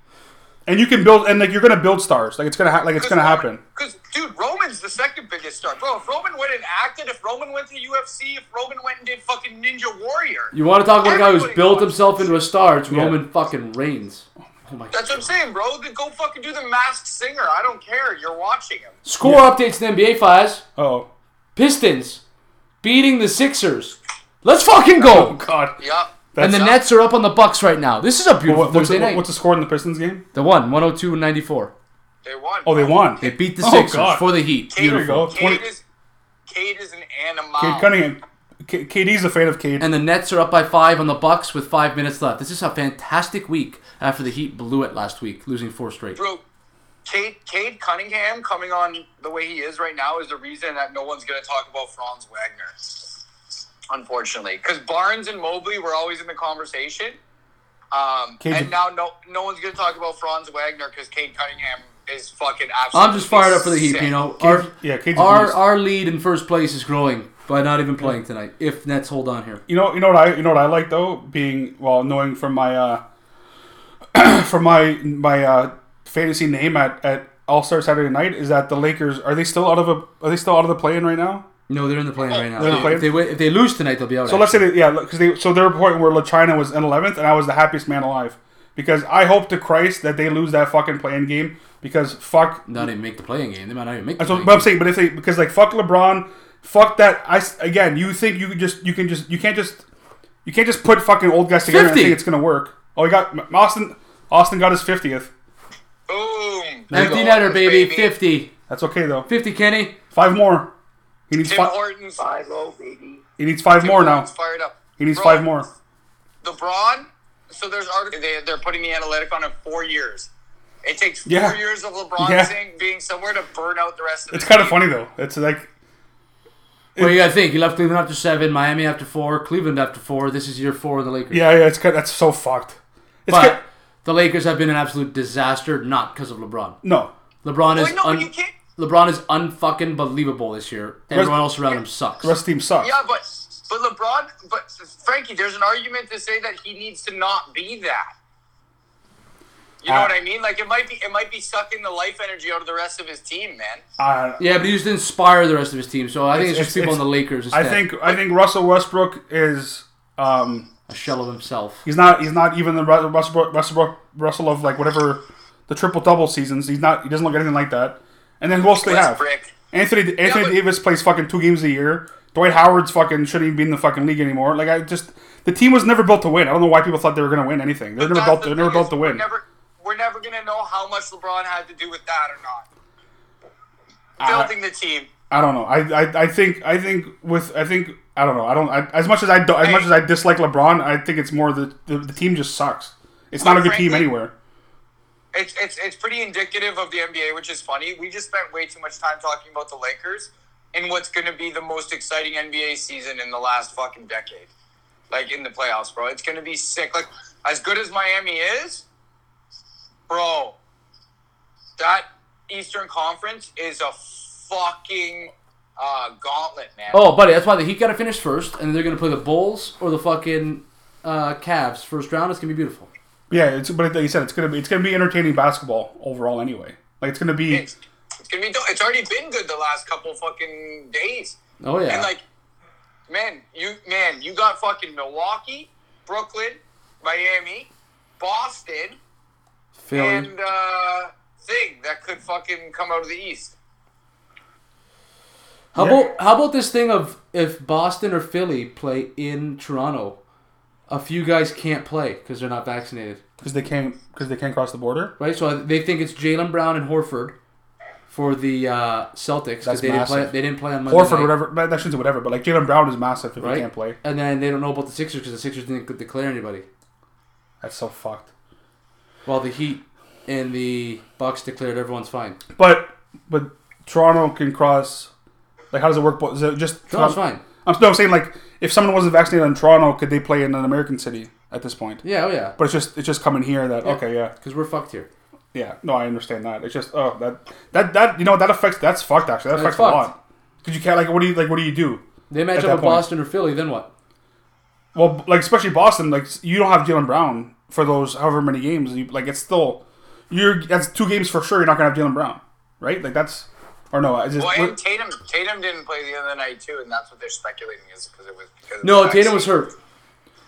Speaker 2: and you can build, and like you're gonna build stars. Like it's gonna ha- like it's gonna happen.
Speaker 3: Because dude, Roman's the second biggest star, bro. If Roman went and acted, if Roman went to UFC, if Roman went and did fucking Ninja Warrior,
Speaker 4: You want to talk about a guy who's
Speaker 3: Everybody
Speaker 4: built
Speaker 3: wants-
Speaker 4: himself into a star? It's Roman fucking Reigns. Oh my
Speaker 3: that's what I'm saying, bro. Then go fucking do the Masked Singer. I don't care. You're watching him.
Speaker 4: Score updates in NBA files.
Speaker 2: Oh
Speaker 4: Pistons beating the Sixers. Let's fucking go.
Speaker 2: God.
Speaker 3: Yeah.
Speaker 4: and the Nets are up on the Bucks right now. This is a beautiful
Speaker 2: What, what's,
Speaker 4: Thursday
Speaker 2: the,
Speaker 4: night.
Speaker 2: what's the score in the Pistons game?
Speaker 4: the one, 102 94.
Speaker 3: They won.
Speaker 2: Oh, they won.
Speaker 4: They beat the
Speaker 2: Oh,
Speaker 4: Sixers
Speaker 2: God.
Speaker 4: for the Heat.
Speaker 3: Kate,
Speaker 2: There you go.
Speaker 3: Kate
Speaker 2: 20
Speaker 3: is Kate is an animal.
Speaker 2: Cade Cunningham. K- KD's a fan of Cade.
Speaker 4: And the Nets are up by five on the Bucks with five minutes left. This is a fantastic week after the Heat blew it last week, losing four straight.
Speaker 3: Bro, Cade, Cade Cunningham coming on the way he is right now is the reason that no one's going to talk about Franz Wagner. Unfortunately, because Barnes and Mobley were always in the conversation, um,
Speaker 2: Cade-
Speaker 3: and now no no one's going to talk about Franz Wagner because Cade Cunningham is fucking absolutely.
Speaker 4: I'm just fired up for the Heat,
Speaker 3: sick.
Speaker 4: you know. Our,
Speaker 2: yeah, Cade's a
Speaker 4: our,
Speaker 2: beast.
Speaker 4: our lead in first place is growing by not even playing tonight, if Nets hold on here.
Speaker 2: You know, you know what I, you know what I like though, being well, knowing from my, uh, from my my uh, fantasy name at, at All Star Saturday Night is that the Lakers are they still out of a are they still out of the play in right now?
Speaker 4: No, they're in the play right now.
Speaker 2: They're in the play-in?
Speaker 4: if, they, win- if they lose tonight, they'll be out.
Speaker 2: So let's say that, yeah, because they so they're reporting where Latrina was in eleventh, and I was the happiest man alive because I hope to Christ that they lose that fucking play-in game because fuck.
Speaker 4: not even make the playing game. They might not even make the
Speaker 2: So,
Speaker 4: play-in
Speaker 2: but I'm
Speaker 4: game.
Speaker 2: saying, but if they because like fuck LeBron, fuck that. I s- again, you think you could just you can just you can't just you can't just put fucking old guys together and
Speaker 4: 50.
Speaker 2: think it's gonna work. Oh, he got M- Austin. Austin got his fiftieth.
Speaker 3: Boom!
Speaker 4: Empty
Speaker 3: Tim
Speaker 4: netter,
Speaker 3: Hortons,
Speaker 4: baby. 50.
Speaker 2: That's okay though.
Speaker 4: 50, Kenny.
Speaker 2: Five more. He needs
Speaker 3: Tim
Speaker 2: five.
Speaker 3: Hortons. Five oh baby.
Speaker 2: He needs five more now.
Speaker 3: Hortons fired up.
Speaker 2: He needs
Speaker 3: Bro,
Speaker 2: five more.
Speaker 3: LeBron. So there's articles they, they're putting the analytic on him four years. It takes four
Speaker 2: Yeah.
Speaker 3: years of LeBron
Speaker 2: Yeah.
Speaker 3: saying, being somewhere to burn out the rest of.
Speaker 2: It's
Speaker 3: the
Speaker 2: kind of
Speaker 3: team.
Speaker 2: funny though. It's like
Speaker 4: Well, you got to think. You left Cleveland after seven, Miami after four, Cleveland after four. This is year four of the Lakers.
Speaker 2: yeah, yeah. It's kind. That's so fucked. It's
Speaker 4: But
Speaker 2: ki-
Speaker 4: the Lakers have been an absolute disaster, not because of LeBron.
Speaker 2: no.
Speaker 4: LeBron
Speaker 3: Well,
Speaker 4: is
Speaker 3: no,
Speaker 4: un-
Speaker 3: you can't.
Speaker 4: LeBron is unfucking believable this year. Everyone else around him sucks.
Speaker 2: The rest of the team sucks.
Speaker 3: Yeah, but but LeBron, but Frankie, there's an argument to say that he needs to not be that. You know
Speaker 2: Uh,
Speaker 3: what I mean? Like it might be it might be sucking the life energy out of the rest of his team, man.
Speaker 2: I-
Speaker 4: yeah, but he just inspire the rest of his team. So I think it's,
Speaker 2: It's-
Speaker 4: just
Speaker 2: it's-
Speaker 4: people on
Speaker 2: it's-
Speaker 4: the Lakers. Instead,
Speaker 2: I think I think Russell Westbrook is um
Speaker 4: a shell of himself.
Speaker 2: he's not he's not even the Ru- Russell Bro- Russell Bro- Russell of like whatever the triple double seasons. He's not he doesn't look anything like that. And then who else do they have?
Speaker 3: Westbrook.
Speaker 2: Anthony Anthony
Speaker 3: but-
Speaker 2: Davis plays fucking two games a year. Dwight Howard's fucking shouldn't even be in the fucking league anymore. Like I just the team was never built to win. I don't know why people thought they were gonna win anything. They're never
Speaker 3: That's
Speaker 2: built
Speaker 3: the
Speaker 2: they're never
Speaker 3: thing
Speaker 2: built
Speaker 3: is
Speaker 2: to win.
Speaker 3: We're never, we're never gonna know how much LeBron had to do with that or not.
Speaker 2: Uh,
Speaker 3: Building the team.
Speaker 2: I don't know. I, I I think I think with I think I don't know. I don't I, as much as I do, as
Speaker 3: Hey.
Speaker 2: much as I dislike LeBron. I think it's more the the, the team just sucks. It's not a good team
Speaker 3: frankly-
Speaker 2: anywhere.
Speaker 3: it's, it's it's pretty indicative of the NBA, which is funny. We just spent way too much time talking about the Lakers in what's going to be the most exciting NBA season in the last fucking decade. Like in the playoffs, bro. It's going to be sick. Like as good as Miami is, bro. That Eastern Conference is a fucking uh, gauntlet, man.
Speaker 4: Oh, buddy, that's why the Heat got to finish first, and they're gonna play the Bulls or the fucking uh, Cavs first round. It's gonna be beautiful.
Speaker 2: Yeah, it's but like you said, it's gonna be it's gonna be entertaining basketball overall anyway. Like it's gonna be
Speaker 3: It's, it's gonna be. dope. It's already been good the last couple fucking days.
Speaker 4: Oh yeah.
Speaker 3: And like, man, you man, you got fucking Milwaukee, Brooklyn, Miami, Boston,
Speaker 4: Philly.
Speaker 3: and uh, thing that could fucking come out of the East.
Speaker 4: How
Speaker 2: Yeah.
Speaker 4: about how about this thing of if Boston or Philly play in Toronto, a few guys can't play because they're not vaccinated,
Speaker 2: because they can't because they can't cross the border.
Speaker 4: right? So they think it's Jalen Brown and Horford for the uh, Celtics because
Speaker 2: That's
Speaker 4: they didn't play.
Speaker 2: massive.
Speaker 4: They didn't play on Monday.
Speaker 2: Horford,
Speaker 4: night,
Speaker 2: whatever. That shouldn't say whatever, but like Jalen Brown is massive if
Speaker 4: right?
Speaker 2: he can't play.
Speaker 4: And then they don't know about the Sixers because the Sixers didn't declare anybody.
Speaker 2: That's so fucked.
Speaker 4: While the Heat and the Bucks declared everyone's fine.
Speaker 2: But but Toronto can cross. Like how does it work? Is it just
Speaker 4: Toronto's fine.
Speaker 2: I'm, no, I'm saying like if someone wasn't vaccinated in Toronto, could they play in an American city at this point?
Speaker 4: Yeah, oh yeah.
Speaker 2: But it's just it's just coming here that okay, yeah,
Speaker 4: Because we're fucked here.
Speaker 2: yeah. No, I understand that. It's just oh that that that you know that affects that's fucked actually. That
Speaker 4: That's
Speaker 2: affects a lot because you can't like what do you like what do you do?
Speaker 4: They match
Speaker 2: At
Speaker 4: up
Speaker 2: that
Speaker 4: with
Speaker 2: point.
Speaker 4: Boston or Philly, then what?
Speaker 2: Well, like especially Boston, like you don't have Jalen Brown for those however many games. You, like it's still you're that's two games for sure. You're not gonna have Jalen Brown, right? Like that's or no, I just
Speaker 3: Well, and Tatum, Tatum didn't play the other night too, and that's what they're speculating is because it was because of
Speaker 4: No,
Speaker 3: the
Speaker 4: Tatum was
Speaker 3: vaccine.
Speaker 4: hurt.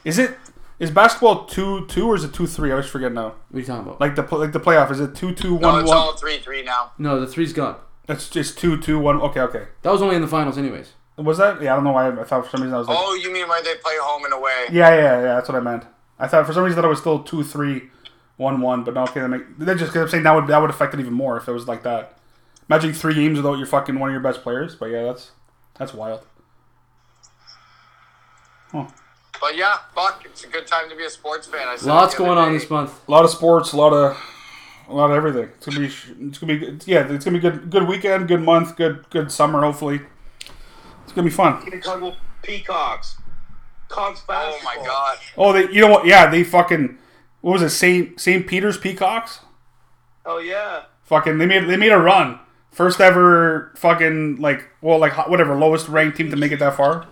Speaker 2: is it is basketball two two or is it two three? I always forget now.
Speaker 4: What are you talking about?
Speaker 2: Like the pl- like the playoff is it two two
Speaker 3: No,
Speaker 2: one
Speaker 3: Oh, it's
Speaker 2: one?
Speaker 3: all three three now.
Speaker 4: no, the three's gone.
Speaker 2: It's just two two one. Okay, okay.
Speaker 4: That was only in the finals, anyways.
Speaker 2: Was that? Yeah, I don't know why I thought for some reason I was like.
Speaker 3: Oh, you mean where they play home and away?
Speaker 2: Yeah, yeah, yeah. That's what I meant. I thought for some reason that it was still two, three, one, one. But no, okay, that make that just because I'm saying that would that would affect it even more if it was like that. Imagine three games without your fucking one of your best players. But yeah, that's that's wild.
Speaker 3: But yeah, fuck, it's a good time to be a sports fan. I said it
Speaker 4: Lots
Speaker 3: the other
Speaker 4: going on
Speaker 3: day.
Speaker 4: this month.
Speaker 2: A lot of sports, a lot of a lot of everything. It's gonna be it's gonna be good. yeah, it's gonna be good good weekend, good month, good good summer. Hopefully, it's gonna be fun.
Speaker 7: Can come with Peacocks. Cogs
Speaker 3: Oh
Speaker 7: basketball.
Speaker 3: my god,
Speaker 2: Oh, they you know what? Yeah, they fucking what was it? Saint Saint Peter's Peacocks.
Speaker 7: Hell yeah.
Speaker 2: fucking they made they made a run. First ever fucking like well like ho- whatever lowest ranked team to make it that far.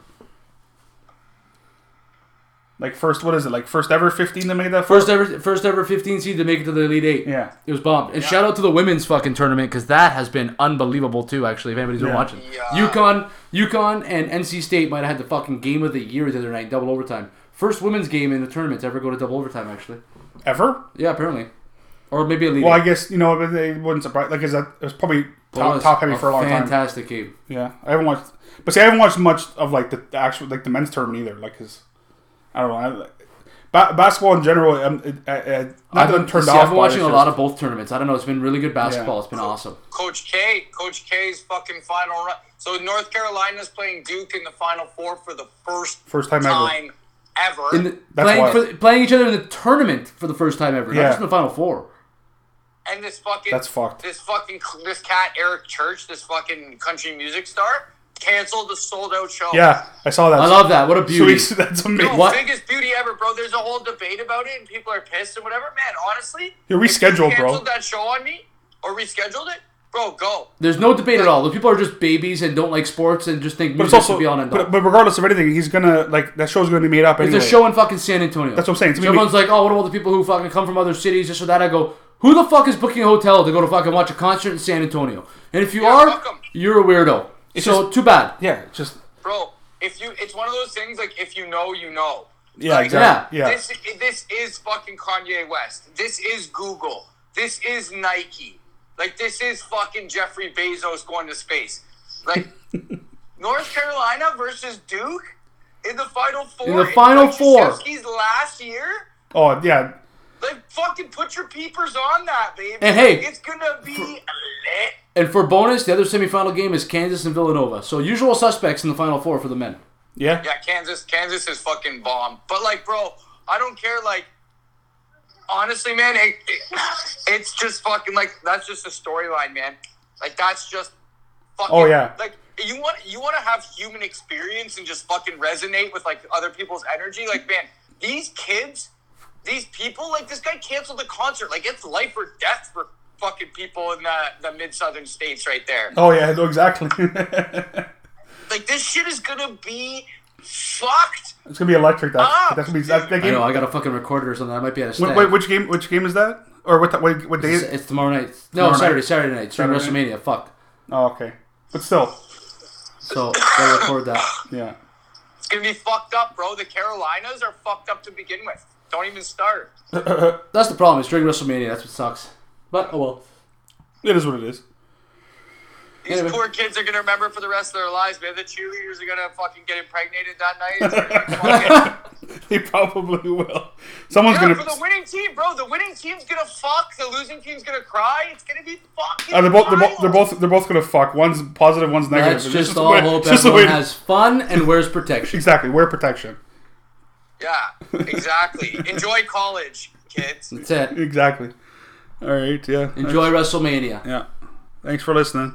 Speaker 2: Like first what is it like first ever fifteen to make it that far?
Speaker 4: First ever, first ever 15 seed to make it to the Elite Eight.
Speaker 2: Yeah.
Speaker 4: It was bombed. And shout out to the women's fucking tournament because that has been unbelievable too. Actually, if anybody's been
Speaker 2: Yeah.
Speaker 4: watching,
Speaker 3: Yeah.
Speaker 4: UConn, UConn, and NC State might have had the fucking game of the year the other night, double overtime. First women's game in the tournament to ever go to double overtime. Actually,
Speaker 2: ever?
Speaker 4: yeah, apparently, or maybe Elite.
Speaker 2: Well, I
Speaker 4: Eight.
Speaker 2: guess you know but they wouldn't surprise. Like is that it was probably
Speaker 4: That
Speaker 2: top,
Speaker 4: was
Speaker 2: top heavy for a long time.
Speaker 4: Fantastic game.
Speaker 2: Yeah, I haven't watched, but see, I haven't watched much of like the the actual like the men's tournament either. Like, cause I don't know. I, ba- basketball in general, I'm, it, I, I, not
Speaker 4: I've
Speaker 2: that
Speaker 4: been,
Speaker 2: I'm turned
Speaker 4: see,
Speaker 2: off.
Speaker 4: I've been
Speaker 2: by it,
Speaker 4: watching
Speaker 2: it's
Speaker 4: a lot
Speaker 2: just-
Speaker 4: of both tournaments. I don't know. It's been really good basketball.
Speaker 2: Yeah.
Speaker 4: It's been awesome.
Speaker 3: Coach K, Coach K's fucking final run. So North Carolina's playing Duke in the Final Four for the first
Speaker 2: First time ever.
Speaker 3: time ever.
Speaker 4: In the,
Speaker 2: That's
Speaker 4: playing,
Speaker 2: wild.
Speaker 4: for, playing each other in the tournament for the first time ever, not
Speaker 2: Yeah.
Speaker 4: just in the final four.
Speaker 3: and this fucking
Speaker 2: That's fucked.
Speaker 3: This fucking this cat Eric Church, this fucking country music star, canceled the sold out show.
Speaker 2: Yeah, I saw that.
Speaker 4: I love that. What a beauty.
Speaker 2: Sweet, that's
Speaker 3: Dude,
Speaker 2: amazing.
Speaker 4: What?
Speaker 3: biggest beauty ever, bro. There's a whole debate about it, and people are pissed and whatever. Man, honestly,
Speaker 2: You're
Speaker 3: if you
Speaker 2: rescheduled, bro.
Speaker 3: Canceled that show on me or rescheduled it, bro. Go.
Speaker 4: There's no debate at all. The people are just babies and don't like sports and just think
Speaker 2: But it's
Speaker 4: music
Speaker 2: also,
Speaker 4: should be on and
Speaker 2: but,
Speaker 4: off.
Speaker 2: but regardless of anything, he's gonna like that show's gonna be made up.
Speaker 4: It's
Speaker 2: Anyway.
Speaker 4: a show in fucking San Antonio.
Speaker 2: That's what I'm saying. It's
Speaker 4: So
Speaker 2: gonna be-
Speaker 4: everyone's like, oh, what about the people who fucking come from other cities, this or that? I go, who the fuck is booking a hotel to go to fucking watch a concert in San Antonio? And if you
Speaker 3: Yeah,
Speaker 4: are,
Speaker 3: fuck 'em.
Speaker 4: you're a weirdo. so too bad.
Speaker 2: Yeah, it's just
Speaker 3: bro. If you, it's one of those things. Like if you know, you know.
Speaker 2: yeah,
Speaker 3: Like,
Speaker 2: exactly. Yeah,
Speaker 3: This this is fucking Kanye West. This is Google. This is Nike. Like this is fucking Jeffrey Bezos going to space. Like North Carolina versus Duke in the final four.
Speaker 4: In the Final Four.
Speaker 3: He's last year.
Speaker 2: oh yeah,
Speaker 3: Like fucking put your peepers on that, baby.
Speaker 4: And hey,
Speaker 3: it's gonna be lit.
Speaker 4: And for bonus, the other semifinal game is Kansas and Villanova. So usual suspects in the final four for the men.
Speaker 2: yeah,
Speaker 3: Yeah, Kansas. Kansas is fucking bomb. But like, bro, I don't care. Like, honestly, man, it, it- it's just fucking like that's just a storyline, man. Like that's just fucking.
Speaker 2: Oh, yeah.
Speaker 3: Like you want you want to have human experience and just fucking resonate with like other people's energy. Like, man, these kids, these people, like this guy canceled the concert. Like it's life or death for fucking people in the the mid southern states right there
Speaker 2: oh yeah, no, exactly.
Speaker 3: like this shit is gonna be fucked
Speaker 2: it's gonna be electric. That
Speaker 3: Ah!
Speaker 2: that's gonna be that, that
Speaker 4: I
Speaker 2: game.
Speaker 4: know I got a fucking recorder or something. I might be out of
Speaker 2: Wh-
Speaker 4: snag.
Speaker 2: wait, which game? Which game is that? Or what? ti- What, what day?
Speaker 4: it's,
Speaker 2: Is
Speaker 4: it's tomorrow night.
Speaker 2: Tomorrow
Speaker 4: No,
Speaker 2: night.
Speaker 4: Saturday, Saturday night. It's during
Speaker 2: Saturday
Speaker 4: WrestleMania. Fuck.
Speaker 2: Oh okay, but still,
Speaker 4: So gotta record that.
Speaker 2: yeah.
Speaker 3: It's gonna be fucked up, bro. The Carolinas are fucked up to begin with. Don't even start.
Speaker 4: That's the problem. It's during WrestleMania. That's what sucks. But oh well.
Speaker 2: It is what it is.
Speaker 3: These
Speaker 4: Anyway.
Speaker 3: poor kids are gonna remember for the rest of their lives, man. The cheerleaders are gonna fucking get impregnated that night. It's gonna be fucking-
Speaker 2: They probably will. Someone's
Speaker 3: Yeah, for
Speaker 2: gonna.
Speaker 3: the winning team, bro. The winning team's gonna fuck. The losing team's gonna cry. It's gonna be fucking.
Speaker 2: Uh, they're both. They're, bo-
Speaker 3: wild.
Speaker 2: they're both. They're both gonna fuck. One's positive. One's negative.
Speaker 4: Let's
Speaker 2: It's
Speaker 4: just
Speaker 2: the
Speaker 4: all
Speaker 2: way-
Speaker 4: hope
Speaker 2: it's just the
Speaker 4: everyone
Speaker 2: way-
Speaker 4: has fun and wears protection.
Speaker 2: exactly. Wear protection.
Speaker 3: Yeah, exactly. Enjoy college, kids.
Speaker 4: That's it.
Speaker 2: Exactly. All right. Yeah.
Speaker 4: Enjoy WrestleMania.
Speaker 2: Yeah. Thanks for listening.